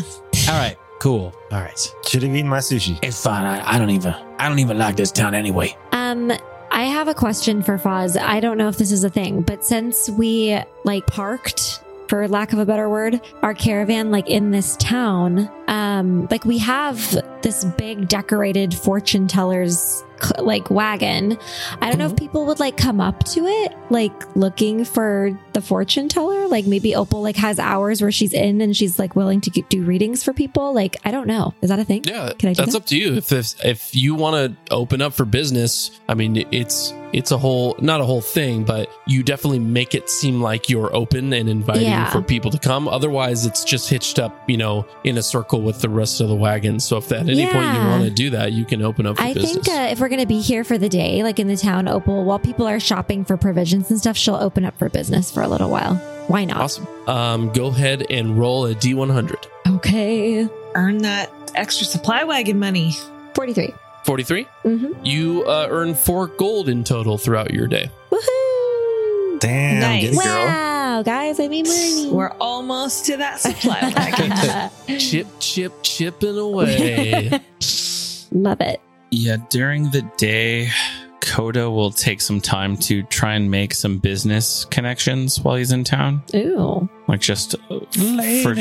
Speaker 8: All right, cool. All right.
Speaker 4: Should have eaten my sushi.
Speaker 5: It's fine. I, I don't even. I don't even like this town anyway.
Speaker 6: Um, I have a question for Foz. I don't know if this is a thing, but since we like parked, for lack of a better word, our caravan like in this town, um, like we have this big decorated fortune teller's c- like wagon. I don't know if
Speaker 2: Mm-hmm.
Speaker 6: people would like come up to it, like looking for the fortune teller. Like maybe Opal like has hours where she's in and she's like willing to get, do readings for people. Like I don't know. Is that a thing?
Speaker 2: Yeah,
Speaker 6: Can I do
Speaker 2: that's
Speaker 6: that?
Speaker 2: up to you. If, if if you want to open up for business, I mean, it's it's a whole not a whole thing, but you definitely make it seem like you're open and inviting
Speaker 6: Yeah.
Speaker 2: for people to come. Otherwise, it's just hitched up, you know, in a circle with the rest of the wagon. So if at any point you
Speaker 6: Yeah.
Speaker 2: want to do that, you can open up for
Speaker 6: I
Speaker 2: business.
Speaker 6: think uh, if we're going to be here for the day, like in the town, Opal, while people are shopping for provisions and stuff, she'll open up for business for a little while. Why not?
Speaker 2: awesome. Um, go ahead and roll a d100.
Speaker 6: Okay.
Speaker 3: earn that extra supply wagon money
Speaker 6: 43.
Speaker 2: 43.
Speaker 6: Mm-hmm.
Speaker 2: You uh, earn four gold in total throughout your day.
Speaker 6: Woohoo!
Speaker 4: Damn,
Speaker 3: Nice.
Speaker 4: get it, girl.
Speaker 6: Wow, guys, I made money.
Speaker 3: we're almost to that supply wagon
Speaker 2: Chip, chip, chipping away.
Speaker 6: Love it.
Speaker 7: Yeah, during the day, Coda will take some time to try and make some business connections while he's in town,
Speaker 6: Ooh.
Speaker 7: like just uh, for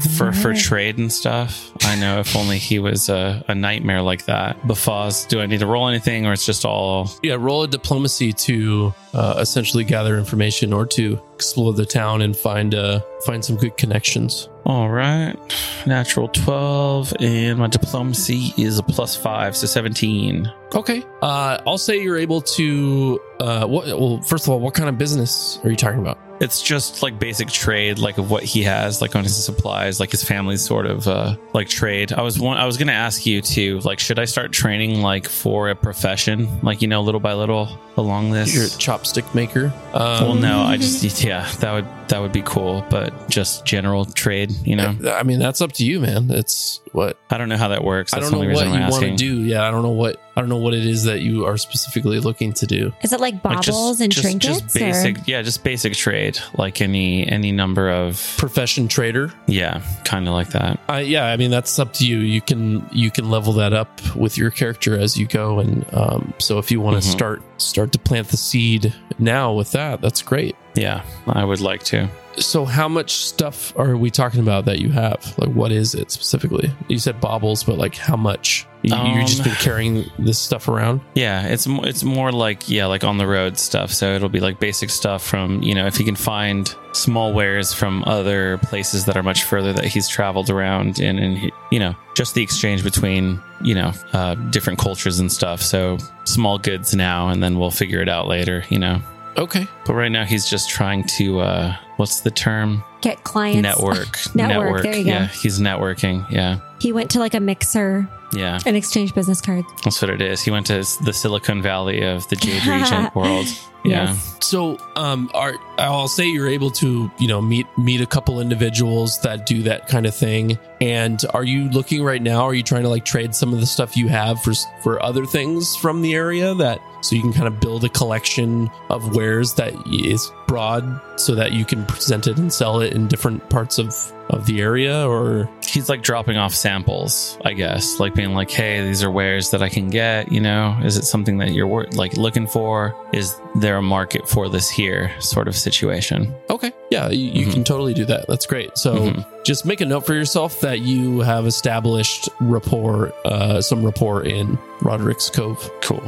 Speaker 7: for for trade and stuff. I know if only he was a, a nightmare like that. Befaz, do I need to roll anything, or it's just all
Speaker 2: Yeah, roll a diplomacy to uh, essentially gather information or to explore the town and find uh, find some good connections.
Speaker 7: all right? Natural twelve, and my diplomacy is a plus five, so seventeen.
Speaker 2: Okay, uh, I'll say you're able to. Uh, what? Well, first of all, what kind of business are you talking about?
Speaker 7: It's just like basic trade, like of what he has, like on his supplies, like his family's sort of uh, like trade. I was one, I was gonna ask you too, like, should I start training like for a profession, like you know, little by little along this?
Speaker 2: You're a chopstick maker.
Speaker 7: well,
Speaker 2: Um,
Speaker 7: no, I just yeah, that would that would be cool, but just general trade, you know.
Speaker 2: I mean, that's up to you, man. It's what
Speaker 7: I don't know how that works.
Speaker 2: I
Speaker 7: That's
Speaker 2: don't
Speaker 7: the
Speaker 2: know
Speaker 7: only
Speaker 2: what
Speaker 7: reason I'm
Speaker 2: you want to
Speaker 7: asking.
Speaker 2: do. Yeah, I don't know what I don't know what it is that you are specifically looking to do.
Speaker 6: Is it like
Speaker 7: Like,
Speaker 6: baubles and
Speaker 7: just,
Speaker 6: trinkets?
Speaker 7: just basic,
Speaker 6: or?
Speaker 7: yeah, just basic trade, like any any number of
Speaker 2: Profession trader.
Speaker 7: yeah, kind of like that.
Speaker 2: I Uh, yeah, I mean that's up to you. You can you can level that up with your character as you go, and um, so if you want to
Speaker 7: Mhm.
Speaker 2: start start to plant the seed now with that, that's great.
Speaker 7: Yeah, I would like to.
Speaker 2: So how much stuff are we talking about that you have? Like what is it specifically? You said baubles, but like how much? You,
Speaker 7: Um,
Speaker 2: you've just been carrying this stuff around.
Speaker 7: Yeah, it's mo- it's more like yeah, like on the road stuff. So it'll be like basic stuff from you know if he can find small wares from other places that are much further that he's traveled around and and he, you know just the exchange between you know uh, different cultures and stuff. So small goods now and then we'll figure it out later. You know,
Speaker 2: Okay,
Speaker 7: but right now he's just trying to uh, what's the term
Speaker 6: Get clients.
Speaker 7: network
Speaker 6: Network, there you go.
Speaker 7: yeah, he's networking. Yeah,
Speaker 6: He went to like a mixer
Speaker 7: yeah,
Speaker 6: and exchanged business cards.
Speaker 7: that's what it is. He went to s- the Silicon Valley of the Jade Regent world. Yeah.
Speaker 6: Yes.
Speaker 2: so um, are I'll say you're able to you know meet meet a couple individuals that do that kind of thing. And are you looking right now? Are you trying to like trade some of the stuff you have for for other things from the area that so you can kind of build a collection of wares that is broad so that you can present it and sell it in different parts of of the area or
Speaker 7: he's like dropping off samples, I guess, like being like, "Hey, these are wares that I can get." You know, is it something that you're wor- like looking for? Is there a market for this here sort of situation?
Speaker 2: Okay. Yeah, you, you
Speaker 7: Mhm.
Speaker 2: can totally do that. That's great. So
Speaker 7: Mhm.
Speaker 2: just make a note for yourself that you have established rapport, uh, some rapport in Roderick's Cove.
Speaker 7: Cool.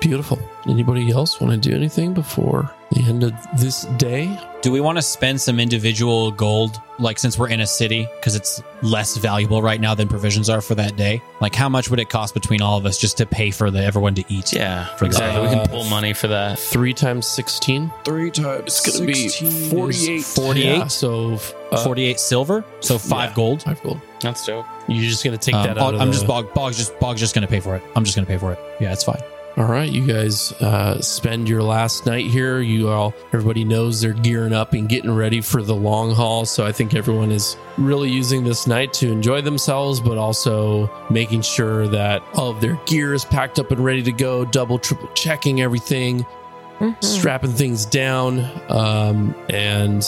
Speaker 2: Beautiful. Anybody else want to do anything before the end of this day?
Speaker 8: Do we want to spend some individual gold, like since we're in a city, because it's less valuable right now than provisions are for that day? Like, how much would it cost between all of us just to pay for the everyone to eat?
Speaker 7: Yeah,
Speaker 8: For
Speaker 7: exactly. we can
Speaker 2: that.
Speaker 7: pull money for that.
Speaker 2: Three times 16.
Speaker 11: Three times.
Speaker 2: It's gonna be 16 is 48.
Speaker 8: 48?
Speaker 2: Yeah, so uh,
Speaker 8: Forty-eight silver, so five
Speaker 2: yeah.
Speaker 8: gold.
Speaker 2: Five gold.
Speaker 7: That's dope.
Speaker 2: You're just going to take
Speaker 8: Um,
Speaker 2: that out.
Speaker 8: I'll-
Speaker 2: of
Speaker 8: I'm
Speaker 2: the-
Speaker 8: just bog. Bog's just Bog's just gonna pay for it. I'm just gonna pay for it. Yeah, it's fine.
Speaker 2: All right, you guys uh, spend your last night here. You all, everybody knows they're gearing up and getting ready for the long haul. So I think everyone is really using this night to enjoy themselves, but also making sure that all of their gear is packed up and ready to go, double, triple checking everything,
Speaker 6: Mhm.
Speaker 2: strapping things down, um, and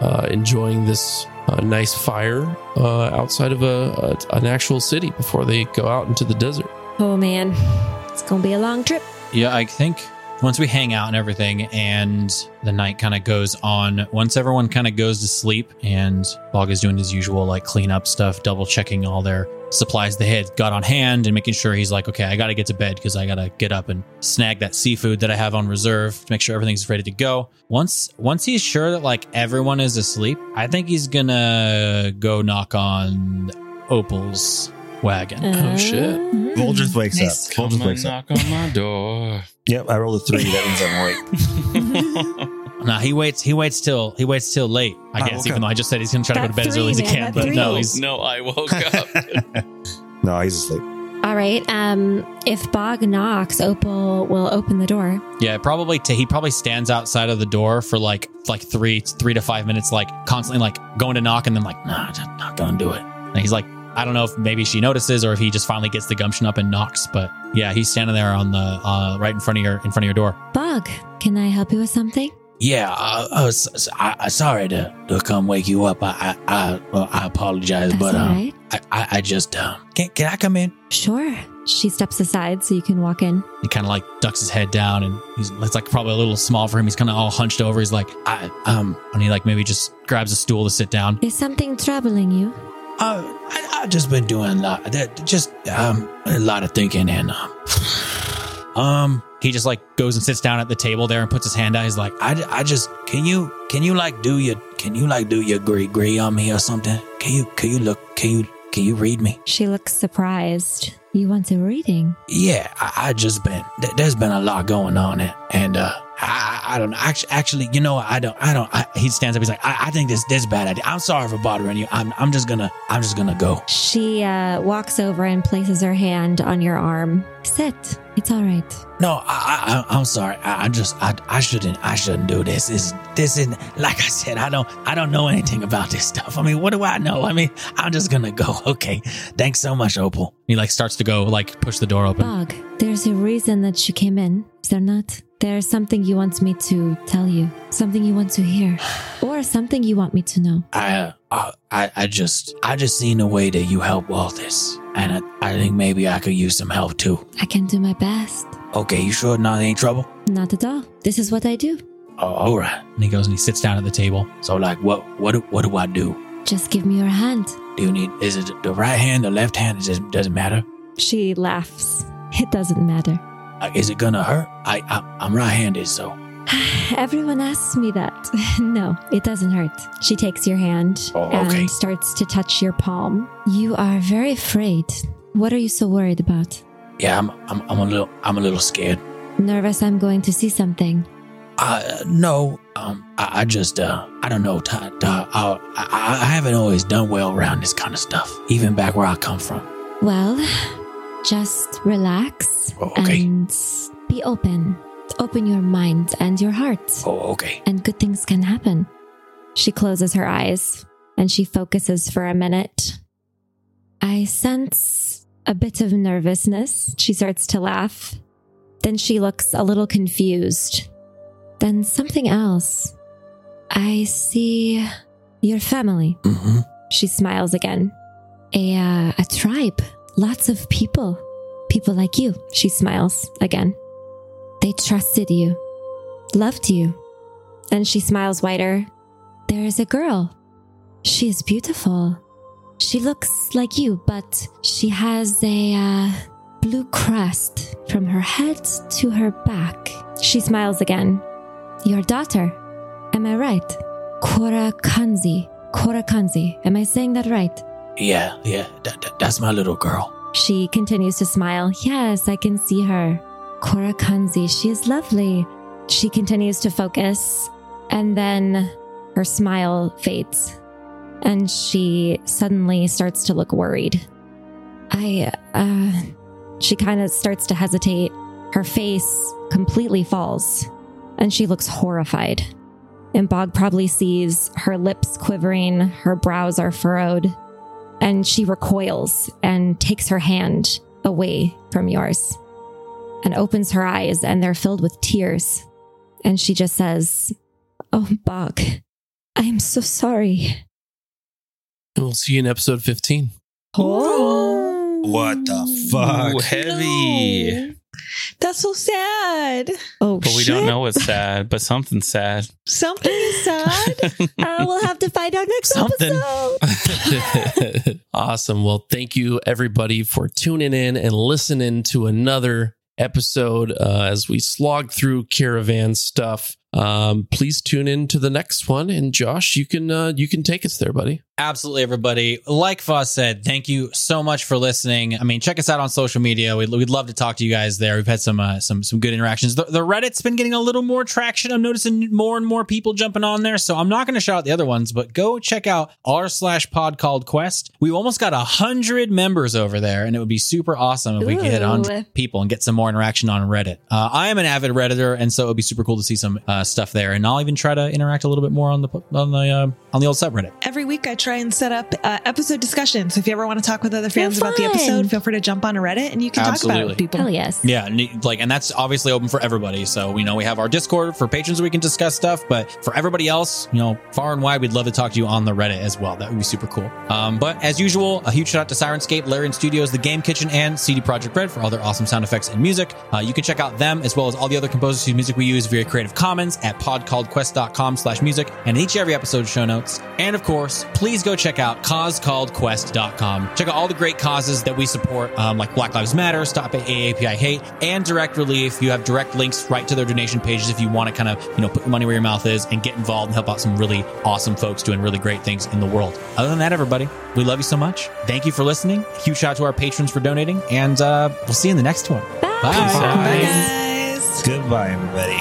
Speaker 2: uh, enjoying this uh, nice fire uh, outside of a, a, an actual city before they go out into the desert.
Speaker 6: Oh man, it's gonna be a long trip.
Speaker 8: Yeah, I think once we hang out and everything, and the night kind of goes on, once everyone kind of goes to sleep, and Bog is doing his usual like cleanup stuff, double checking all their supplies they had got on hand, and making sure he's like, okay, I got to get to bed because I got to get up and snag that seafood that I have on reserve to make sure everything's ready to go. Once once he's sure that like everyone is asleep, I think he's gonna go knock on Opal's wagon.
Speaker 2: Oh, shit.
Speaker 6: Uh,
Speaker 4: Voldrith wakes
Speaker 12: Nice.
Speaker 4: up. Voldrith wakes up.
Speaker 7: knock on my door.
Speaker 4: Yep, I rolled a three. That means I'm awake.
Speaker 8: No, he waits. He waits till he waits till late. I
Speaker 4: Ah,
Speaker 8: guess,
Speaker 4: okay.
Speaker 8: even though I just said he's gonna try to go to
Speaker 6: That
Speaker 8: bed as early as he
Speaker 6: three, man,
Speaker 8: can.
Speaker 6: that
Speaker 8: But no,
Speaker 6: three.
Speaker 8: he's
Speaker 7: No, I woke up.
Speaker 4: no, he's asleep.
Speaker 6: All right. Um, if Bog knocks, Opal will open the door.
Speaker 8: yeah. Probably t- he probably stands outside of the door for like like three three to five minutes, like constantly like going to knock and then like nah, I'm not gonna do it. And he's like, I don't know if maybe she notices or if he just finally gets the gumption up and knocks. But yeah, he's standing there on the uh, right in front of your in front of your door.
Speaker 6: Bog, can I help you with something?
Speaker 5: Yeah,
Speaker 8: uh,
Speaker 5: I, I was s- I, I- sorry to, to come wake you up. I I I, well, I apologize,
Speaker 6: That's
Speaker 5: but
Speaker 6: all
Speaker 5: um,
Speaker 6: right.
Speaker 5: I, I I just um, can can I come in?
Speaker 6: Sure. She steps aside so you can walk in.
Speaker 8: He kind of like ducks his head down and he's it's like probably a little small for him. He's kind of all hunched over. He's like, I, um, and he like maybe just grabs a stool to sit down.
Speaker 6: Is something troubling you?
Speaker 5: Uh, I, I've just been doing a lot, that- just um, a lot of thinking, and um, um,
Speaker 8: He just like goes and sits down at the table there and puts his hand out. He's like,
Speaker 5: I, I just can you can you like do your can you like do your gree gree on me or something? Can you can you look can you can you read me?
Speaker 6: She looks surprised. You want a reading?
Speaker 5: Yeah, I, I just been th- there's been a lot going on, and, and uh, I I I don't know. Actually, actually, you know, I don't I don't. I, he stands up. He's like, I, I think this this is a bad idea. I'm sorry for bothering you. I'm I'm just gonna I'm just gonna go.
Speaker 6: She uh, walks over and places her hand on your arm. Sit. It's all right.
Speaker 5: No, I, I, I- I'm sorry. I, I just, I, I shouldn't, I shouldn't do this. This, this isn't. Like I said, I don't, I don't know anything about this stuff. I mean, what do I know? I mean, I'm just gonna go. Okay, thanks so much, Opal.
Speaker 8: he like starts to go like push the door open.
Speaker 6: Bog, there's a reason that you came in, is there not? There's something you want me to tell you, something you want to hear, or something you want me to know.
Speaker 5: I, uh, I, I- I just, I just seen the way that you help all this, and I, I think maybe I could use some help too.
Speaker 6: I can do my best.
Speaker 5: Okay, you sure not any trouble?
Speaker 6: Not at all. This is what I do.
Speaker 5: Oh, all right.
Speaker 8: and he goes and he sits down at the table.
Speaker 5: So, like, what, what, do- what do I do?
Speaker 6: Just give me your hand.
Speaker 5: Do you need? Is it the right hand, the left hand? It just doesn't matter.
Speaker 6: She laughs. It doesn't matter.
Speaker 5: Uh, Is it gonna hurt? I, I I'm right-handed, so.
Speaker 6: Everyone asks me that. no, it doesn't hurt. She takes your hand
Speaker 5: Oh, okay.
Speaker 6: and starts to touch your palm. You are very afraid. What are you so worried about?
Speaker 5: Yeah, I'm, I'm, I'm a little, I'm a little scared.
Speaker 6: Nervous I'm going to see something.
Speaker 5: Uh, no, um, I, I just, uh, I don't know, Todd. Uh, I, I, I haven't always done well around this kind of stuff, even back where I come from.
Speaker 6: Well, just relax
Speaker 5: Oh, okay.
Speaker 6: and be open. Open your mind and your heart,
Speaker 5: Oh, okay.
Speaker 6: and good things can happen. She closes her eyes and she focuses for a minute. I sense a bit of nervousness. She starts to laugh. Then she looks a little confused. Then something else. I see your family.
Speaker 5: Mm-hmm.
Speaker 6: She smiles again. A, uh, a tribe, lots of people. People like you, she smiles again. They trusted you, loved you. And she smiles wider. There is a girl. She is beautiful. She looks like you, but she has a uh, blue crust from her head to her back. She smiles again. Your daughter. Am I right? Kora Kanzi. Kora Kanzi. Am I saying that right?
Speaker 5: Yeah, yeah. That, that, that's my little girl.
Speaker 6: She continues to smile. Yes, I can see her. Kora Kanzi. She is lovely. She continues to focus, and then her smile fades, and she suddenly starts to look worried. I, uh, she kind of starts to hesitate. Her face completely falls, and she looks horrified. And Bog probably sees her lips quivering, her brows are furrowed, and she recoils and takes her hand away from yours and opens her eyes, and they're filled with tears. And she just says, Oh, Bog, I am so sorry.
Speaker 2: And we'll see you in episode 15.
Speaker 3: Oh.
Speaker 13: What the fuck?
Speaker 7: Ooh, heavy.
Speaker 3: No. That's so sad.
Speaker 6: Oh,
Speaker 7: But we
Speaker 6: shit.
Speaker 7: don't know what's sad, but something's sad.
Speaker 3: Something is sad. Oh,
Speaker 6: Uh, we'll have to find out next
Speaker 7: Something.
Speaker 6: episode.
Speaker 2: awesome. Well, thank you everybody for tuning in and listening to another episode uh, as we slog through caravan stuff. Um, please tune in to the next one. And Josh, you can uh, you can take us there, buddy.
Speaker 8: Absolutely, everybody. Like Foss said, thank you so much for listening. I mean, check us out on social media. We'd, we'd love to talk to you guys there. We've had some uh, some some good interactions. The, the Reddit's been getting a little more traction. I'm noticing more and more people jumping on there. So I'm not going to shout out the other ones, but go check out r slash pod called quest. We almost got a hundred members over there, and it would be super awesome if we could hit on
Speaker 6: Ooh.
Speaker 8: people and get some more interaction on Reddit. Uh, I am an avid redditor, and so it would be super cool to see some uh, uh, stuff there, and I'll even try to interact a little bit more on the on the uh, on the old subreddit.
Speaker 3: Every week, I try and set up uh, episode discussions. So if you ever want to talk with other fans about the
Speaker 6: fun.
Speaker 3: episode, feel free to jump on a Reddit and you can talk about it
Speaker 8: Absolutely.
Speaker 3: with people.
Speaker 6: Hell yes.
Speaker 8: Yeah, and it- like, and that's obviously open for everybody. So we know we have our Discord for patrons we can discuss stuff, but for everybody else, you know, far and wide, we'd love to talk to you on the Reddit as well. That would be super cool. Um, but as usual, a huge shout out to Sirenscape, Larian Studios, The Game Kitchen, and CD Project Red for all their awesome sound effects and music. Uh, you can check out them as well as all the other composers whose music we use via Creative Commons at podcalledquest.com slash music and in each and every episode show notes. And of course, please go check out causecalledquest.com. Check out all the great causes that we support, um, like Black Lives Matter, Stop AAPI Hate, and Direct Relief. You have direct links right to their donation pages if you want to kind of, you know, put your money where your mouth is and get involved and help out some really awesome folks doing really great things in the world. Other than that, everybody, we love you so much. Thank you for listening. Huge shout out to our patrons for donating, and uh, we'll see you in the next one. Bye.
Speaker 3: Bye,
Speaker 5: Bye.
Speaker 3: guys.
Speaker 4: Goodbye, everybody.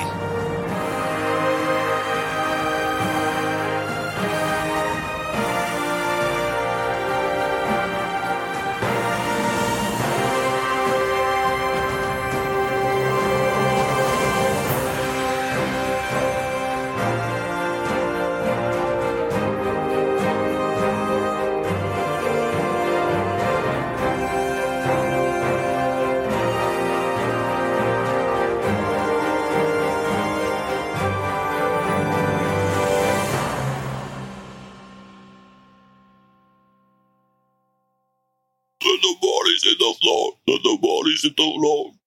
Speaker 14: Let the bodies hit the floor. Let the bodies hit the floor.